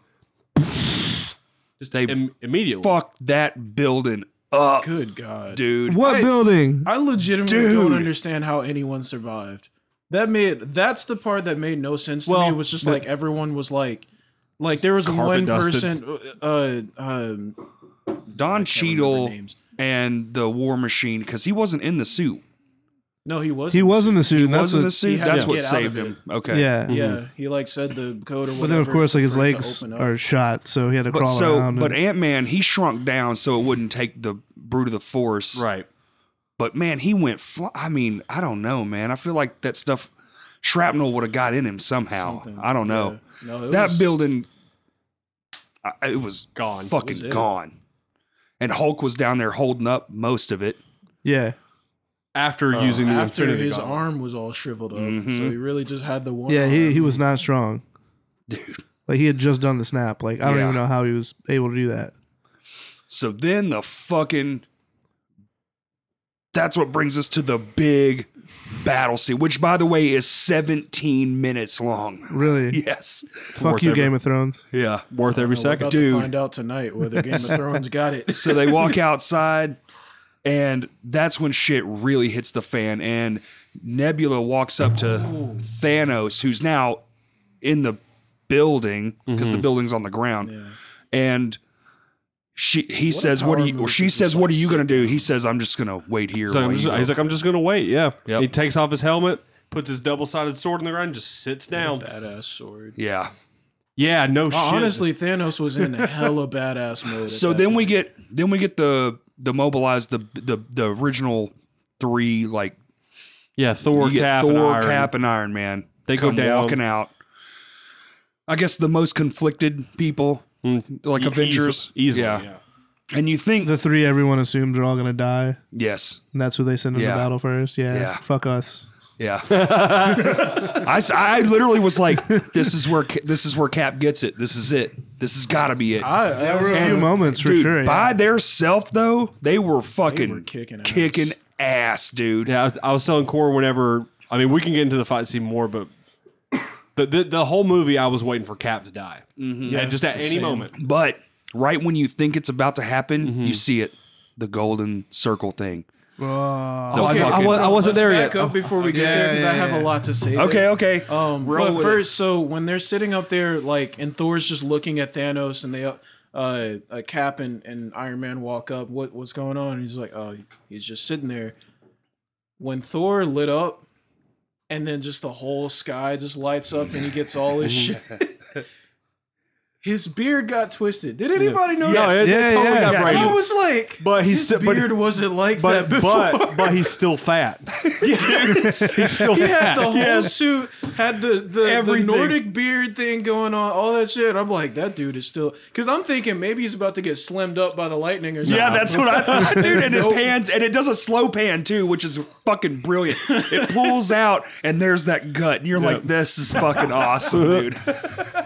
B: Just they
D: Im- immediately.
B: fuck that building up,
C: Good God,
A: yeah.
B: dude.
A: What
C: I-
A: building?
C: I legitimately
B: Dude.
C: don't understand how anyone survived. That made that's the part that made no sense to
D: Well,
C: me. It was just
D: the-
C: like everyone was like, like there was
D: Carpet
C: one
D: dusted.
C: person, uh, um, I
B: Don
C: can't remember
B: Cheadle
C: names.
B: and the War Machine because he wasn't in the suit.
C: No, he wasn't.
A: He was in the suit.
B: He
A: and that's
B: was in
A: what-
B: the
C: He
B: suit.
C: had
B: That's
C: to
B: what
C: get out
B: saved
C: of it.
B: him. Okay.
A: Yeah.
C: Yeah, he like said the code or whatever.
A: But then, of course, like his
C: for it to
A: legs
C: open up.
A: are shot, so he had to
B: But
A: crawl
B: so,
A: around.
B: but
A: and-
B: Ant Man, he shrunk down so it wouldn't take the brute of the force.
D: Right.
B: But man, he went. Fly- I mean, I don't know, man. I feel like that stuff, shrapnel would have got in him somehow.
C: Something.
B: I don't know.
C: Yeah. No, it
B: that
C: was-
B: building, I, it was
D: Gone.
B: fucking
C: It was it.
B: gone. And Hulk was down there holding up most of it.
A: yeah,
D: After using the
C: uh, after
D: Infinity
C: his
D: Gauntlet.
C: arm was all shriveled up, so
B: Mhm.
C: he really just had the one.
A: yeah, he
C: arm.
A: he was not strong.
B: Dude.
A: Like he had just done the snap. Like I don't
B: Yeah.
A: even know how he was able to do that.
B: So then the fucking. That's what brings us to the big battle scene, which, by the way, is 17 minutes long.
A: Really,
B: Yes.
A: fuck
D: worth
A: you,
D: every-
A: Game of Thrones.
B: Yeah.
D: worth every
C: We're
D: second.
C: about
B: Dude.
C: to find out tonight whether Game of Thrones got it.
B: So they walk outside, and that's when shit really hits the fan. And Nebula walks up to Thanos, who's now in the building because
C: Mm-hmm.
B: the building's on the ground. And she, he says,
C: power
B: "What are you?"
C: move
B: Or
C: to
B: she
C: just,
B: says,
C: like,
B: "What are you
C: sit
B: going to do?" He says, "I'm just going to wait here."
D: So
B: while
D: I'm just-
B: you go."
D: he's like, I'm just gonna wait. Yeah.
B: Yep.
D: He takes off his helmet, puts his double sided sword in the ground, and just sits down.
C: Badass sword.
B: "Yeah."
D: Yeah. No shit.
C: Honestly, Thanos was in a hella badass mode. at
B: So
C: that
B: then we
C: point.
B: get then we get the the mobilized the the the original three like
D: yeah. Thor
B: you get
D: cap. and
B: Thor
D: Iron.
B: Cap and Iron Man.
D: They go
B: come
D: down.
B: walking out. I guess the most conflicted people,
D: Mm.
B: like
D: E-
B: Avengers,
D: eas- easily.
B: Yeah.
D: yeah.
B: and you think
A: The three everyone assumes are all gonna die,
B: yes,
A: and that's who they send in
B: Yeah.
A: the battle first. Yeah,
B: Yeah.
A: fuck us.
B: yeah. I, s- I literally was like, this is where Ca- this is where Cap gets it. This is it. This has got to be it.
C: I, I was,
A: A few
B: And-
A: moments for
B: dude,
A: sure.
B: by their self though, they were
C: they
B: fucking
C: were kicking ass.
B: kicking ass, dude.
D: Yeah, I was, I was telling Cora whenever. I mean, we can get into the fight scene more, but the the, the whole movie, I was waiting for Cap to die. Mm-hmm. Yeah, just at any
C: same.
D: moment.
C: Mm-hmm.
B: But right when you think it's about to happen, you see it, the golden circle thing.
A: Oh,
B: No,
D: Okay, I,
B: fucking-
D: wa- I
C: Let's
D: wasn't there
C: back
D: yet.
C: up before we get
A: Yeah,
C: there because I
A: yeah,
C: have
A: yeah.
C: a lot to say. there.
B: Okay, okay.
C: Um,
B: Roll
C: but
B: with it.
C: first, so when they're sitting up there, like, and Thor's just looking at Thanos, and they, uh, uh Cap and, and Iron Man walk up. What what's going on? And he's like, oh, he's just sitting there. When Thor lit up, and then just the whole sky just lights up, and he gets all his shit. His beard got twisted. Did anybody know
D: No,
C: that?
D: it, it
A: Yeah,
D: totally
A: yeah.
D: got
B: Yeah.
D: braided.
C: I was like,
D: But he's
C: his
D: sti- but-
C: beard wasn't like that
D: but
C: before.
D: but but he's still fat. he's still
C: He had
D: fat.
C: the whole
D: Yes.
C: suit, had the the, the
B: Everything.
C: Nordic beard thing going on, all that shit. I'm like, that dude is still because I'm thinking maybe he's about to get slimmed up by the lightning or something.
B: Yeah, that's what I thought, dude. And
C: Nope.
B: it pans, and it does a slow pan too, which is fucking brilliant. It pulls out, and there's that gut, and you're like, "This is fucking awesome, dude."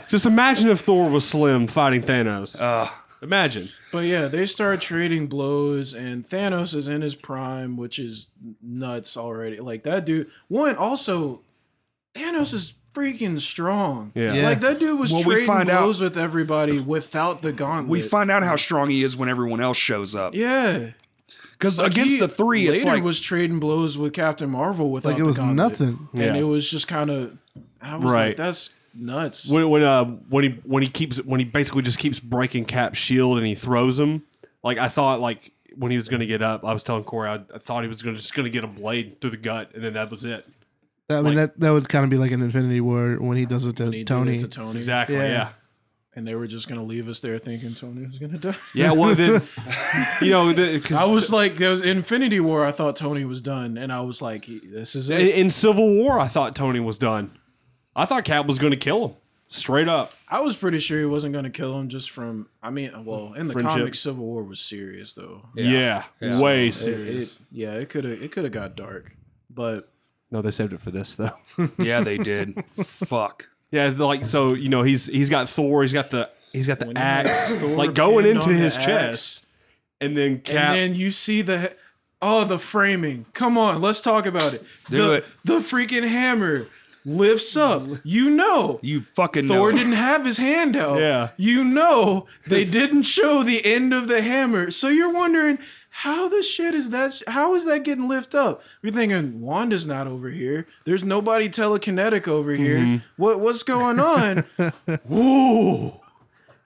D: Just imagine if Thor was slim fighting Thanos. imagine.
C: But yeah, they start trading blows, and Thanos is in his prime, which is nuts already. Like that dude. One also, Thanos is freaking strong.
D: Yeah.
A: Yeah.
C: Like that dude was
B: Well, we
C: trading
B: find out-
C: blows with everybody without the gauntlet.
B: We find out how strong he is when everyone else shows up.
C: yeah.
B: Because against
C: He
B: the three,
C: later
B: it's like
C: was trading blows with Captain Marvel without
A: like it
C: the
A: was
C: gauntlet.
A: nothing.
C: and
D: Yeah.
C: it was just kind of I was
D: Right.
C: like, that's nuts.
D: When when uh when he when he keeps when he basically just keeps breaking Cap's shield and he throws him. Like I thought like when he was gonna get up, I was telling Corey I, I thought he was gonna just gonna get a blade through the gut and then that was it.
A: That, I mean, that that would kind of be like an Infinity War when he does it to
C: They did
A: Tony.
C: it to Tony,
D: Exactly.
A: Yeah.
D: yeah.
C: and they were just gonna leave us there thinking Tony was gonna die.
D: Yeah, well then, you know, because
C: I was like, there was Infinity War. I thought Tony was done, and I was like, he- this is
D: in,
C: it.
D: in Civil War, I thought Tony was done. I thought Cap was going to kill him straight up.
C: I was pretty sure he wasn't gonna kill him just from. I mean, well, in the
D: Friendship.
C: comics, Civil War was serious though.
D: Yeah,
B: Yeah.
D: way
C: It,
D: serious.
C: it- yeah, it could have it could have got dark, but
D: no, they saved it for this though.
B: yeah, they did. Fuck.
D: yeah, it's like so you know he's he's got Thor, he's got the he's got the
C: When he had
D: axe
C: Thor
D: like going
C: pinned
D: into
C: on the
D: his
C: axe,
D: chest, and then Cap.
C: and then you see the oh the framing. Come on, let's talk about it.
B: Do
C: the,
B: it.
C: The freaking hammer lifts up. You know,
B: You fucking
C: Thor
B: know.
C: didn't have his hand out.
D: Yeah.
C: You know, they didn't show the end of the hammer. So you're wondering how the shit is that? Sh- how is that getting lifted up? You're thinking Wanda's not over here. There's nobody telekinetic over here. What what's going on? Whoa.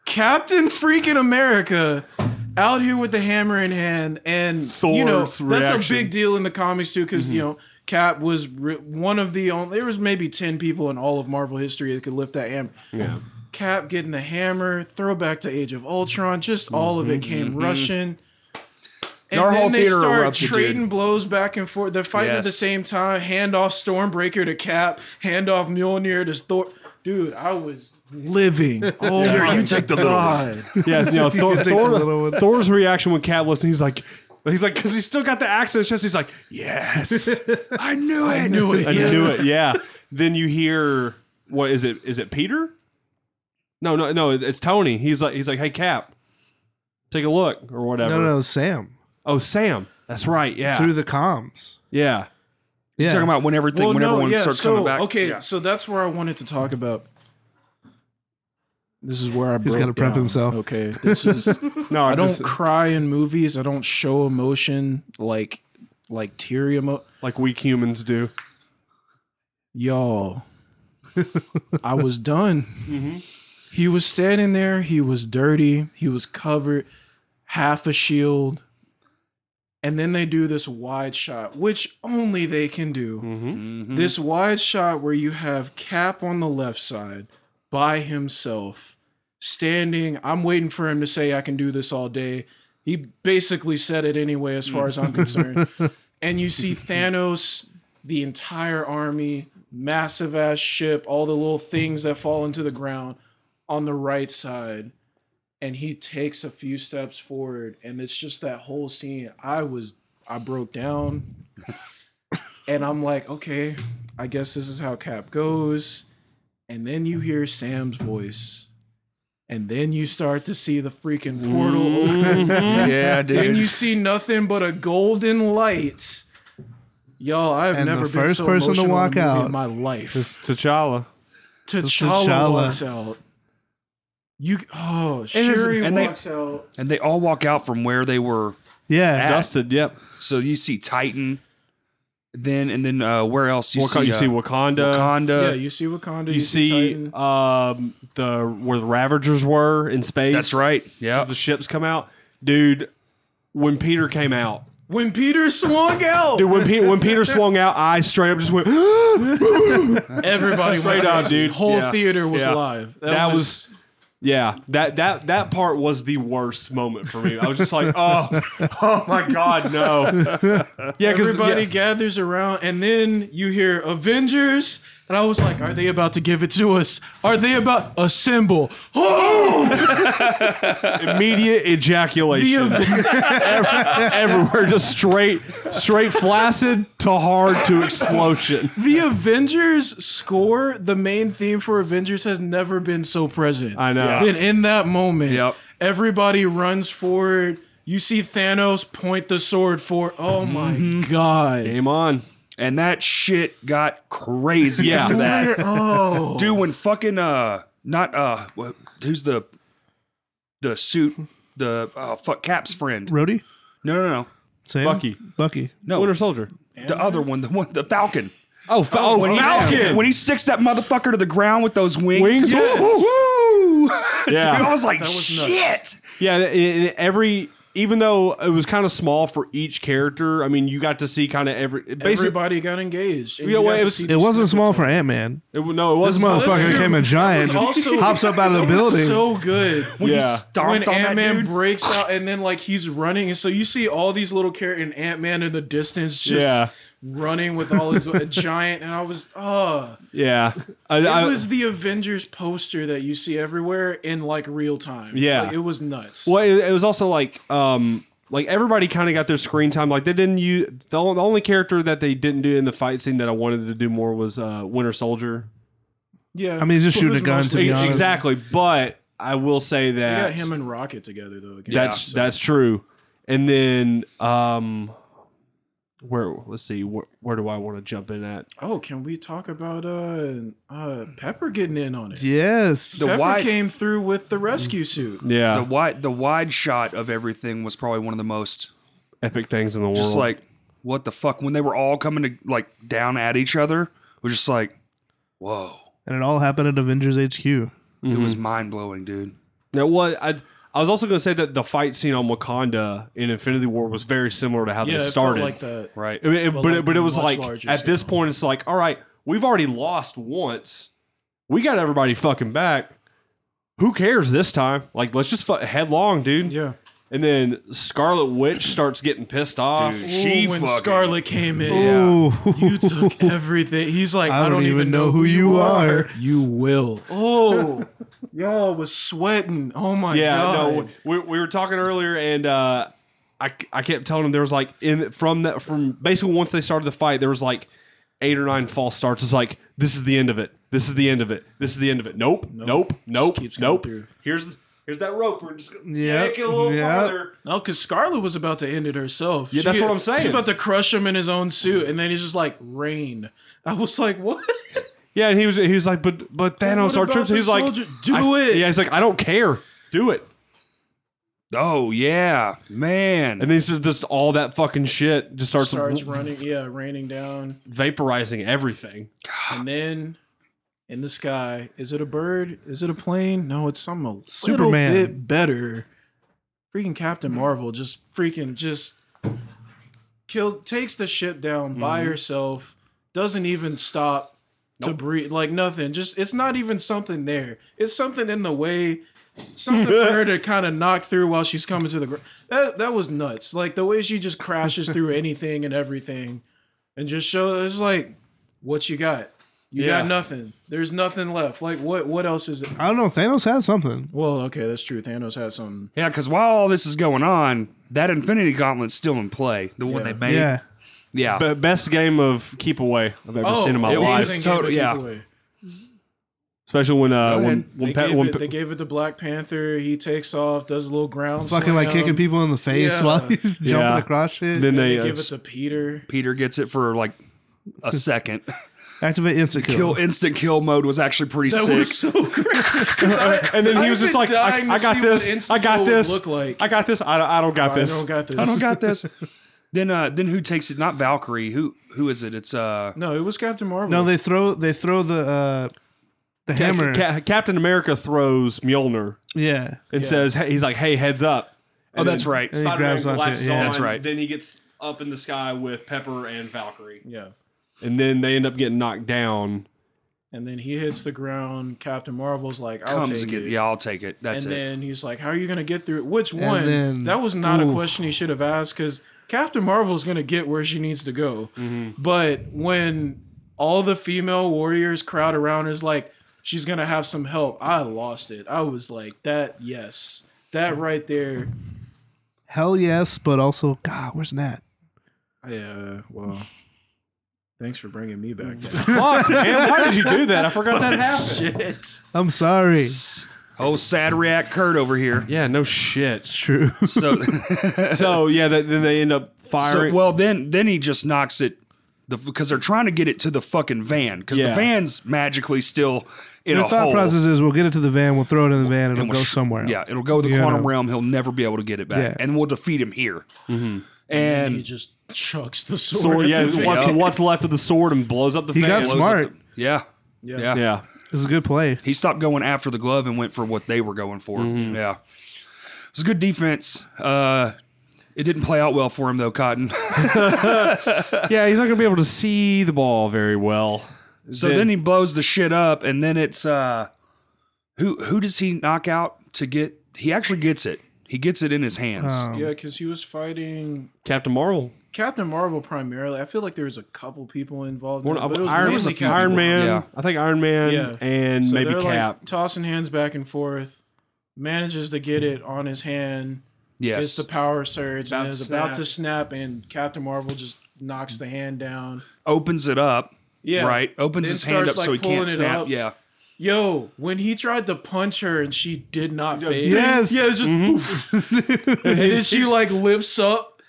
C: Captain freaking America out here with the hammer in hand and you know
D: Thor's
C: that's a
D: reaction.
C: big deal in the comics too because you know Cap was re- one of the only there was maybe 10 people in all of Marvel history that could lift that hammer
D: yeah,
C: Cap getting the hammer, throwback to Age of Ultron, just all of it came rushing. And
B: Our
C: then
B: whole
C: they
B: theater
C: start
B: Mm-hmm. erupted,
C: trading
B: dude.
C: blows back and forth. They're fighting at the
B: Yes.
C: same time. Hand off Stormbreaker to Cap, hand off Mjolnir to Thor. Dude, I was living. Oh
B: Here,
C: my
B: you take the little
C: god!
D: yeah, you know Thor,
A: You think the little
D: Thor,
A: one-
D: Thor's reaction when Cap listened, he's like, he's like, because he's still got the axe in his chest. He's like, yes.
B: I knew it.
C: I knew it.
D: I
C: yeah.
D: knew it. Yeah. Then you hear what is it? Is it Peter? No, no, no. it- It's Tony. He's like, he's like, hey Cap, take a look or whatever.
A: No, no, Sam
D: Oh, Sam. That's right. Yeah.
A: through the comms.
D: yeah.
A: Yeah,
B: Talking about when everything, when everyone starts
C: so,
B: coming back.
C: Okay,
B: Yeah.
C: so that's where I wanted to talk about. This is where I broke
A: gotta prep
C: down.
A: himself.
C: Okay, this is
D: No,
C: I
D: I'm
C: don't
D: just
C: cry in movies. I don't show emotion like like teary emo.
D: like weak humans do.
C: Y'all, I was done.
B: Mm-hmm.
C: He was standing there. He was dirty. He was covered, half a shield. And then they do this wide shot, which only they can do.
D: Mm-hmm.
B: Mm-hmm.
C: This wide shot where you have Cap on the left side by himself, standing. I'm waiting for him to say, I can do this all day. He basically said it anyway, as far as I'm concerned. and you see Thanos, the entire army, massive ass ship, all the little things that fall into the ground on the right side. And he takes a few steps forward, and it's just that whole scene. I was, I broke down, and I'm like, okay, I guess this is how Cap goes. And then you hear Sam's voice, and then you start to see the freaking portal open.
A: Mm-hmm.
B: yeah,
C: Then
B: dude.
C: you see nothing but a golden light. Y'all, I've
A: And the
C: never been
A: first
C: so
A: person to
C: emotional in a
A: walk
C: movie
A: out
C: in my life.
D: It's T'Challa.
C: T'Challa,
A: T'Challa.
C: walks out. You oh
D: it's-
C: Shuri
B: and they-
C: walks out.
B: and they all walk out from where they were
A: Yeah.
D: Dusted, yep.
B: So you see Titan, then and then uh, where else you
D: Waka-
B: see,
D: you
B: uh,
D: see Wakanda.
B: Wakanda?
C: yeah, you see Wakanda,
D: uh, you,
C: you, see,
D: see,
C: Titan.
D: um, the where the Ravagers were in space.
B: That's right. Yeah,
D: The ships come out, dude. When Peter came out,
C: when Peter swung out,
D: dude. When, Pe- when Peter swung out, I straight up just went.
C: everybody went
D: Straight up,
C: crazy.
D: dude.
C: Whole
D: Yeah.
C: theater was
D: Yeah.
C: live.
D: That was- yeah, that that that part was the worst moment for me. I was just like, oh, oh my god, no. Yeah, because
C: everybody gathers around, and then you hear Avengers, and I was like, "Are they about to give it to us? Are they about assemble?" Oh,
D: immediate
C: the
D: ejaculation
C: Aven-
D: everywhere, just straight straight flaccid to hard to explosion.
C: the Avengers score, the main theme for Avengers has never been so present.
D: I know.
C: Then in that moment,
B: Yep.
C: everybody runs forward. You see Thanos point the sword for. Oh my god!
D: Game on.
B: and that shit got crazy
D: Yeah.
B: after that.
C: Oh,
B: Dude, when fucking uh, not uh, wh- who's the the suit the uh, fuck Cap's friend?
A: Rhodey?
B: No, no, no,
A: Sam?
D: Bucky.
A: Bucky.
B: no.
D: Winter Soldier.
B: the other one, the one, the Falcon.
D: Oh, Fal- oh,
B: When he,
D: Falcon.
B: when he sticks that motherfucker to the ground with those wings.
D: Wings? Yes.
B: Woo, woo, woo.
D: Yeah.
B: Dude, I was like,
C: was
B: shit.
C: nuts.
D: Yeah, and- and every even though it was kind of small for each character, I mean, you got to see kind of every basically.
C: everybody got engaged. and
D: Yeah,
C: you
D: well,
C: got
D: it
C: to
D: was-
C: see
D: it
A: It
C: the
A: wasn't
C: snippets
A: small
C: of
A: for Ant Man.
D: It, no, it
A: This
D: wasn't.
A: motherfucker
C: true.
A: became a giant,
C: That was also-
A: hops up out of the
C: That was
A: building.
C: So good.
B: When he
D: Yeah.
B: stomped
C: When
B: on
C: Ant Man
B: that dude.
C: breaks out and then like he's running, and so you see all these little characters and Ant Man in the distance just
D: Yeah.
C: running with all his a giant, and I was uh
D: Yeah, I,
C: it
D: I,
C: was the Avengers poster that you see everywhere in like real time.
D: Yeah.
C: Like, it was nuts.
D: well, it, it was also like um like everybody kind of got their screen time. Like they didn't use the, on- the only character that they didn't do in the fight scene that I wanted to do more was uh Winter Soldier.
C: Yeah,
A: I mean, he's just
C: It
A: shooting
C: was
A: a gun, to be
C: mostly-
D: E-
A: honest.
D: Exactly, but I will say
C: They
D: that
C: got him and Rocket together though. Again.
D: That's
C: So-
D: that's true. And then um where let's see where, where do I want to jump in at?
C: oh, can we talk about uh uh Pepper getting in on it?
A: Yes.
B: The
C: Pepper
B: why-
C: came through with
D: Mm-hmm.
C: the rescue suit.
D: Yeah.
B: The wide the wide shot of everything was probably one of the most
D: epic things in the world.
B: just like what the fuck when they were all coming to like down at each other it was just like whoa
A: and it all happened at Avengers HQ.
B: it
D: Mm-hmm.
B: was mind blowing dude
D: now what I I was also going to say that the fight scene on Wakanda in Infinity War was very similar to how
C: Yeah,
D: they
C: it felt
D: started.
C: like that.
B: right
D: I mean, it-
C: but,
D: but
C: like,
D: it, but it was
C: much
D: like
C: larger
D: at this
C: scale.
D: point it's like all right, we've already lost once. We got everybody fucking back. Who cares this time? Like let's just fu- headlong, dude.
C: Yeah.
D: And then Scarlet Witch starts getting pissed off.
B: Dude,
C: Ooh,
B: she
C: when
B: fucking
C: Scarlet came in,
A: Ooh.
C: you took everything. He's like, I, don't, even know who you are. You will. Oh, y'all was sweating. Oh my
D: Yeah,
C: god.
D: no, we, we were talking earlier, and uh, I I kept telling him there was like in from that from basically once they started the fight, there was like eight or nine false starts. It's like this is the end of it. This is the end of it. This is the end of it. Nope, nope, nope,
C: keeps going
D: nope.
C: through.
D: Here's here's that rope. We're just gonna
A: Yep,
D: yank it a little
A: yep.
D: farther.
C: No, because Scarlet was about to end it herself.
D: Yeah, that's what I'm saying.
C: She's about to crush him in his own suit, and then he's just like rain. I was like, what?
D: Yeah, and he was he was like, but but Thanos,
C: What
D: our
C: about
D: troops.
C: the
D: He's like,
C: soldier? do
D: I-
C: it.
D: Yeah, he's like, I don't care. Do it.
B: oh yeah man
D: And then just, just all that fucking shit just starts,
C: Starts running, yeah, raining down,
D: vaporizing everything.
C: and then in the sky, is it a bird? Is it a plane? No, it's something a
A: Superman.
C: little bit better. Freaking Captain Marvel just freaking just kill takes the ship down by herself. Doesn't even stop to breathe, like nothing. Just it's not even something there. It's something in the way. Something for her to kind of knock through while she's coming to the ground. That that was nuts. Like the way she just crashes through anything and everything, and just show it's like, what you got? You
D: Yeah.
C: got nothing. There's nothing left. Like what? What else is it?
A: I don't know. Thanos had something.
C: Well, okay, that's true. Thanos had something.
B: yeah because while all this is going on that infinity gauntlet's still in play the one
C: Yeah.
B: they made
A: Yeah.
B: yeah
D: Be- best game of keep away I've ever
C: Oh,
D: seen in my
B: it
D: life.
B: was. total- yeah.
D: Especially when
B: Go
D: uh when
B: ahead.
D: when,
C: They,
D: Pe-
C: gave
D: when
C: it,
D: Pe-
C: they gave it to Black Panther. He takes off, does a little ground.
A: Fucking like
C: slam.
A: kicking people in the face
C: Yeah.
A: while he's
D: Yeah.
A: jumping across shit.
D: then
C: They,
D: they, uh,
C: give it
D: s-
C: to Peter.
B: peter gets it for like a second
A: Activate instant kill.
B: Kill instant kill mode was actually pretty
C: That
B: sick.
C: was so great.
D: And then he was
C: I've
D: just
C: been
D: like, I,
C: dying
D: I
C: to
D: got
C: see what
D: this.
C: Insta
D: I got
C: would
D: this.
C: Look like
D: uh, I got this. I, don't- I don't got
C: I
D: this.
C: don't got this.
B: I don't got this. then uh then who takes it? Not Valkyrie. Who who is it? It's uh
C: No, it was Captain Marvel.
A: No, they throw they throw the uh, the
D: Ca-
A: hammer.
D: Ca- Captain America throws Mjolnir
A: yeah,
C: Yeah.
D: and says, hey, he's like, hey, heads up.
B: Oh, that's right.
A: And he grabs onto it, yeah.
B: That's right.
D: Then he gets up in the sky with Pepper and Valkyrie.
C: Yeah.
D: And then they end up getting knocked down.
C: And then he hits the ground. Captain Marvel's like, I'll
B: comes
C: take
B: again.
C: it.
B: Yeah, I'll take it.
C: and
B: That's it.
C: then he's like, How are you going to get through it? Which
A: And
C: one?
A: then-
C: that was not
A: Ooh.
C: a question he should have asked because Captain Marvel's going to get where she needs to go. But when all the female warriors crowd around is like, She's going to have some help. I lost it. I was like, That, yes. That right there.
A: hell yes, but also God, where's Nat?
C: Yeah, well. Thanks for bringing me back.
D: Fuck, man. Why did you do that? I forgot that happened.
C: Shit.
A: I'm sorry.
B: S- Oh, sad react Kurt over here.
D: Yeah, no shit.
A: It's true.
B: So,
D: So, yeah, that, then they end up
B: so
D: firing.
B: well then then he just knocks it because they're trying to get it to the fucking van because
D: Yeah.
B: the van's magically still in
A: The
B: a
A: thought
B: hole.
A: process is we'll get it to the van, we'll throw it in the van, it'll
B: and
A: go
B: we'll sh-
A: somewhere.
B: Yeah, it'll go to the
A: You
B: quantum
A: know.
B: realm. He'll never be able to get it back,
A: Yeah.
B: and we'll defeat him here.
C: He
B: And
C: just chucks the sword.
D: Sword,
C: at
D: yeah,
C: the
D: what's,
B: van.
D: what's left of the sword and blows up the
A: He
D: fan.
A: got
B: blows up
A: smart.
B: the- yeah,
C: Yeah.
B: yeah,
D: yeah.
A: It was a good play.
B: He stopped going after the glove and went for what they were going for. Yeah, it was good defense. Uh, it didn't play out well for him though, Cotton.
D: Yeah, he's not going to be able to see the ball very well.
B: So then, he blows the shit up, and then it's uh, who who does he knock out to get? He actually gets it. He gets it in his hands.
A: Um,
C: Yeah, because he was fighting
D: Captain Marvel.
C: Captain Marvel primarily. I feel like there was a couple people involved. in
D: One,
C: it, but it was
D: Iron,
C: mainly
B: a few
C: Captain
D: Iron
C: Marvel.
D: Man.
B: Yeah.
D: I think Iron Man
C: Yeah.
D: and
C: So
D: maybe
C: they're, like,
D: Cap.
C: tossing hands back and forth, manages to get it on his hand. Gets
B: yes,
C: the power surge
D: About
C: and
D: to
C: is about to
D: snap.
C: snap, and Captain Marvel just knocks the hand down.
B: opens it up.
C: Yeah,
B: Right, opens
C: Then
B: his hand up
C: starts,
B: so he
C: like,
B: can't
C: pulling it
B: snap.
C: up.
B: Yeah,
C: Yo, when he tried to punch her and she did not fade.
A: Yes.
C: Yeah, it was just
D: Mm-hmm.
C: oof. and then she like lifts up.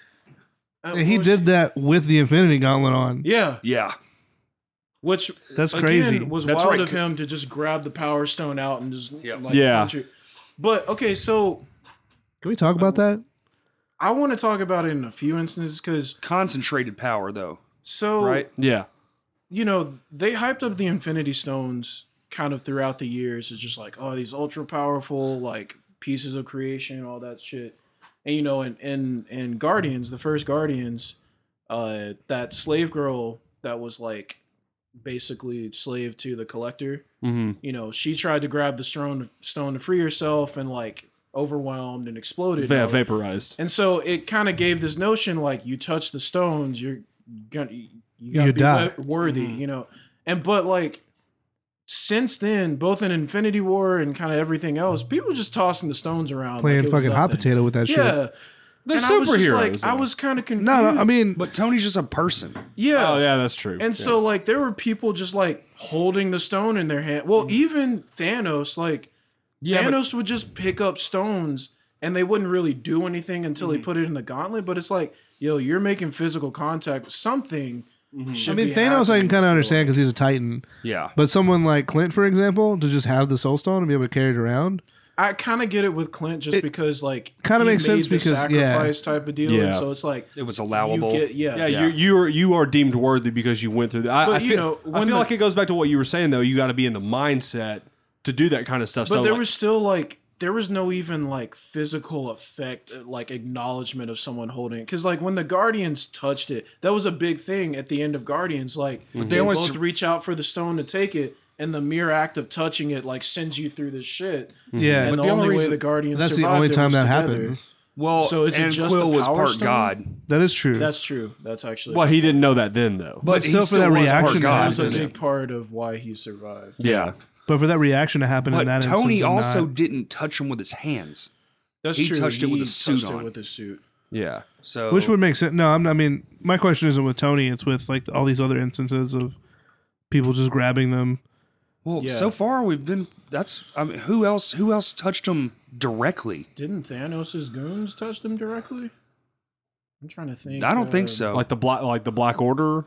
C: Uh,
A: And he
C: what was-
A: did that with the Infinity Gauntlet on.
C: Yeah.
B: yeah.
C: Which
A: That's
C: again,
A: crazy.
C: Was
B: That's
C: wild
B: right.
C: of him to just grab the power stone out and just
B: Yep.
C: like
D: Yeah.
C: punch it. But okay, so
A: Can we talk about that?
C: I want to talk about it in a few instances because
B: Concentrated power though,
C: so
B: right?
D: Yeah.
C: you know they hyped up the Infinity Stones kind of throughout the years. It's just like oh these ultra powerful like pieces of creation, all that shit. And you know, in in, in Guardians, the first Guardians, uh, that slave girl that was like basically slave to the Collector.
D: Mm-hmm.
C: you know, she tried to grab the stone stone to free herself and like overwhelmed and exploded.
D: Yeah, vaporized.
C: and so it kind of gave this notion like you touch the stones, you're gonna you gotta
A: You
C: be
A: die.
C: wo- worthy, you know. And but like since then, both in Infinity War and kind of everything else, people just tossing the stones around,
A: Playing
C: like it was
A: fucking hot
C: nothing.
A: potato with that shit.
C: Yeah,
D: They're
C: and I was just like, I was kind of confused.
A: No, no, I mean,
B: But Tony's just a person.
C: yeah,
D: oh, yeah, that's true.
C: And so like there were people just like holding the stone in their hand. Well, even Thanos, like
D: Mm. Yeah, but-
C: Thanos would just pick up stones and they wouldn't really do anything until
D: Mm-hmm.
C: he put it in the gauntlet. But it's like, yo, you're making physical contact with something.
D: Mm-hmm.
A: I mean Thanos I can kind of understand because he's a titan.
B: Yeah.
A: But someone like Clint, for example, to just have the Soul Stone and be able to carry it around,
C: I kind of get it with Clint just
A: It
C: because like
A: kinda
C: he
A: makes sense
C: made the
A: because- yeah.
C: sacrifice type of deal.
D: Yeah.
C: And so it's like
B: It was
C: you
B: allowable.
C: get yeah.
D: yeah,
B: yeah.
D: You, you are you are deemed worthy because you went through that. I,
C: But,
D: I
C: you
D: feel,
C: know,
D: I
C: when
D: feel
C: the-
D: like it goes back to what you were saying though. You got to be in the mindset to do that kind of stuff.
C: But
D: so
C: there
D: like,
C: was still like there was no even like physical effect uh, like acknowledgement of someone holding it because like when the guardians touched it that was a big thing at the end of guardians like
B: they
C: they,
B: always
C: both
B: sur-
C: reach out for the stone to take it and the mere act of touching it like sends you through this shit
A: yeah,
C: and
B: But
C: the,
B: the only
C: only, way
B: reason-
C: the guardians
A: that's the
C: survived
A: only
C: it
A: time
C: was
A: that
C: together.
A: happens.
B: well,
C: So is it
B: and
C: just the
B: Quill was
C: power
B: part
C: stone?
B: god,
A: That is true.
C: that's true that's actually
D: well, he didn't know that then though.
B: but
A: still
B: he
A: for
B: still
A: that
B: was part
A: reaction,
C: that
B: god.
C: was a
A: doesn't-
C: big part of why he survived
D: yeah,
A: but for that reaction to happen in
B: But
A: that
B: Tony
A: instance, I'm
B: also
A: not-
B: didn't touch him with his hands.
C: that's
B: He
C: true
B: touched it with his suit
C: touched it
B: on.
C: with his suit
D: yeah.
B: So
A: which would make sense. No, I'm, I mean, my question isn't with Tony; it's with like all these other instances of people just grabbing them.
B: well,
C: Yeah.
B: so far we've been. That's I mean, who else? Who else touched him directly?
C: didn't thanos' goons touch them directly i'm trying to think
B: I don't think
C: uh,
B: so.
D: Like the black, like the Black Order.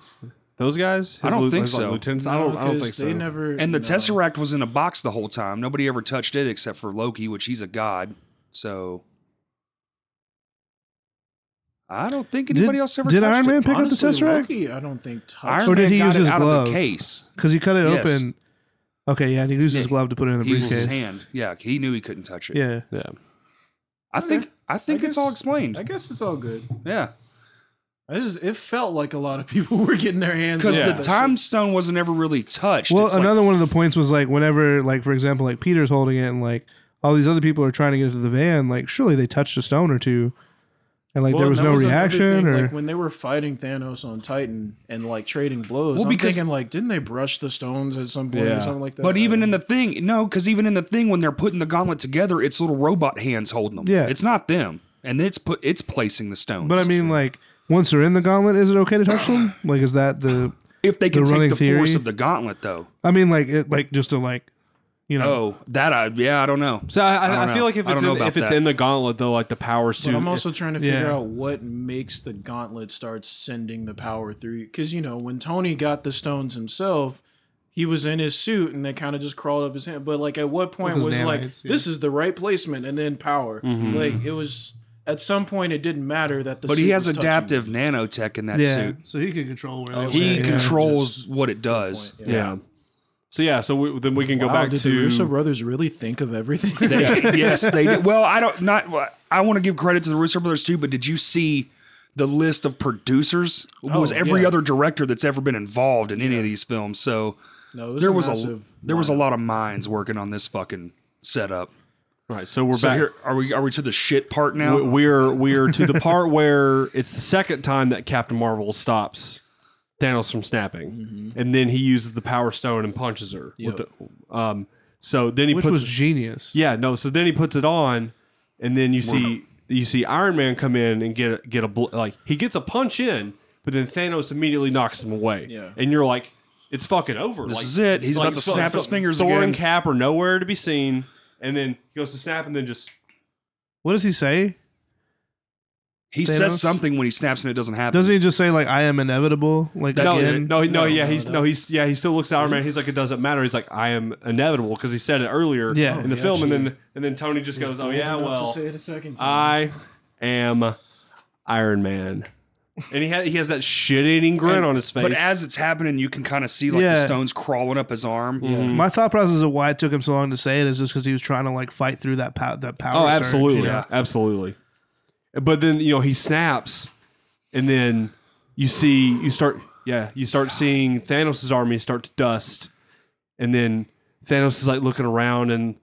D: Those guys?
B: I don't
D: lieu-
B: think
D: like,
B: so.
D: lieutenants? I don't. I don't
C: 'cause
D: think so.
C: They never.
B: And the
C: no.
B: Tesseract was in a box the whole time. Nobody ever touched it except for Loki, which he's a god. So I don't think
A: Did-
B: anybody else ever
A: did
B: touched
A: Iron
B: it.
A: Man pick up the
C: Honestly,
A: Tesseract?
C: Loki, I don't think touched.
B: Iron
A: Or
B: Man
A: did he
B: got
A: use
B: it
A: his
B: out of
A: glove?
B: the case.
A: Because he cut it
B: Yes.
A: open. Okay, yeah, and he used his
B: Yeah.
A: glove to put it in the
B: He used
A: briefcase.
B: his hand. Yeah, he knew he couldn't touch it.
A: Yeah.
D: Yeah.
B: I think I think
C: I
B: it's all
C: guess-
B: explained.
C: I guess it's all good.
B: yeah.
C: I just it felt like a lot of people were getting their hands.
B: Because
C: on
D: Yeah.
B: the
C: that
B: time
C: shit.
B: stone wasn't ever really touched.
A: Well,
B: It's like-
A: another one of the points was like whenever, like for example, like Peter's holding it, and like all these other people are trying to get to the van. Like surely they touched a stone or two, and like
C: Well,
A: there
C: and
A: was
C: that
A: no
C: another
A: reaction
C: thing,
A: or
C: like when they were fighting Thanos on Titan and like trading blows.
B: Well,
C: I'm
B: because-
C: thinking like, didn't they brush the stones at some point
D: Yeah.
C: or something like that?
B: But even in the thing, no, because even in the thing when they're putting the gauntlet together, it's little robot hands holding them.
A: Yeah.
B: it's not them, and it's put it's placing the stones.
A: But I mean, like once they're in the gauntlet, is it okay to touch them? Like, is that the?
B: if they can
A: the
B: take
A: running
B: the force
A: theory-
B: of the gauntlet, though,
A: I mean, like it, like just to like, you know,
B: oh, that I yeah, I don't know.
D: So I,
B: I don't
D: I, I,
B: know.
D: feel like if
B: I
D: it's
B: don't know
D: in,
B: about
D: if it's
B: that.
D: in the gauntlet though, like the powers
C: But
D: to
C: I'm also trying to
A: yeah.
C: figure out what makes the gauntlet start sending the power through. Because you know, when Tony got the stones himself, he was in his suit and they kind of just crawled up his hand. But like, at what point
A: Those
C: was it like
A: nanites, yeah. Mm-hmm.
C: this is the right placement and then power?
D: Mhm.
C: Like it was at some point, it didn't matter that the.
B: But he
C: suit
B: has
C: was touching
B: adaptive nanotech in that
A: yeah.
B: suit.
A: So he can control where
C: Oh,
A: they
C: okay.
B: He
A: went.
C: Yeah.
B: controls
C: Just-
B: what it
C: him.
B: does.
C: Point,
D: yeah. So yeah, so we, then we can go
C: Wow,
D: back
C: did
D: to
C: the Russo brothers really think of everything?
B: They- yes, they did. Well, I don't not. I want to give credit to the Russo brothers too, but did you see the list of producers? It was
C: Oh,
B: every
C: yeah.
B: other director that's ever been involved in any of these films? So
C: no, it was
B: there
C: a
B: was a
C: massive
B: there was a
C: lineup.
B: lot of minds working on this fucking setup.
D: right. So we're
B: So
D: back.
B: here are we are we to the shit part now?
D: we- we're we're to the part where it's the second time that Captain Marvel stops Thanos from snapping, and then he uses the Power Stone and punches her. with
C: Mm-hmm. Yep.
D: the- um, so then he
A: which
D: puts
A: was genius.
D: yeah no. So then he puts it on, and then you see you see Iron Man come in and get a- get a bl- like he gets a punch in, but then Thanos immediately knocks him away.
C: Yeah.
D: and you're like. It's fucking over.
B: this
D: like,
B: is it. He's about to snap his fingers
D: Thor
B: again.
D: and Cap are nowhere to be seen, and then he goes to snap, and then just
A: What does he say?
B: he
A: Thanos?
B: says something when he snaps and it doesn't happen.
A: Doesn't he just say like I am inevitable? Like
B: That's
A: at the
D: no,
A: end?
D: no, he- no,
C: No,
D: yeah,
C: no,
D: he's no,
C: no.
D: he's yeah, he still looks at Iron
C: Mm-hmm.
D: Man. He's like, it doesn't matter. He's like, I am inevitable because he said it earlier
A: Yeah.
D: in the
C: Oh,
D: film, and
C: yeah,
D: then and then Tony just goes, oh
C: Bold
D: yeah,
C: enough to
D: well,
C: say it a second time.
D: I am Iron Man, and he had he has that shit eating grin
B: And-
D: on his face.
B: But as it's happening, you can kind of see like the
A: Yeah.
B: stones crawling up his arm.
A: My thought process of why it took him so long to say it is just because he was trying to like fight through that pow- that power.
D: oh,
A: surge, you
D: absolutely,
A: know?
B: yeah.
D: absolutely. But then you know he snaps, and then you see you start yeah you start seeing Thanos' army start to dust, and then Thanos is like looking around and.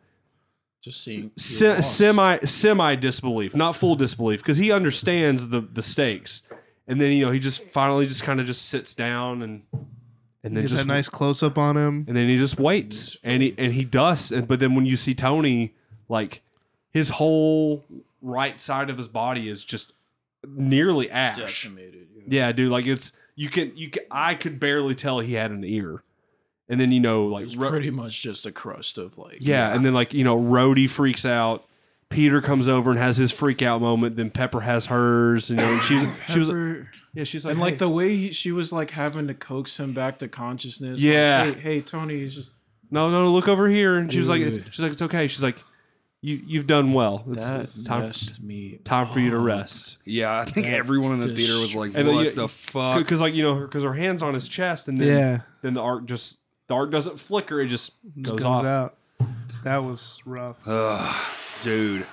C: just seeing
D: Se- semi semi disbelief, not full disbelief, because he understands the the stakes. And then you know he just finally just kind of just sits down and and then
A: Get
D: just
A: that nice close up on him.
D: and then he just waits and he and he dusts. And but then when you see Tony, like his whole right side of his body is just nearly ash.
C: decimated. yeah.
D: Yeah, dude, like it's you can you can, I could barely tell he had an ear. And then you know like
C: It's
D: ru-
C: pretty much just a crust of like
D: yeah, and then like you know, Rhodey freaks out. Peter comes over and has his freak out moment. Then Pepper has hers. You know, and she's she was
C: pepper.
D: yeah, she's like
C: and like
D: "Hey."
C: the way he, she was like having to coax him back to consciousness. like,
D: Yeah.
C: hey, hey, Tony, he's just
D: no no look over here. And she was like it's,
C: Dude.
D: she's like it's okay. She's like you you've done well. It's,
C: that
D: it's time
C: messed me.
D: time for
A: Oh,
D: you to rest.
B: Yeah, I think
C: That
B: everyone in the
C: dis-
B: theater was like,
D: And then
B: "What
D: you-
B: the fuck?"
D: Because like you know because her hands on his chest and then
A: uh, Yeah.
D: then the arc just the arc doesn't flicker. It just goes,
A: Just goes
D: off.
A: out. That was rough.
B: Ugh, dude,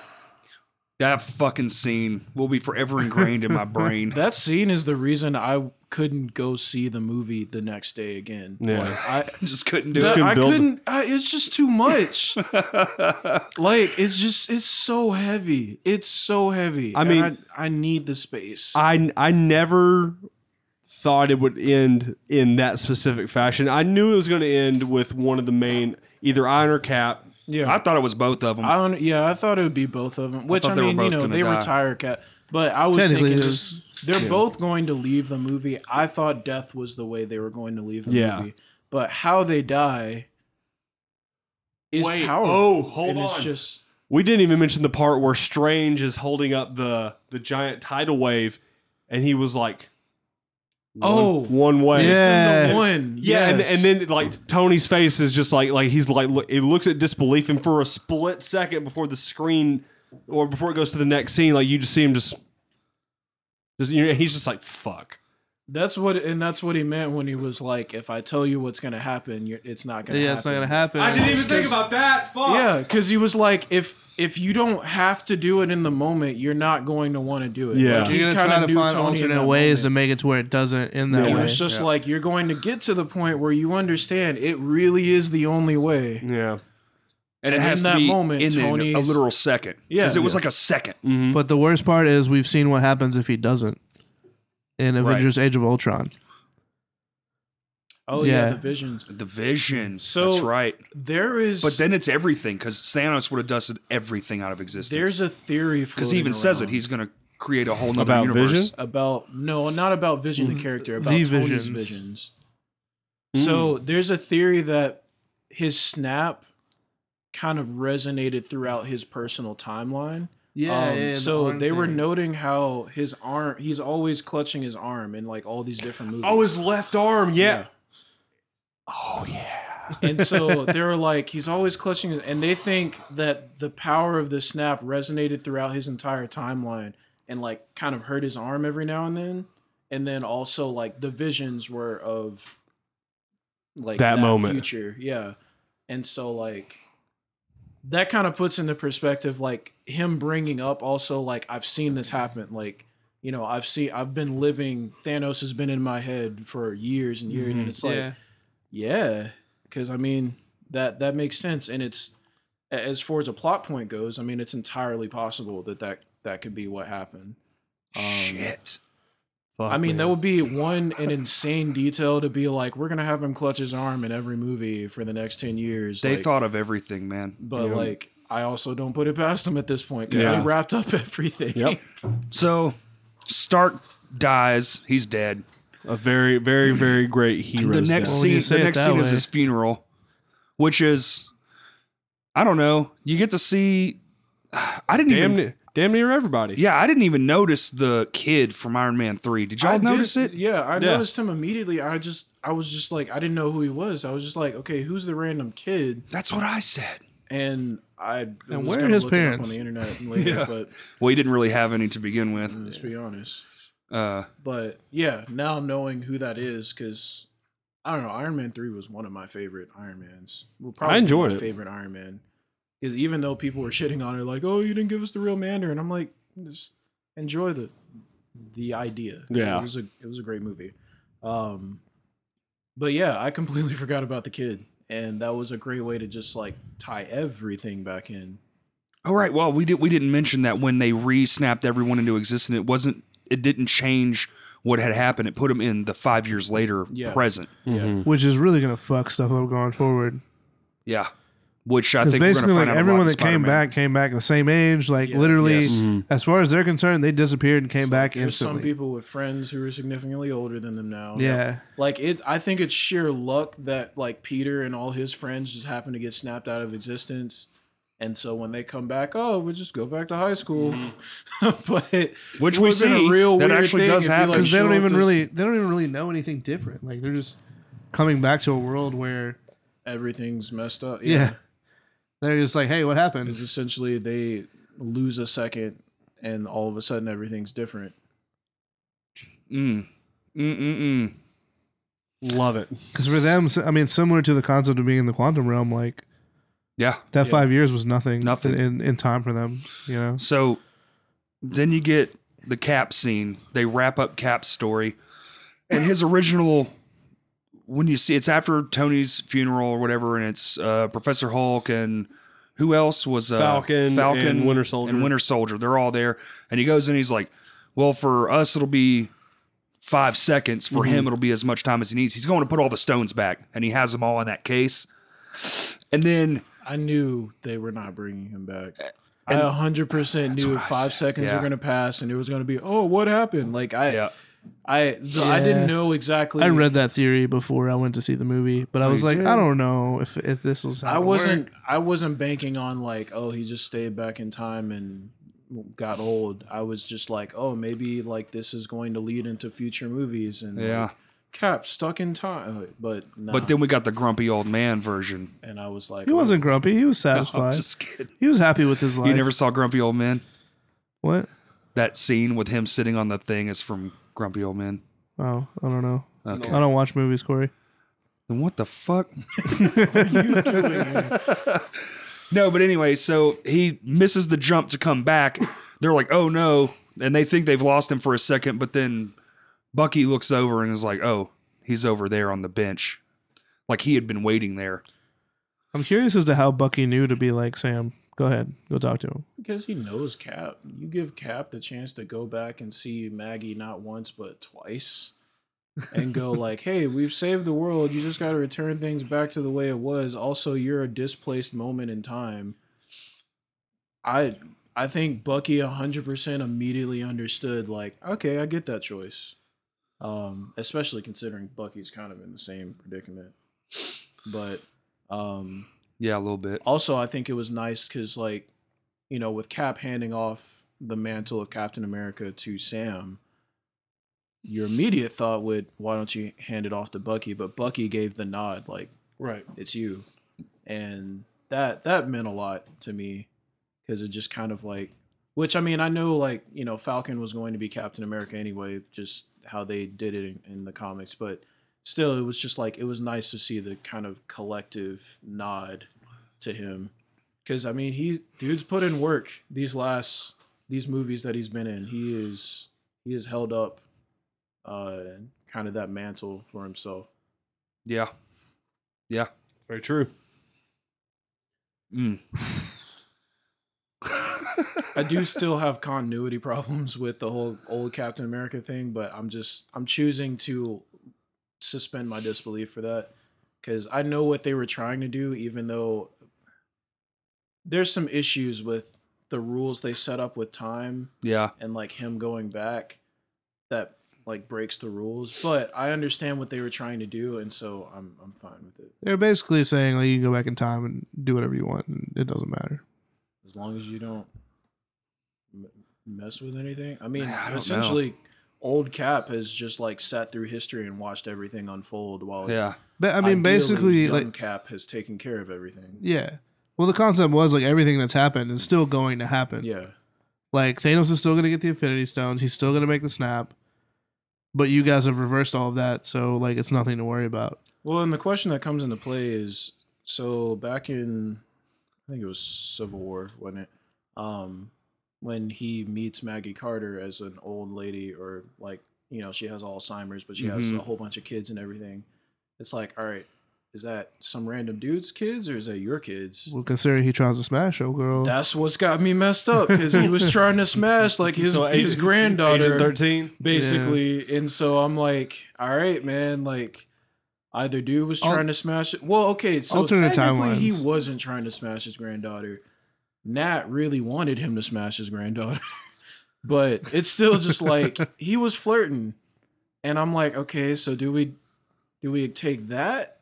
B: that fucking scene will be forever ingrained in my brain.
C: That scene is the reason I couldn't go see the movie the next day again.
D: Yeah.
C: Like, I
B: Just couldn't do
C: that-
B: it.
D: couldn't
C: I
D: build it.
C: couldn't. I, it's just too much. like it's just it's so heavy. It's so heavy.
D: I
C: and
D: mean-
C: I, I need the space.
D: I I never thought it would end in that specific fashion. I knew it was going to end with one of the main either Iron or Cap.
C: yeah,
B: I thought it was both of them.
C: I don't. Yeah, I thought it would be both of them. Which
B: thought
C: I
B: they were
C: mean, you
B: both
C: know,
B: gonna
C: they
B: die.
C: retire Cat, but I was
A: Technically,
C: thinking
A: it
C: just they're both going to leave the movie. I thought death was the way they were going to leave the
D: Yeah.
C: movie, but how they die is powerful.
D: oh, hold
C: and it's
D: on.
C: just
D: we didn't even mention the part where Strange is holding up the the giant tidal wave, and he was like,
C: Oh.
D: one way.
A: Yeah.
C: The one.
D: Yeah,
C: yes.
D: and, and then like Tony's face is just like like he's like look, it looks at disbelief, and for a split second before the screen or before it goes to the next scene, like you just see him just, just you know, he's just like fuck.
C: that's what and that's what he meant when he was like, "If I tell you what's gonna happen, you're, it's not gonna.
A: Yeah,
C: happen.
A: it's not gonna happen.
C: think
D: about that. Fuck.
C: Yeah, because he was like, if if you don't have to do it in the moment, you're not going to want to do it.
D: Yeah.
C: like,
A: You're
C: he
A: gonna
C: kinda
A: try to
C: knew
A: find
C: Tony in
A: alternate
C: that
A: ways to
C: moment.
A: make it to where it doesn't in that
D: Yeah.
C: And
A: way.
C: it's just like you're going to get to the point where you understand it really is the only way.
D: Yeah.
B: And it
C: And
B: has to
C: in that
B: be
C: moment,
B: in an- a
C: Tony's-
B: literal second.
C: Yeah.
B: Because it was like a second.
D: Mm-hmm.
A: But the worst part is we've seen what happens if he doesn't in Avengers: Age of Ultron.
C: Oh yeah,
A: Yeah.
C: the visions.
B: The vision.
C: So-
B: That's right.
C: There is,
B: But then it's everything because Thanos would have dusted everything out of
C: there's
B: existence.
C: a theory
B: Because he even
C: floating
B: says it.
C: around
B: He's going to create a whole nother
D: About
B: universe.
D: Vision?
C: about no, not about Vision the character, about
A: The
C: Tony's
A: visions.
C: visions. So there's a theory that his snap kind of resonated throughout his personal timeline. Um, so they were noting how his arm, he's always clutching his arm in like all these different movies.
D: Oh, his left arm. Yeah.
C: Yeah. Oh, yeah. and so they were like, he's always clutching it. And they think that the power of the snap resonated throughout his entire timeline and like kind of hurt his arm every now and then. And then also like the visions were of like
D: That moment.
C: future. Yeah. And so like that kind of puts into perspective like him bringing up also like I've seen this happen like you know I've seen I've been living Thanos has been in my head for years and years
D: Mhm.
C: and it's like yeah,
A: yeah.
C: 'cause cuz I mean that that makes sense and it's a- as far as a plot point goes I mean it's entirely possible that that that could be what happened Um,
B: Shit.
D: Fuck,
C: I mean, that
D: man.
C: would be one an insane detail to be like, we're gonna have him clutch his arm in every movie for the next ten years.
B: They
C: like-
B: thought of everything, man.
C: but
D: Yeah.
C: like I also don't put it past them at this point because
D: Yeah.
C: they wrapped up everything.
D: Yep.
B: So Stark dies. He's dead.
D: a very very very great hero.
B: the next
A: Well, when you
B: scene,
A: say
B: the
A: it
B: next
A: that
B: scene is
A: way-
B: his funeral, which is, I don't know. You get to see. I didn't
D: damn
B: even.
D: near, damn near everybody.
B: Yeah, I didn't even notice the kid from Iron Man three. Did y'all
C: I did-
B: notice it?
C: Yeah, I
D: Yeah.
C: noticed him immediately. I just I was just like I didn't know who he was. I was just like, okay, who's the random kid?
B: That's what I said.
C: And I was
A: where are
C: gonna
A: his
C: look it up
A: parents?
C: on the internet later,
B: Yeah.
C: but
B: Well, he didn't really have any to begin with.
C: let's be honest.
B: Uh,
C: But yeah, now knowing who that is, because I don't know, Iron Man three was one of my favorite Iron Mans. Well, probably
D: enjoyed
C: my
D: it.
C: Favorite Iron Man, 'Cause even though people were shitting on it, like, oh, you didn't give us the real Mandarin. I'm like, just enjoy the the idea.
D: Yeah.
C: it was a it was a great movie. Um, but yeah, I completely forgot about the kid, and that was a great way to just like tie everything back in.
B: all right. Well, we did. We didn't mention that when they re-snapped everyone into existence, it wasn't. It didn't change what had happened. It put him in the five years later
C: Yeah.
B: present.
D: Mhm.
A: which is really gonna fuck stuff up going forward.
B: Yeah, which I
A: Because
B: think
A: basically,
B: we're gonna
A: like
B: find out a lot
A: everyone
B: in
A: that came
B: Spider-Man.
A: back came back the same age. Like
C: Yeah.
A: literally,
B: Yes.
D: Mhm.
A: as far as they're concerned, they disappeared and came
C: So
A: back
C: There's some
A: instantly.
C: people with friends who are significantly older than them now.
A: yeah,
C: Like it, I think it's sheer luck that like Peter and all his friends just happen to get snapped out of existence, and so when they come back, oh, we'll just go back to high school.
B: Mm-hmm. which
C: but it
B: we
C: would've been a
B: see
C: real
B: that
C: weird
B: actually
C: thing
B: does
C: if you, like,
B: happen.
A: because they
C: show
A: don't
C: up
A: even
C: this-
A: really they don't even really know anything different. Like they're just coming back to a world where
C: everything's messed up.
A: yeah, they're just like, hey, what happened?
C: Because essentially they lose a second, and all of a sudden everything's different.
B: Mm. Mm-mm-mm.
D: Love it.
A: Because for them, s- I mean, similar to the concept of being in the quantum realm, like
B: Yeah.
A: that
C: Yeah.
A: five years was nothing,
B: Nothing.
A: in in time for them. You know,
B: So then you get the Cap scene. They wrap up Cap's story. And his original when you see it's after Tony's funeral or whatever, and it's uh, Professor Hulk and who else was uh,
D: Falcon and Winter Soldier.
B: and Winter Soldier. They're all there, and he goes and he's like, "Well, for us it'll be five seconds. For
D: Mm-hmm.
B: him it'll be as much time as he needs. He's going to put all the stones back, and he has them all in that case. And then
C: I knew they were not bringing him back. I
B: And-
C: 100%
B: That's
C: knew
B: what I
C: five
B: said,
C: seconds
B: yeah.
C: were going to pass, and it was going to be, oh, what happened? Like I,
B: yeah,
C: I, the, I
A: Yeah.
C: didn't know exactly.
A: I read that theory before I went to see the movie, but I
B: Oh,
A: was
B: you
A: like,
B: did?
A: I don't know if if this was. How
C: I
A: it
C: wasn't I wasn't banking on like oh he just stayed back in time and got old, I was just like, oh, maybe like this is going to lead into future movies and
B: Yeah.
C: like, Cap stuck in time, uh, but nah.
B: But then we got the grumpy old man version.
C: and I was like,
A: He
C: oh,
A: wasn't grumpy. He was
B: No,
A: satisfied.
B: I'm just kidding.
A: he was happy with his life.
B: You never saw Grumpy Old Man?
A: what?
B: That scene with him sitting on the thing is from Grumpy Old Man.
A: Oh, I don't know.
B: Okay.
A: I don't watch movies, Corey.
B: Then what the fuck? no, but anyway, so he misses the jump to come back. They're like, oh no. And they think they've lost him for a second, but then Bucky looks over and is like, oh, he's over there on the bench. Like he had been waiting there.
A: I'm curious as to how Bucky knew to be like Sam. Go ahead, go talk to him.
C: because he knows Cap. You give Cap the chance to go back and see Maggie not once but twice, and go like, hey, we've saved the world. You just got to return things back to the way it was. Also, you're a displaced moment in time. I I think Bucky 100% immediately understood. Like, okay, I get that choice. Um, especially considering Bucky's kind of in the same predicament, but um
B: Yeah, a little bit.
C: also i think it was nice because like you know with cap handing off the mantle of captain america to sam your immediate thought would why don't you hand it off to bucky but bucky gave the nod like
D: Right.
C: it's you and that that meant a lot to me because it just kind of like which i mean i know like you know falcon was going to be captain america anyway just how they did it in, in the comics but still it was just like it was nice to see the kind of collective nod to him because i mean he dude's put in work these last these movies that he's been in he is he has held up uh kind of that mantle for himself
B: Yeah. Yeah.
D: Very true.
B: Mm.
C: I do still have continuity problems with the whole old Captain America thing, but I'm just I'm choosing to suspend my disbelief for that cuz I know what they were trying to do even though there's some issues with the rules they set up with time
B: Yeah.
C: and like him going back that like breaks the rules, but I understand what they were trying to do and so I'm I'm fine with it
A: They're basically saying like you can go back in time and do whatever you want, and it doesn't matter.
C: as long as you don't m- mess with anything. I mean,
B: I don't know.
C: essentially, old Cap has just like sat through history and watched everything unfold while.
B: Yeah.
A: But I mean,
C: ideally,
A: basically,
C: young
A: like
C: Cap has taken care of everything.
A: yeah. Well, the concept was like everything that's happened is still going to happen.
C: Yeah,
A: Like Thanos is still going to get the Infinity Stones. He's still going to make the snap. But you guys have reversed all of that, so like it's nothing to worry about.
C: Well, and the question that comes into play is so back in I think it was Civil War, wasn't it? Um when he meets Maggie Carter as an old lady or like, you know, she has Alzheimer's but she has
B: Mhm.
C: a whole bunch of kids and everything. It's like, all right, is that some random dude's kids or is that your kids?
A: Well, considering he tries to smash oh girl.
C: That's what's got me messed up because he was trying to smash like his his granddaughter
D: thirteen.
C: basically. And so I'm like, all right, man, like either dude was
A: Al-
C: trying to smash it. Well, okay, so
A: Alternate
C: technically he
A: timelines.
C: wasn't trying to smash his granddaughter. Nat really wanted him to smash his granddaughter. but it's still just like he was flirting. And I'm like, okay, so do we do we take that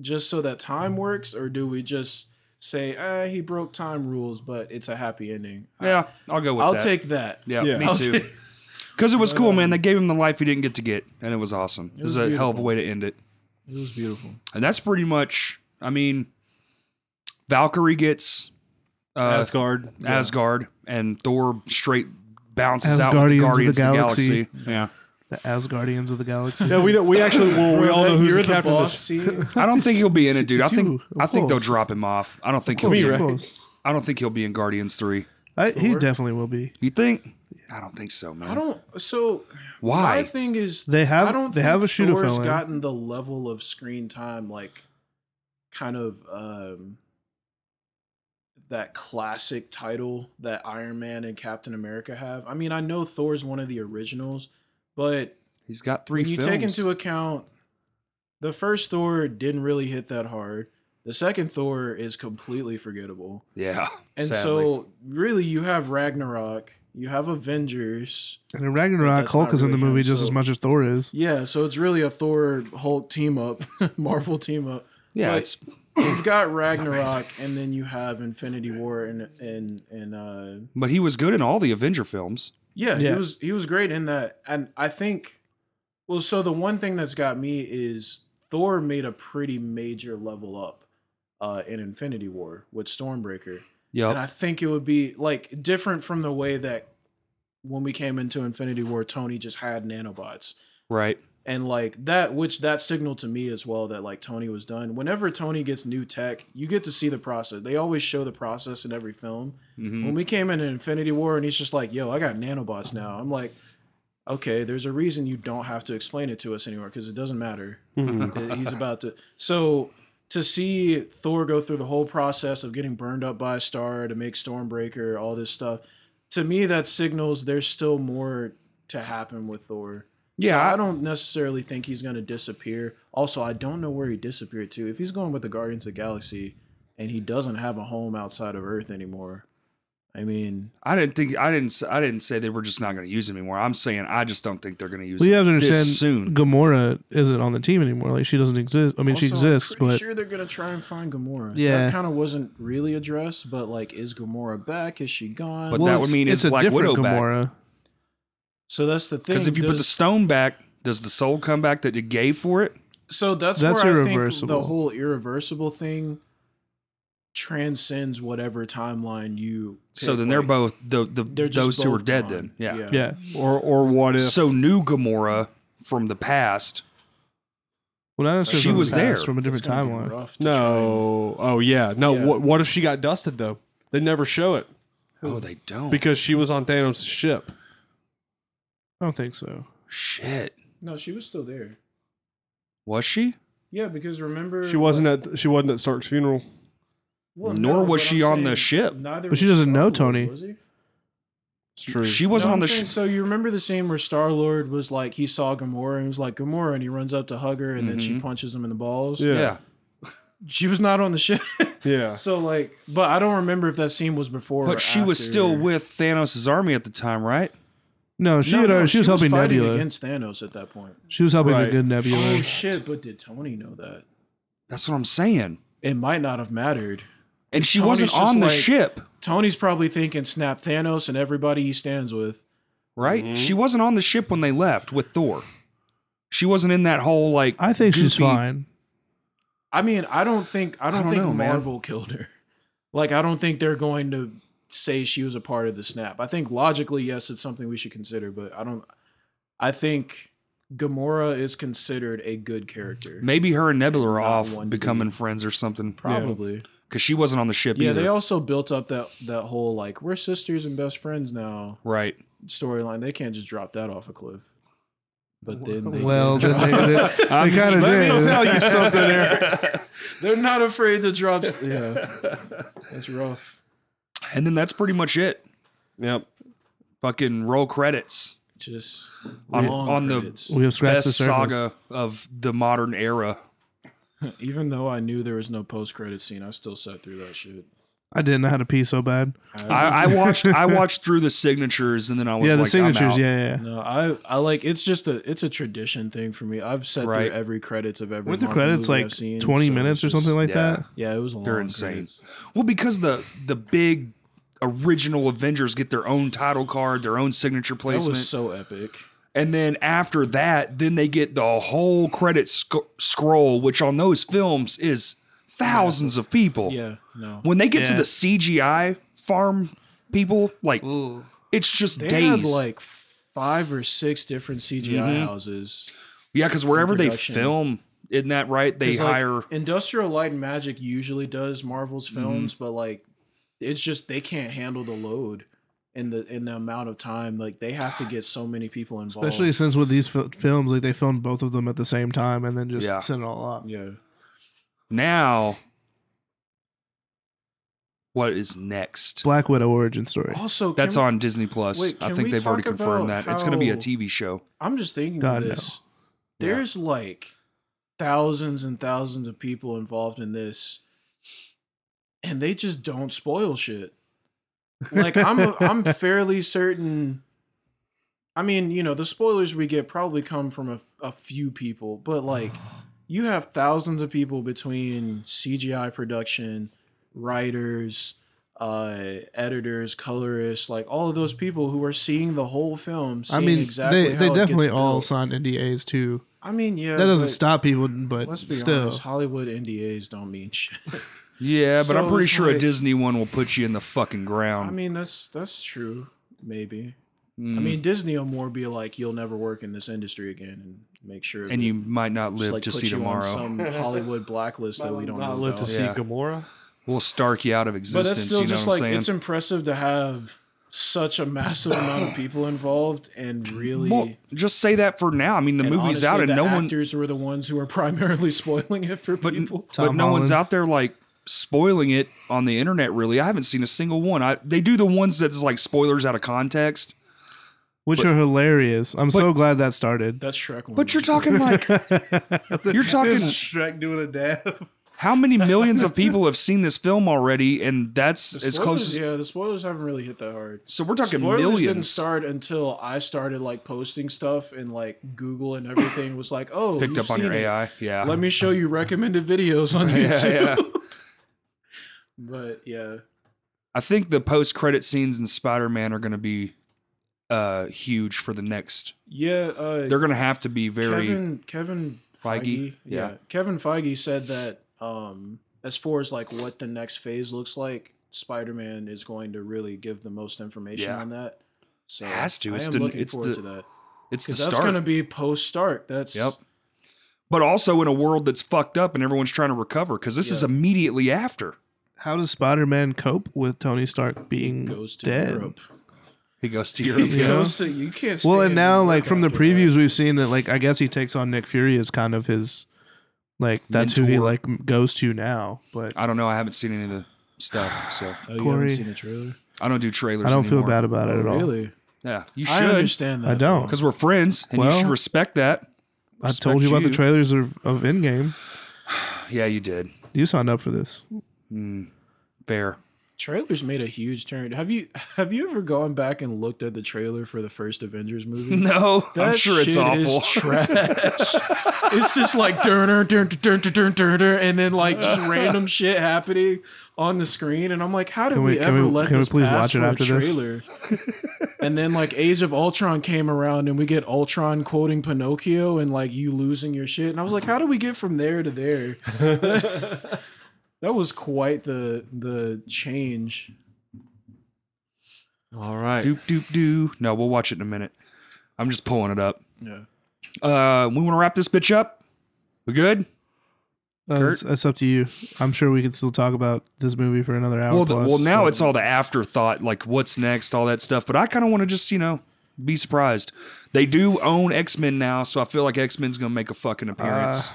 C: just so that time works or do we just say, ah, he broke time rules, but it's a happy ending.
B: Yeah. I'll go with
C: I'll
B: that.
C: take that.
B: Yeah,
D: Yeah.
B: me
C: I'll
B: too.
C: take-
B: Because it was
C: But,
B: cool, man.
C: um,
B: They gave him the life he didn't get to get, and it was awesome. It was,
C: was
B: a hell of a
C: beautiful.
B: way to end it.
C: It was beautiful.
B: And that's pretty much. I mean, Valkyrie gets uh,
D: Asgard.
B: Asgard, and Thor straight bounces out with
A: Asgardians of
B: the
A: the
B: Guardians of the Galaxy.
A: Galaxy.
B: Yeah,
A: The Asgardians of the Galaxy.
D: Yeah, we don't, we actually well, we all know who's the captain. of this-
C: scene.
B: I don't think he'll be in it, dude. I
A: It's
B: think
A: you, of
B: I think they'll
A: course.
B: drop him off. I don't think he'll.
A: Of
B: Be,
A: course,
D: right?
A: of course.
B: I don't think he'll be in Guardians three.
A: I, he definitely will be.
B: You think? I don't think so, man.
C: I don't. So my
B: Why?
C: thing is,
A: They have
C: I don't.
A: they
C: think
A: have a shooter
C: Thor's
A: fill in.
C: gotten the level of screen time, like kind of um, that classic title that Iron Man and Captain America have. I mean, I know Thor's one of the originals, but
B: He's got three
C: when you
B: films.
C: take into account the first Thor didn't really hit that hard. The second Thor is completely forgettable.
B: yeah,
C: And
B: sadly.
C: so, really, you have Ragnarok, you have Avengers.
A: and in Ragnarok,
C: That's
A: Hulk
C: not
A: is in the
C: really him,
A: movie just
C: so-
A: as much as Thor is.
C: Yeah, so it's really a Thor Hulk team up, Marvel team up.
B: yeah,
C: but-
B: it's
C: you've got Ragnarok and then you have Infinity War and and and uh
B: But he was good in all the Avenger films.
C: yeah, he
A: Yeah.
C: was he was great in that. And I think well, so the one thing that's got me is Thor made a pretty major level up uh in Infinity War with Stormbreaker. And
B: Yep.
C: I think it would be like different from the way that when we came into Infinity War, Tony just had nanobots.
B: Right.
C: And like that, which that signaled to me as well that like Tony was done. Whenever Tony gets new tech, you get to see the process. They always show the process in every film.
B: hmm
C: When we came into Infinity War and he's just like, yo, I got nanobots now. I'm like, okay, there's a reason you don't have to explain it to us anymore because it doesn't matter.
D: Mm-hmm.
C: Uh, he's about to. So to see Thor go through the whole process of getting burned up by a star to make Stormbreaker, all this stuff, to me, that signals there's still more to happen with Thor. So
B: Yeah.
C: I don't necessarily think he's going to disappear. Also, I don't know where he disappeared to. If he's going with the Guardians of the Galaxy and he doesn't have a home outside of Earth anymore, I mean,
B: I didn't think I didn't s- I didn't say they were just not going to use him anymore. I'm saying I just don't think they're going to use
A: Well, you
B: him
A: have to
B: this
A: understand
B: soon.
A: Gamora isn't on the team anymore. Like she doesn't exist. I mean, she
C: Also, I'm
A: exists,
C: pretty
A: but
C: sure they're gonna try and find Gamora.
A: Yeah.
C: that kind of wasn't really addressed, but like, is Gamora back? Is she gone?
B: But that would
A: it's-
B: mean
A: it's
B: it's
A: a
B: Black
A: different
B: Widow back.
A: Gamora.
C: so that's the thing.
B: Because if you put the
C: does-
B: stone back, does the soul come back that you gave for it?
C: so that's,
A: That's
C: where I think
A: irreversible.
C: the whole irreversible thing transcends whatever timeline you.
B: So
C: pick,
B: then they're
C: like,
B: both the, the
C: they're just
B: those two are
C: both
B: dead
C: gone.
B: then. Yeah.
A: Yeah,
D: or or what if?
B: So new Gamora from the past.
A: well, not necessarily
B: She
A: from the
B: was there.
A: past, from a
C: It's
A: different
C: gonna be
A: timeline.
C: rough to try and-
D: no. Oh yeah. No.
C: Yeah.
D: What what if she got dusted though? They never show it
B: Oh, they don't.
D: because she was on Thanos' ship.
A: I don't think so.
B: Shit.
C: No, she was still there.
B: Was she?
C: Yeah, because remember
D: She wasn't at she wasn't at Stark's funeral.
B: Nor was
C: but
B: she on the ship.
C: Neither
A: But she
C: was
A: doesn't know
C: Star-Lord,
A: Tony.
C: was he?
D: It's true.
B: She wasn't
C: No,
B: on
C: I'm
B: the
C: saying-
B: sh-
C: so you remember the scene where Star Lord was like he saw Gamora and was like Gamora and he runs up to hug her and then she
B: Mhm.
C: punches him in the balls.
D: Yeah.
B: yeah.
C: She was not on the ship.
D: yeah.
C: so like but I don't remember if that scene was before or
B: But she was
C: after.
B: still with Thanos' army at the time, right?
A: No, she
C: No,
A: had,
C: no,
A: already- she, was helping
C: fighting
A: Nebula.
C: against Thanos at that point.
A: She was helping a
D: Right.
A: good Nebula.
C: Oh shit, but did Tony know that?
B: That's what I'm saying.
C: It might not have mattered.
B: And she
C: Tony's
B: wasn't
C: just
B: on the
C: like-
B: ship,
C: Tony's probably thinking snap Thanos and everybody he stands with.
B: right?
C: Mm-hmm.
B: She wasn't on the ship when they left with Thor. She wasn't in that whole like.
A: I think she's
B: goofy-
A: fine.
C: I mean, I don't think I don't,
B: don't
C: think
B: know, man.
C: Marvel killed her. Like I don't think they're going to say she was a part of the snap. I think logically, yes, it's something we should consider, but I don't I think Gamora is considered a good character.
B: Maybe her and Nebula are
C: Not
B: off
C: one
B: becoming friends or something.
C: Probably. Yeah,
B: Because she wasn't on the ship either.
C: they also built up that that whole like we're sisters and best friends now
B: right.
C: storyline. They can't just drop that off a cliff. But then they
A: Well,
C: did
A: then they,
C: drop-
A: kind of
D: Let me
A: did.
D: tell you something, Eric.
C: they're not afraid to drop yeah. That's rough.
B: And then that's pretty much it.
D: Yep.
B: Fucking roll credits
C: Just
B: on,
C: long
B: on the
C: credits.
A: We have scratched the
B: best
A: surface.
B: saga of the modern era.
C: Even though I knew there was no post credit scene, I still sat through that shit.
A: I didn't know how to pee so bad.
B: I, I watched I watched through the signatures and then I was
A: Yeah, the
B: like, I'm
A: signatures.
B: out.
A: Yeah, yeah. yeah.
C: no, I I like it's just a it's a tradition thing for me. I've sat
B: Right.
C: through every credits of every
A: Weren't the
C: Marvel
A: credits
C: movie
A: like
C: I've seen,
A: 20
C: so
A: minutes
C: it's
A: or
C: just-
A: something like
B: yeah.
A: that?
C: Yeah, it was a long.
B: They're insane.
C: credits.
B: Well, because the the big original Avengers get their own title card, their own signature
C: That
B: placement,
C: was so epic.
B: and then after that, then they get the whole credit sc- scroll, which on those films is thousands of people.
C: Yeah, no.
B: When they get to
A: Yeah.
B: the CGI farm people, like it's just
C: They
B: days. Mm-hmm.
C: had like five or six different CGI houses.
B: yeah, because wherever they
C: production.
B: film, isn't that right? They
C: 'Cause, like,
B: hire
C: Industrial Light and Magic usually does Marvel's
B: Mm-hmm.
C: films, but like it's just they can't handle the load and the and the amount of time. Like they have to get so many people involved.
A: Especially since with these fil- films, like they filmed both of them at the same time and then just
B: Yeah.
A: sent it all off.
C: yeah.
B: now. What is next?
A: Black Widow origin story.
C: Also,
B: That's
C: can we-
B: on Disney Plus.
C: wait,
B: I
C: can
B: think
C: we
B: they've already
C: talk
B: confirmed that.
C: about
B: It's going to be a
C: how-
B: TV show.
C: I'm just thinking
A: God,
C: of
A: no.
C: this.
B: Yeah.
C: There's like thousands and thousands of people involved in this, and they just don't spoil shit. Like I'm, I'm fairly certain. I mean, you know, the spoilers we get probably come from a, a few people, but like you have thousands of people between CGI production, writers, uh, editors, colorists, like all of those people who are seeing the whole film.
A: I
C: Seeing
A: mean,
C: exactly
A: they
C: how
A: they
C: it gets
A: definitely all
C: built.
A: signed NDAs too.
C: I mean, yeah,
A: That doesn't
C: but
A: stop people, but
C: Let's be
A: still,
C: honest, Hollywood NDAs don't mean shit.
B: Yeah, but
C: So
B: I'm pretty
C: it's
B: sure a
C: like-
B: Disney one will put you in the fucking ground.
C: I mean, that's that's true. Maybe.
B: Mm.
C: I mean, Disney will more be like, "You'll never work in this industry again," and make sure.
B: and
C: that-
B: you might not
C: just,
B: live
C: like,
B: to
C: put
B: see
C: you
B: tomorrow.
C: on Some Hollywood blacklist that we don't know
D: live
C: about.
D: to see
B: Yeah.
D: Gamora.
B: We'll stark you out of
C: but
B: existence.
C: that's still
B: you know
C: just
B: what
C: like
B: I'm saying?
C: it's impressive to have such a massive amount of people involved and really.
B: Well, just say that for now. I mean, the
C: and
B: movie's
C: honestly,
B: out, and
C: the
B: no one,
C: actors were the ones who are primarily spoiling it for
B: but
C: people.
B: but
A: Tom
B: no one's
A: Holland.
B: out there like spoiling it on the internet. Really, I haven't seen a single one. I they do the ones that's like spoilers out of context.
A: which are hilarious. I'm so glad that started.
C: That's Shrek. One
B: But you're talking like you're talking
A: Shrek doing a dab.
B: how many millions of people have seen this film already, and that's
C: The
B: as
C: spoilers-
B: close.
C: Yeah, the spoilers haven't really hit that hard.
B: So we're talking
C: Spoilers didn't
B: millions.
C: start until I started like posting stuff and like Google and everything was like, oh,
B: Picked
C: you've
B: up on your
C: seen it.
B: AI, yeah.
C: Let me show you recommended videos on YouTube.
B: yeah.
C: But yeah,
B: I think the post credit scenes in Spider Man are going to be uh huge for the next.
C: yeah. Uh,
B: They're going to have to be very.
C: Kevin Kevin
B: Feige?
C: Feige,
B: Yeah.
C: yeah. Kevin Feige said that um, as far as like what the next phase looks like, Spider Man is going to really give the most information
B: Yeah.
C: on that. So
B: Has to.
C: I
B: It's
C: am
B: the-
C: looking
B: it's
C: forward
B: the-
C: to that
B: it's the
C: because that's
B: start.
C: going to be post start. That's
B: Yep. but also in a world that's fucked up and everyone's trying to recover because this is
C: Yeah.
B: immediately after
A: How does Spider-Man cope with Tony Stark being
C: goes to
A: dead?
C: Europe.
B: he goes to Europe.
A: Yeah.
C: Goes to, you can't.
A: Well,
C: stay
A: and
C: in
A: now
C: New
A: like
C: York
A: from the
C: after that.
A: previews we've seen that like I guess he takes on Nick Fury as kind of his like that's who he
B: Mentor.
A: like m- goes to now, but
B: I don't know. I haven't seen any of the stuff, so
C: Oh, you
A: Corey.
C: haven't seen the trailer?
B: I don't do trailers.
A: I don't feel
B: anymore.
A: bad about it at all.
C: Really?
B: Yeah, you
C: I
B: should
C: understand that.
A: I don't.
B: because we're friends and you
A: Well-
B: should respect that.
A: I told you
B: Respect
A: about the
B: you.
A: trailers of, of Endgame.
B: Yeah, you did.
A: You signed up for this.
B: Mm, fair.
C: Trailers made a huge turn. Have you have you ever gone back and looked at the trailer for the first Avengers movie?
B: No, I'm
C: That
B: sure it's
C: shit
B: awful.
C: Is trash. it's just like durner, durner, durner, durner, durner, and then like just random shit happening on the screen, and I'm like, how did
A: Can we-
C: we,
A: can
C: ever
A: we-
C: let
A: can we
C: this
A: please watch
C: pass
A: it
C: for
A: after
C: a
A: this?
C: trailer? and then like Age of Ultron came around, and we get Ultron quoting Pinocchio and like you losing your shit, and I was like, how do we get from there to there? that was quite the the change.
D: All right.
B: doop doop doo. No, we'll watch it in a minute. I'm just pulling it up.
C: Yeah.
B: Uh, we want to wrap this bitch up. We good?
A: Uh,
B: Kurt?
A: it's, it's up to you. I'm sure we can still talk about this movie for another hour.
B: well, the,
A: plus,
B: well, now
A: but-
B: it's all the afterthought, like what's next, all that stuff. But I kind of want to just, you know, be surprised. They do own X Men now, so I feel like X Men's gonna make a fucking
C: Uh.
B: appearance.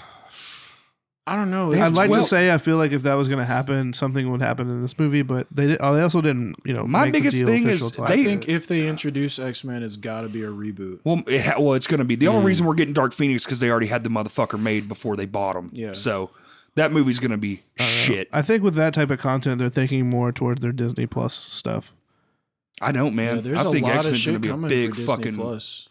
C: I don't know.
B: They-
C: It's-
A: I'd like
B: well-
A: to say I feel like if that was going to happen, something would happen in this movie, but they did, oh, they also didn't. You know,
B: My
A: make the
B: biggest
A: deal
B: thing
A: official
B: is
A: till
B: they-
A: after
C: I think
A: it.
C: if they introduce X Men, it's got to be a reboot.
B: well, it ha- well, it's gonna be the
C: Hmm.
B: only reason we're getting Dark Phoenix because they already had the motherfucker made before they bought him.
C: Yeah. Uh,
B: So that movie's gonna be shit.
A: I think with that type of content, they're thinking more towards their Disney Plus stuff.
B: I don't,
C: Yeah,
B: man.
C: there's
B: I
C: a
B: think
C: lot
B: X
C: of
B: Men's
C: shit
B: gonna be a
C: coming
B: big
C: for Disney
B: fucking.
C: Plus.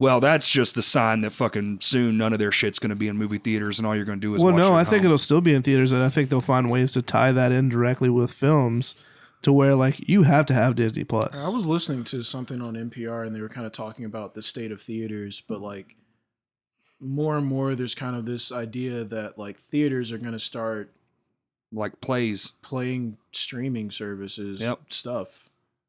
B: Well, that's just the sign that fucking soon none of their shit's gonna be in movie theaters, and all you're gonna do is
A: Well,
B: watch
A: no,
B: it at
A: I think
B: home.
A: it'll still be in theaters, and I think they'll find ways to tie that in directly with films, to where like you have to have Disney Plus.
C: I was listening to something on NPR and they were kind of talking about the state of theaters, but like more and more there's kind of this idea that like theaters are going to start
B: like plays.
C: playing streaming services
B: Yep.
C: stuff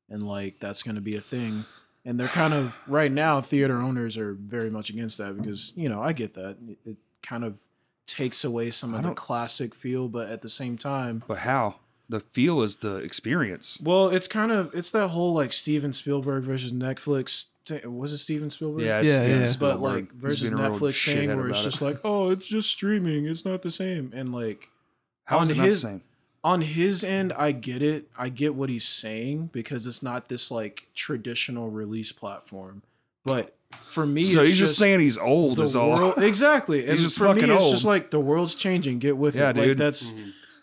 C: and like that's going to be a thing. And they're kind of right now theater owners are very much against that because, you know, I get that. It, it kind of takes away some
B: I
C: of the
B: don't-
C: classic feel, but at the same time
B: But how? The feel is the experience.
C: Well, it's kind of it's that whole like Steven Spielberg versus Netflix. T- was it Steven Spielberg?
B: Yeah, it's
A: Yeah,
B: Steven
A: yeah.
B: Spielberg.
C: But like
B: He's
C: versus
B: being a real
C: Netflix thing
B: shithead
C: where it's
B: about it.
C: just like, oh, it's just streaming. It's not the same. And like
B: how is
C: on
B: it not the
C: his-
B: same?
C: on his end, I get it. I get what he's saying because it's not this like traditional release platform. But for me,
B: So
C: it's
B: he's just, saying he's old
C: the
B: is all.
C: world- exactly. And
B: just
C: for me,
B: fucking
C: it's
B: old.
C: just like the world's changing. Get with
B: Yeah,
C: it.
B: dude.
C: Like that's.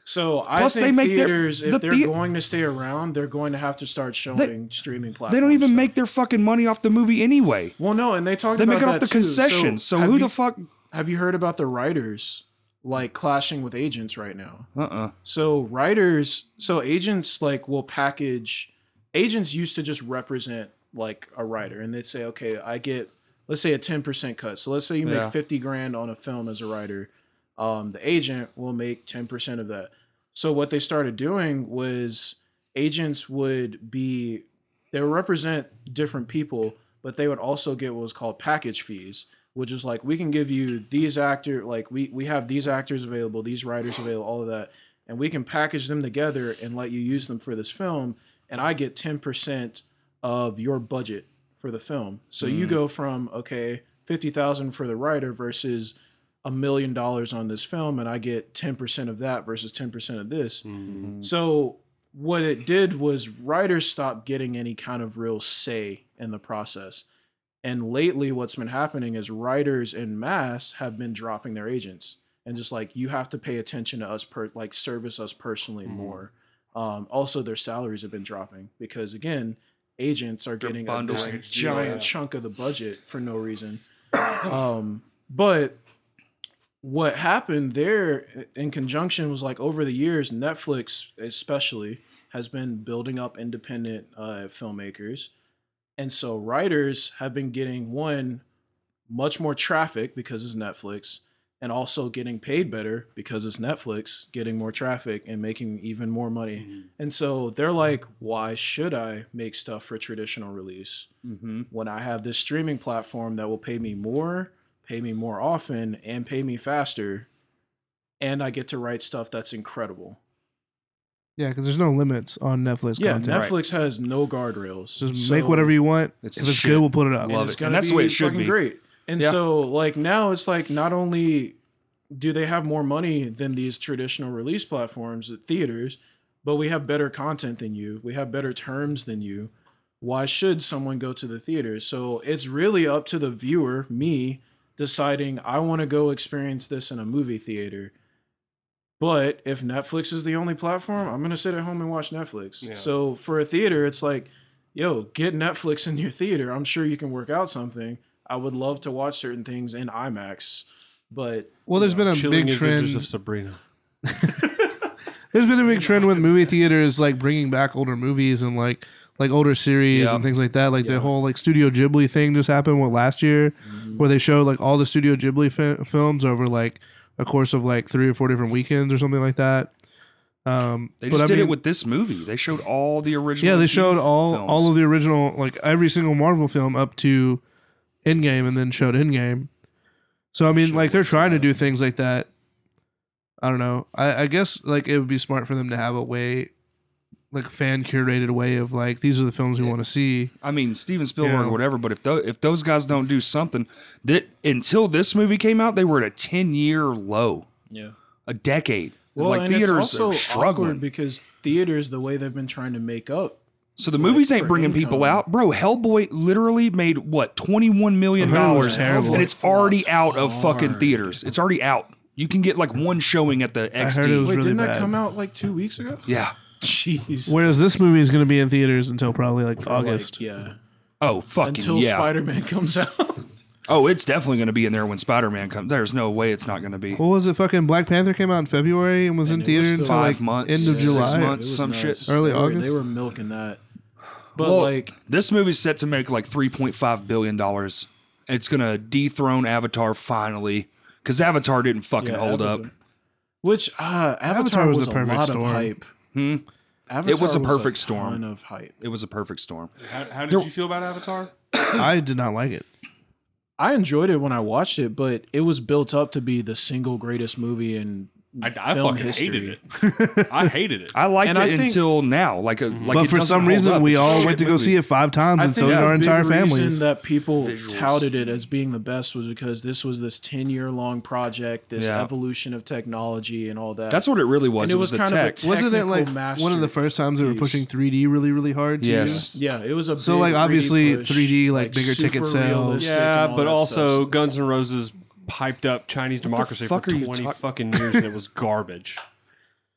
C: So I
B: Plus,
C: think
B: they make their-
C: theaters,
B: the
C: if they're
B: thea-
C: going to stay around, they're going to have to start showing streaming platforms.
B: They don't even
C: stuff.
B: make their fucking money off the movie anyway.
C: Well, no, and they talked.
B: They
C: about
B: make it off
C: that
B: the
C: too.
B: concessions. So,
C: have
B: who
C: you-
B: the fuck?
C: have you heard about the writers like clashing with agents right now?
B: Uh uh
C: So writers, so agents like will package. Agents used to just represent like a writer, and they'd say, "Okay, I get, let's say a ten percent cut. So let's say you make
B: Yeah.
C: fifty grand on a film as a writer, um, the agent will make ten percent of that." So what they started doing was agents would be they would represent different people, but they would also get what was called package fees, which is like we can give you these actor like we we have these actors available, these writers available, all of that, and we can package them together and let you use them for this film, and I get ten percent of your budget for the film. So you go from okay fifty thousand for the writer versus a million dollars on this film, and I get ten percent of that versus ten percent of this.
D: Hmm.
C: So what it did was writers stopped getting any kind of real say in the process. And lately what's been happening is writers in mass have been dropping their agents and just like you have to pay attention to us per like service us personally more. Um, also their salaries have been dropping because again, agents are
B: They're
C: getting a, this
B: bundling.
C: giant
D: Yeah.
C: chunk of the budget for no reason. um, but what happened there in conjunction was like over the years netflix especially has been building up independent uh, filmmakers and so writers have been getting one much more traffic because it's netflix and also getting paid better because it's netflix getting more traffic and making even more money
A: Mm-hmm.
C: and so they're like why should i make stuff for traditional release
B: Mm-hmm.
C: when I have this streaming platform that will pay me more, pay me more often, and pay me faster, and I get to write stuff that's incredible.
A: Yeah, because there's no limits on Netflix
C: yeah,
A: content.
B: Right.
C: Netflix has no guardrails.
A: Just
C: So-
A: make whatever you want.
B: It's
A: if it's
B: shit.
A: good, we'll put it up.
B: I love
C: it's
B: it.
C: gonna
B: And that's the way
C: be
B: it should
C: fucking
B: be.
C: Great. And
B: Yeah.
C: so like now it's like not only do they have more money than these traditional release platforms at theaters, but we have better content than you. We have better terms than you. Why should someone go to the theater? So it's really up to the viewer, me, deciding I want to go experience this in a movie theater. But if Netflix is the only platform, I'm going to sit at home and watch Netflix.
D: Yeah.
C: So for a theater, it's like, yo, get Netflix in your theater. I'm sure you can work out something. I would love to watch certain things in IMAX, but
A: Well, there's been a
D: Chilling
A: big
D: Adventures
A: trend.
D: of Sabrina.
A: There's been a big trend with movie theaters like bringing back older movies and like like older series
B: Yeah. Mm-hmm.
A: and things like that. Like
C: Yeah.
A: the whole like Studio Ghibli thing just happened what last year, where they showed like all the Studio Ghibli fi- films over like a course of like three or four different weekends or something like that. Um,
B: They
A: but
B: just
A: I
B: did
A: mean-
B: it with this movie. They showed all the original.
A: yeah. They
B: T
A: showed all
B: films.
A: all of the original like every single Marvel film up to Endgame and then showed Endgame. So I mean,
C: Shit,
A: like they're
C: that's
A: trying to
C: wild.
A: do things like that. I don't know. I, I guess like it would be smart for them to have a way, like fan curated way of like these are the films we want to see.
B: I mean, Steven Spielberg
A: Yeah.
B: or whatever. But if those if those guys don't do something, that until this movie came out, they were at a ten year low,
C: yeah.
B: a decade.
C: Well,
B: like
C: and
B: theaters
C: it's also
B: are struggling.
C: awkward because theaters, the way they've been trying to make up,
B: so the movies ain't
C: for
B: bringing people
C: income.
B: out, bro. Hellboy literally made what twenty one
A: I
B: million
A: heard it was
B: dollars,
A: terrible.
B: and it's already out of fucking
C: hard.
B: theaters. It's already out. You can get like one showing at the
A: heard it
B: XD.
A: was
C: wait,
A: really
C: didn't
A: bad.
C: that come out like two weeks ago?
B: yeah.
C: Jeez,
A: Whereas this movie is going to be in theaters until probably like
C: Like,
A: August.
C: yeah,
B: Oh fucking
C: until
B: yeah.
C: Spider Man comes out.
B: oh, it's definitely going to be in there when Spider Man comes. There's no way it's not going to be.
A: What was it? Fucking Black Panther came out in February and was
C: And
A: in
C: it was
A: theaters until
C: still-
B: five
A: like
B: months,
A: end of
B: six
A: July.
B: months,
C: It was
B: some
C: nuts.
B: shit.
A: Early
C: They were-
A: August?
C: They were milking that. But
B: Well,
C: like
B: this movie's set to make like 3.5 billion dollars. It's gonna dethrone Avatar finally because Avatar didn't fucking
C: yeah,
B: hold
C: Avatar.
B: up.
C: Which uh, Avatar,
A: Avatar was
C: was,
A: the
C: a
A: perfect
C: lot
A: storm.
C: of hype.
B: Hmm?
C: Avatar
B: was a perfect storm.
C: Ton of hype.
B: It was a perfect storm.
D: How, how did
B: There-
D: you feel about Avatar?
A: I did not like it.
C: I enjoyed it when I watched it, but it was built up to be the single greatest movie in
D: I, I
C: film
D: fucking
C: history.
D: hated it. I hated it.
B: I liked
C: And
B: it
C: I think-
B: until now. Like, a, like
A: but for some reason, we all went to go see it five times,
C: I
A: and
C: think
A: so did
C: the
A: our
C: big
A: entire
C: reason
A: families.
C: that people
B: Visuals.
C: touted it as being the best was because this was this ten year long project, this
B: Yeah.
C: evolution of technology and all that.
B: That's what it really was.
C: And
B: it
C: it
B: was,
C: was
B: the
C: kind of a
B: tech.
C: t-
A: Wasn't it
C: technical
A: like one of the
C: master
A: first times they were
C: piece.
A: pushing 3D really, really hard? To use?
B: yes.
C: yeah, it was a
A: So,
C: big
A: like,
C: 3D
A: obviously
C: push,
A: 3D, like, bigger
C: super
A: ticket sales.
C: realistic and
D: yeah,
C: all
D: but
C: that
D: also
C: stuff.
D: Guns N' Roses piped up Chinese democracy for
B: fuck are you
D: twenty
B: talk-
D: fucking years, and it was garbage.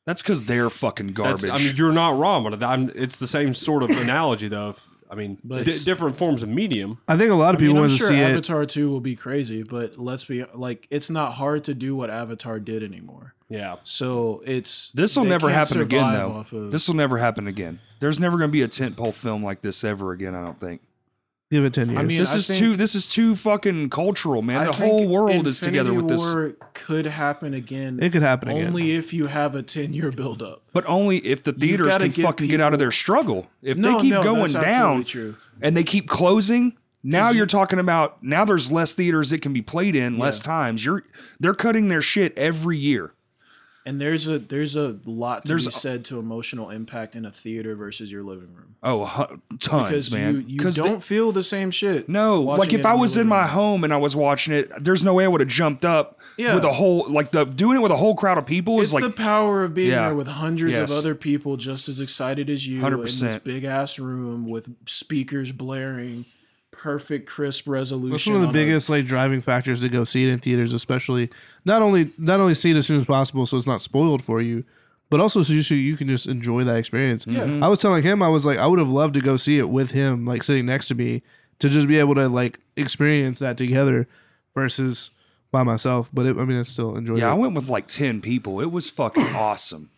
B: That's because they're fucking
D: That's-
B: garbage.
D: I mean, you're not wrong, but I'm, it's the same sort of analogy though. If I mean,
C: But
D: di-
C: it's-
D: different forms of medium.
A: I think a lot of
C: I mean,
A: people
C: I'm
A: wanted
C: sure
A: to see it.
C: Avatar 2 will be crazy, but let's be like, it's not hard to do what Avatar did anymore.
D: Yeah.
C: So it's
B: This will
C: they
B: never
C: can't
B: happen again,
C: survive
B: though.
C: off of-
B: This will never happen again. There's never going to be a tentpole film like this ever again. I don't think.
A: Give it ten years.
C: I mean,
B: this
C: I
B: is
C: think-
B: too. This is too fucking cultural, man.
C: I
B: the
C: think
B: whole world is together
C: Infinity
B: with this.
C: War Could happen again.
A: it could happen again.
C: only if you have a 10 year buildup.
B: But only if the theaters
C: gotta
B: can
C: give
B: fucking get out of their struggle. If they keep going
C: that's absolutely
B: down
C: True.
B: and they keep closing, now you're talking about now there's less theaters it can be played in, less times. You're they're cutting their shit every year.
C: And there's a there's a lot to
B: There's
C: be
B: a-
C: said to emotional impact in a theater versus your living room
B: Oh, hu- tons,
C: because
B: man.
C: you you
B: 'Cause
C: don't
B: the-
C: feel the same shit.
B: No,
C: watching
B: like
C: it
B: if I
C: your
B: was in
C: living
B: my
C: room.
B: home and I was watching it, there's no way I would have jumped up
C: Yeah.
B: with a whole like the doing it with a whole crowd of people
C: It's
B: is like
C: the power of being
B: Yeah.
C: there with hundreds
B: Yes.
C: of other people just as excited as you in this
B: 100%.
C: big ass room with speakers blaring, perfect crisp resolution.
A: That's one of the
C: on a-
A: biggest like driving factors to go see it in theaters, especially not only not only see it as soon as possible so it's not spoiled for you, but also so you, so you can just enjoy that experience.
B: Mm-hmm.
C: Yeah.
A: I was telling him I was like I would have loved to go see it with him, like sitting next to me, to just be able to like experience that together versus by myself. But it, I mean, I still enjoyed
B: Yeah, I
A: it.
B: went with like 10 people. It was fucking awesome.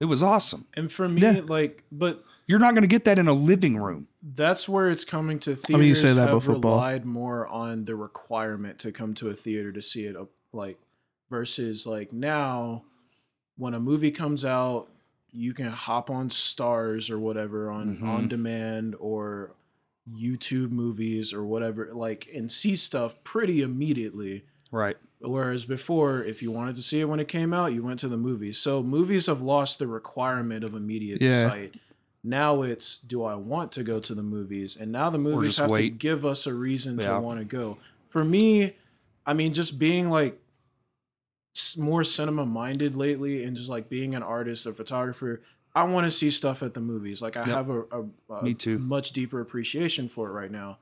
B: It was awesome.
C: and for me,
A: Yeah.
C: like, but
B: You're not going to get that in a living room.
C: that's where it's coming to theaters.
A: I mean, you say that
C: have
A: about football.
C: relied more on the requirement to come to a theater to see it, uh, like versus like now, when a movie comes out, you can hop on Stars or whatever on
A: Mm-hmm.
B: Mhm.
C: on demand or YouTube movies or whatever, like and see stuff pretty immediately.
B: Right.
C: Whereas before, if you wanted to see it when it came out, you went to the movies. So movies have lost the requirement of immediate
A: Yeah.
C: sight. Now it's do I want to go to the movies? And now the movies
B: just
C: have to
B: wait.
C: give us a reason
B: Yeah.
C: to want to go. For me, I mean, just being like s- more cinema minded lately and just like being an artist, a photographer, I want to see stuff at the movies. Like I have a, a, a
B: Me too.
C: much deeper appreciation for it right now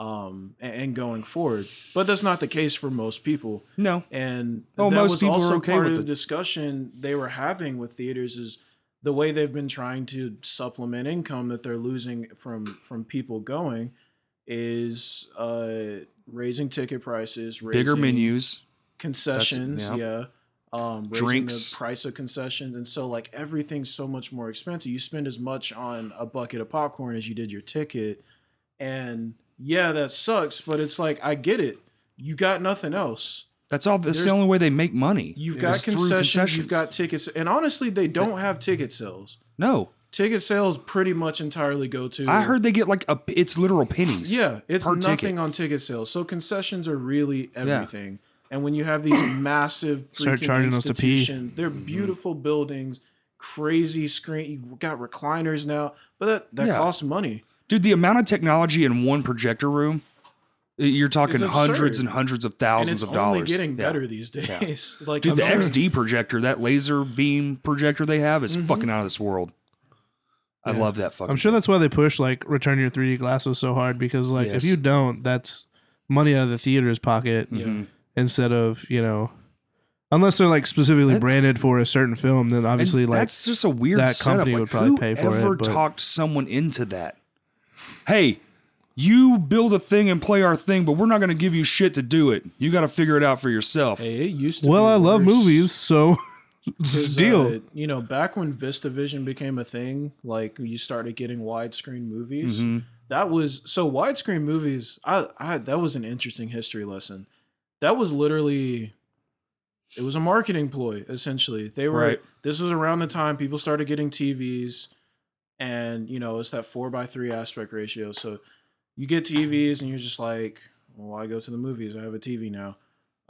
C: um, a- and, going forward. But that's not the case for most people.
B: No.
C: And
B: Oh,
C: that
B: most
C: was
B: people are
C: also
B: okay
C: part
B: with
C: of the
B: it.
C: discussion they were having with theaters is the way they've been trying to supplement income that they're losing from from people going is uh, raising ticket prices, raising
B: Bigger menus.
C: concessions,
B: yeah.
C: yeah. Um, raising
B: Drinks.
C: the price of concessions, and so like everything's so much more expensive. You spend as much on a bucket of popcorn as you did your ticket, and yeah, that sucks. But it's like I get it. You got nothing else.
B: That's all. That's the
C: There's-
B: only way they make money.
C: You've
B: is
C: got
B: through
C: concessions, You've got tickets, and honestly, they don't have ticket sales.
B: no.
C: Ticket sales pretty much entirely go to.
B: I heard they get like a. It's literal pennies.
C: Yeah, it's
B: per
C: nothing
B: ticket.
C: on ticket sales. So concessions are really everything. And when you have these massive
A: Start
C: freaking
A: charging us to pee.
C: institution- they're
B: Mm-hmm.
C: beautiful buildings, crazy screen. You got recliners now, but that that
B: Yeah.
C: costs money.
B: Dude, the amount of technology in one projector room, you're talking
C: It's
B: hundreds
C: absurd.
B: and hundreds of
C: And
B: thousands
C: it's
B: of
C: only
B: dollars.
C: getting
B: Yeah.
C: better these days. like
B: Dude,
C: I'm
B: the
C: sure-
B: XD projector, that laser beam projector they have is fucking out of this world. I love that fucking.
A: Mm-hmm. I'm sure that's why they push like return your 3D glasses so hard because like
B: Yes.
A: if you don't, that's money out of the theater's pocket instead of you know, unless they're like specifically
B: That-
A: branded for a certain film, then
B: And
A: obviously like
B: that's just a weird
A: that
B: setup.
A: company
B: Like,
A: would probably pay for it,
B: whoever
A: but-
B: talked someone into that? Hey, you build a thing and play our thing, but we're not going to give you shit to do it. You got to figure it out for yourself.
C: Hey, it used to
A: well,
C: be
A: I love
C: worse.
A: movies, so
C: 'Cause,
A: deal.
C: uh, you know, back when VistaVision became a thing, like you started getting widescreen movies.
B: Mhm.
C: That was so widescreen movies. I, I that was an interesting history lesson. That was literally, it was a marketing ploy essentially. They were
B: Right.
C: this was around the time people started getting TVs, and you know it's that four by three aspect ratio. So you get TVs and you're just like, well, why go to the movies? I have a TV now.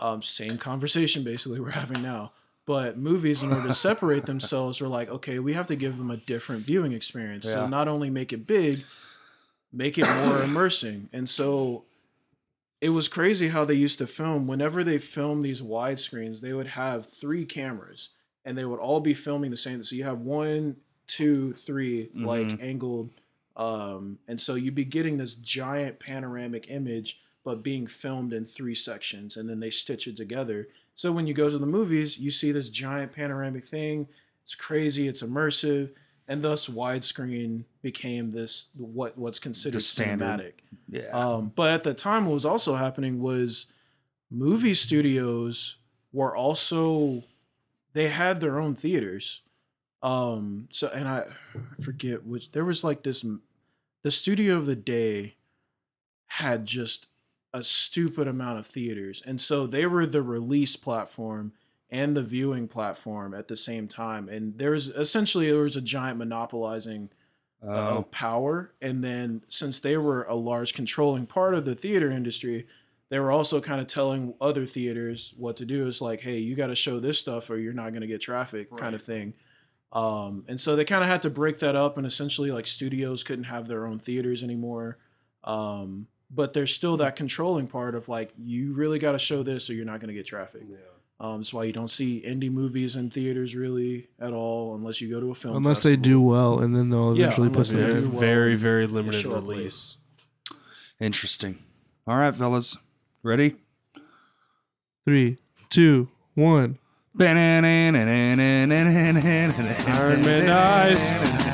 C: Um, same conversation basically we're having now. But movies, in order to separate themselves, are like, okay, we have to give them a different viewing experience. So
B: Yeah.
C: not only make it big, make it more immersing. And so it was crazy how they used to film. Whenever they filmed these wide screens, they would have three cameras and they would all be filming the same. So you have one, two, three, like angled. Um, and so you'd be getting this giant panoramic image, but being filmed in three sections and then they stitch it together. So when you go to the movies, you see this giant panoramic thing. It's crazy, it's immersive. and thus widescreen became this what what's considered
B: standard.
C: cinematic.
B: Yeah.
C: Um, but at the time, what was also happening was movie studios were also they had their own theaters. Um, so and I I forget which there was like this m- the studio of the day had just a stupid amount of theaters, and so they were the release platform and the viewing platform at the same time. And there was essentially there was a giant monopolizing
B: Oh.
C: of power. And then since they were a large controlling part of the theater industry, they were also kind of telling other theaters what to do. It's like, hey, you got to show this stuff or you're not going to get traffic, kind of thing. Um, and so they kind of had to break that up, and essentially, like studios couldn't have their own theaters anymore. Um, but there's still that controlling part of like, you really got to show this or you're not going to get traffic. Um, that's why you don't see indie movies in theaters really at all, unless you go to a film.
A: Unless they
C: festival.
A: do well, and then they'll
C: Yeah,
A: eventually put
C: unless
A: them.
C: they
A: in.
C: do well
D: very,
C: in
D: very limited
C: short
D: release.
B: Interesting. All right, fellas. Ready?
A: Three, two, one.
B: Iron Man
D: Iron Man dies.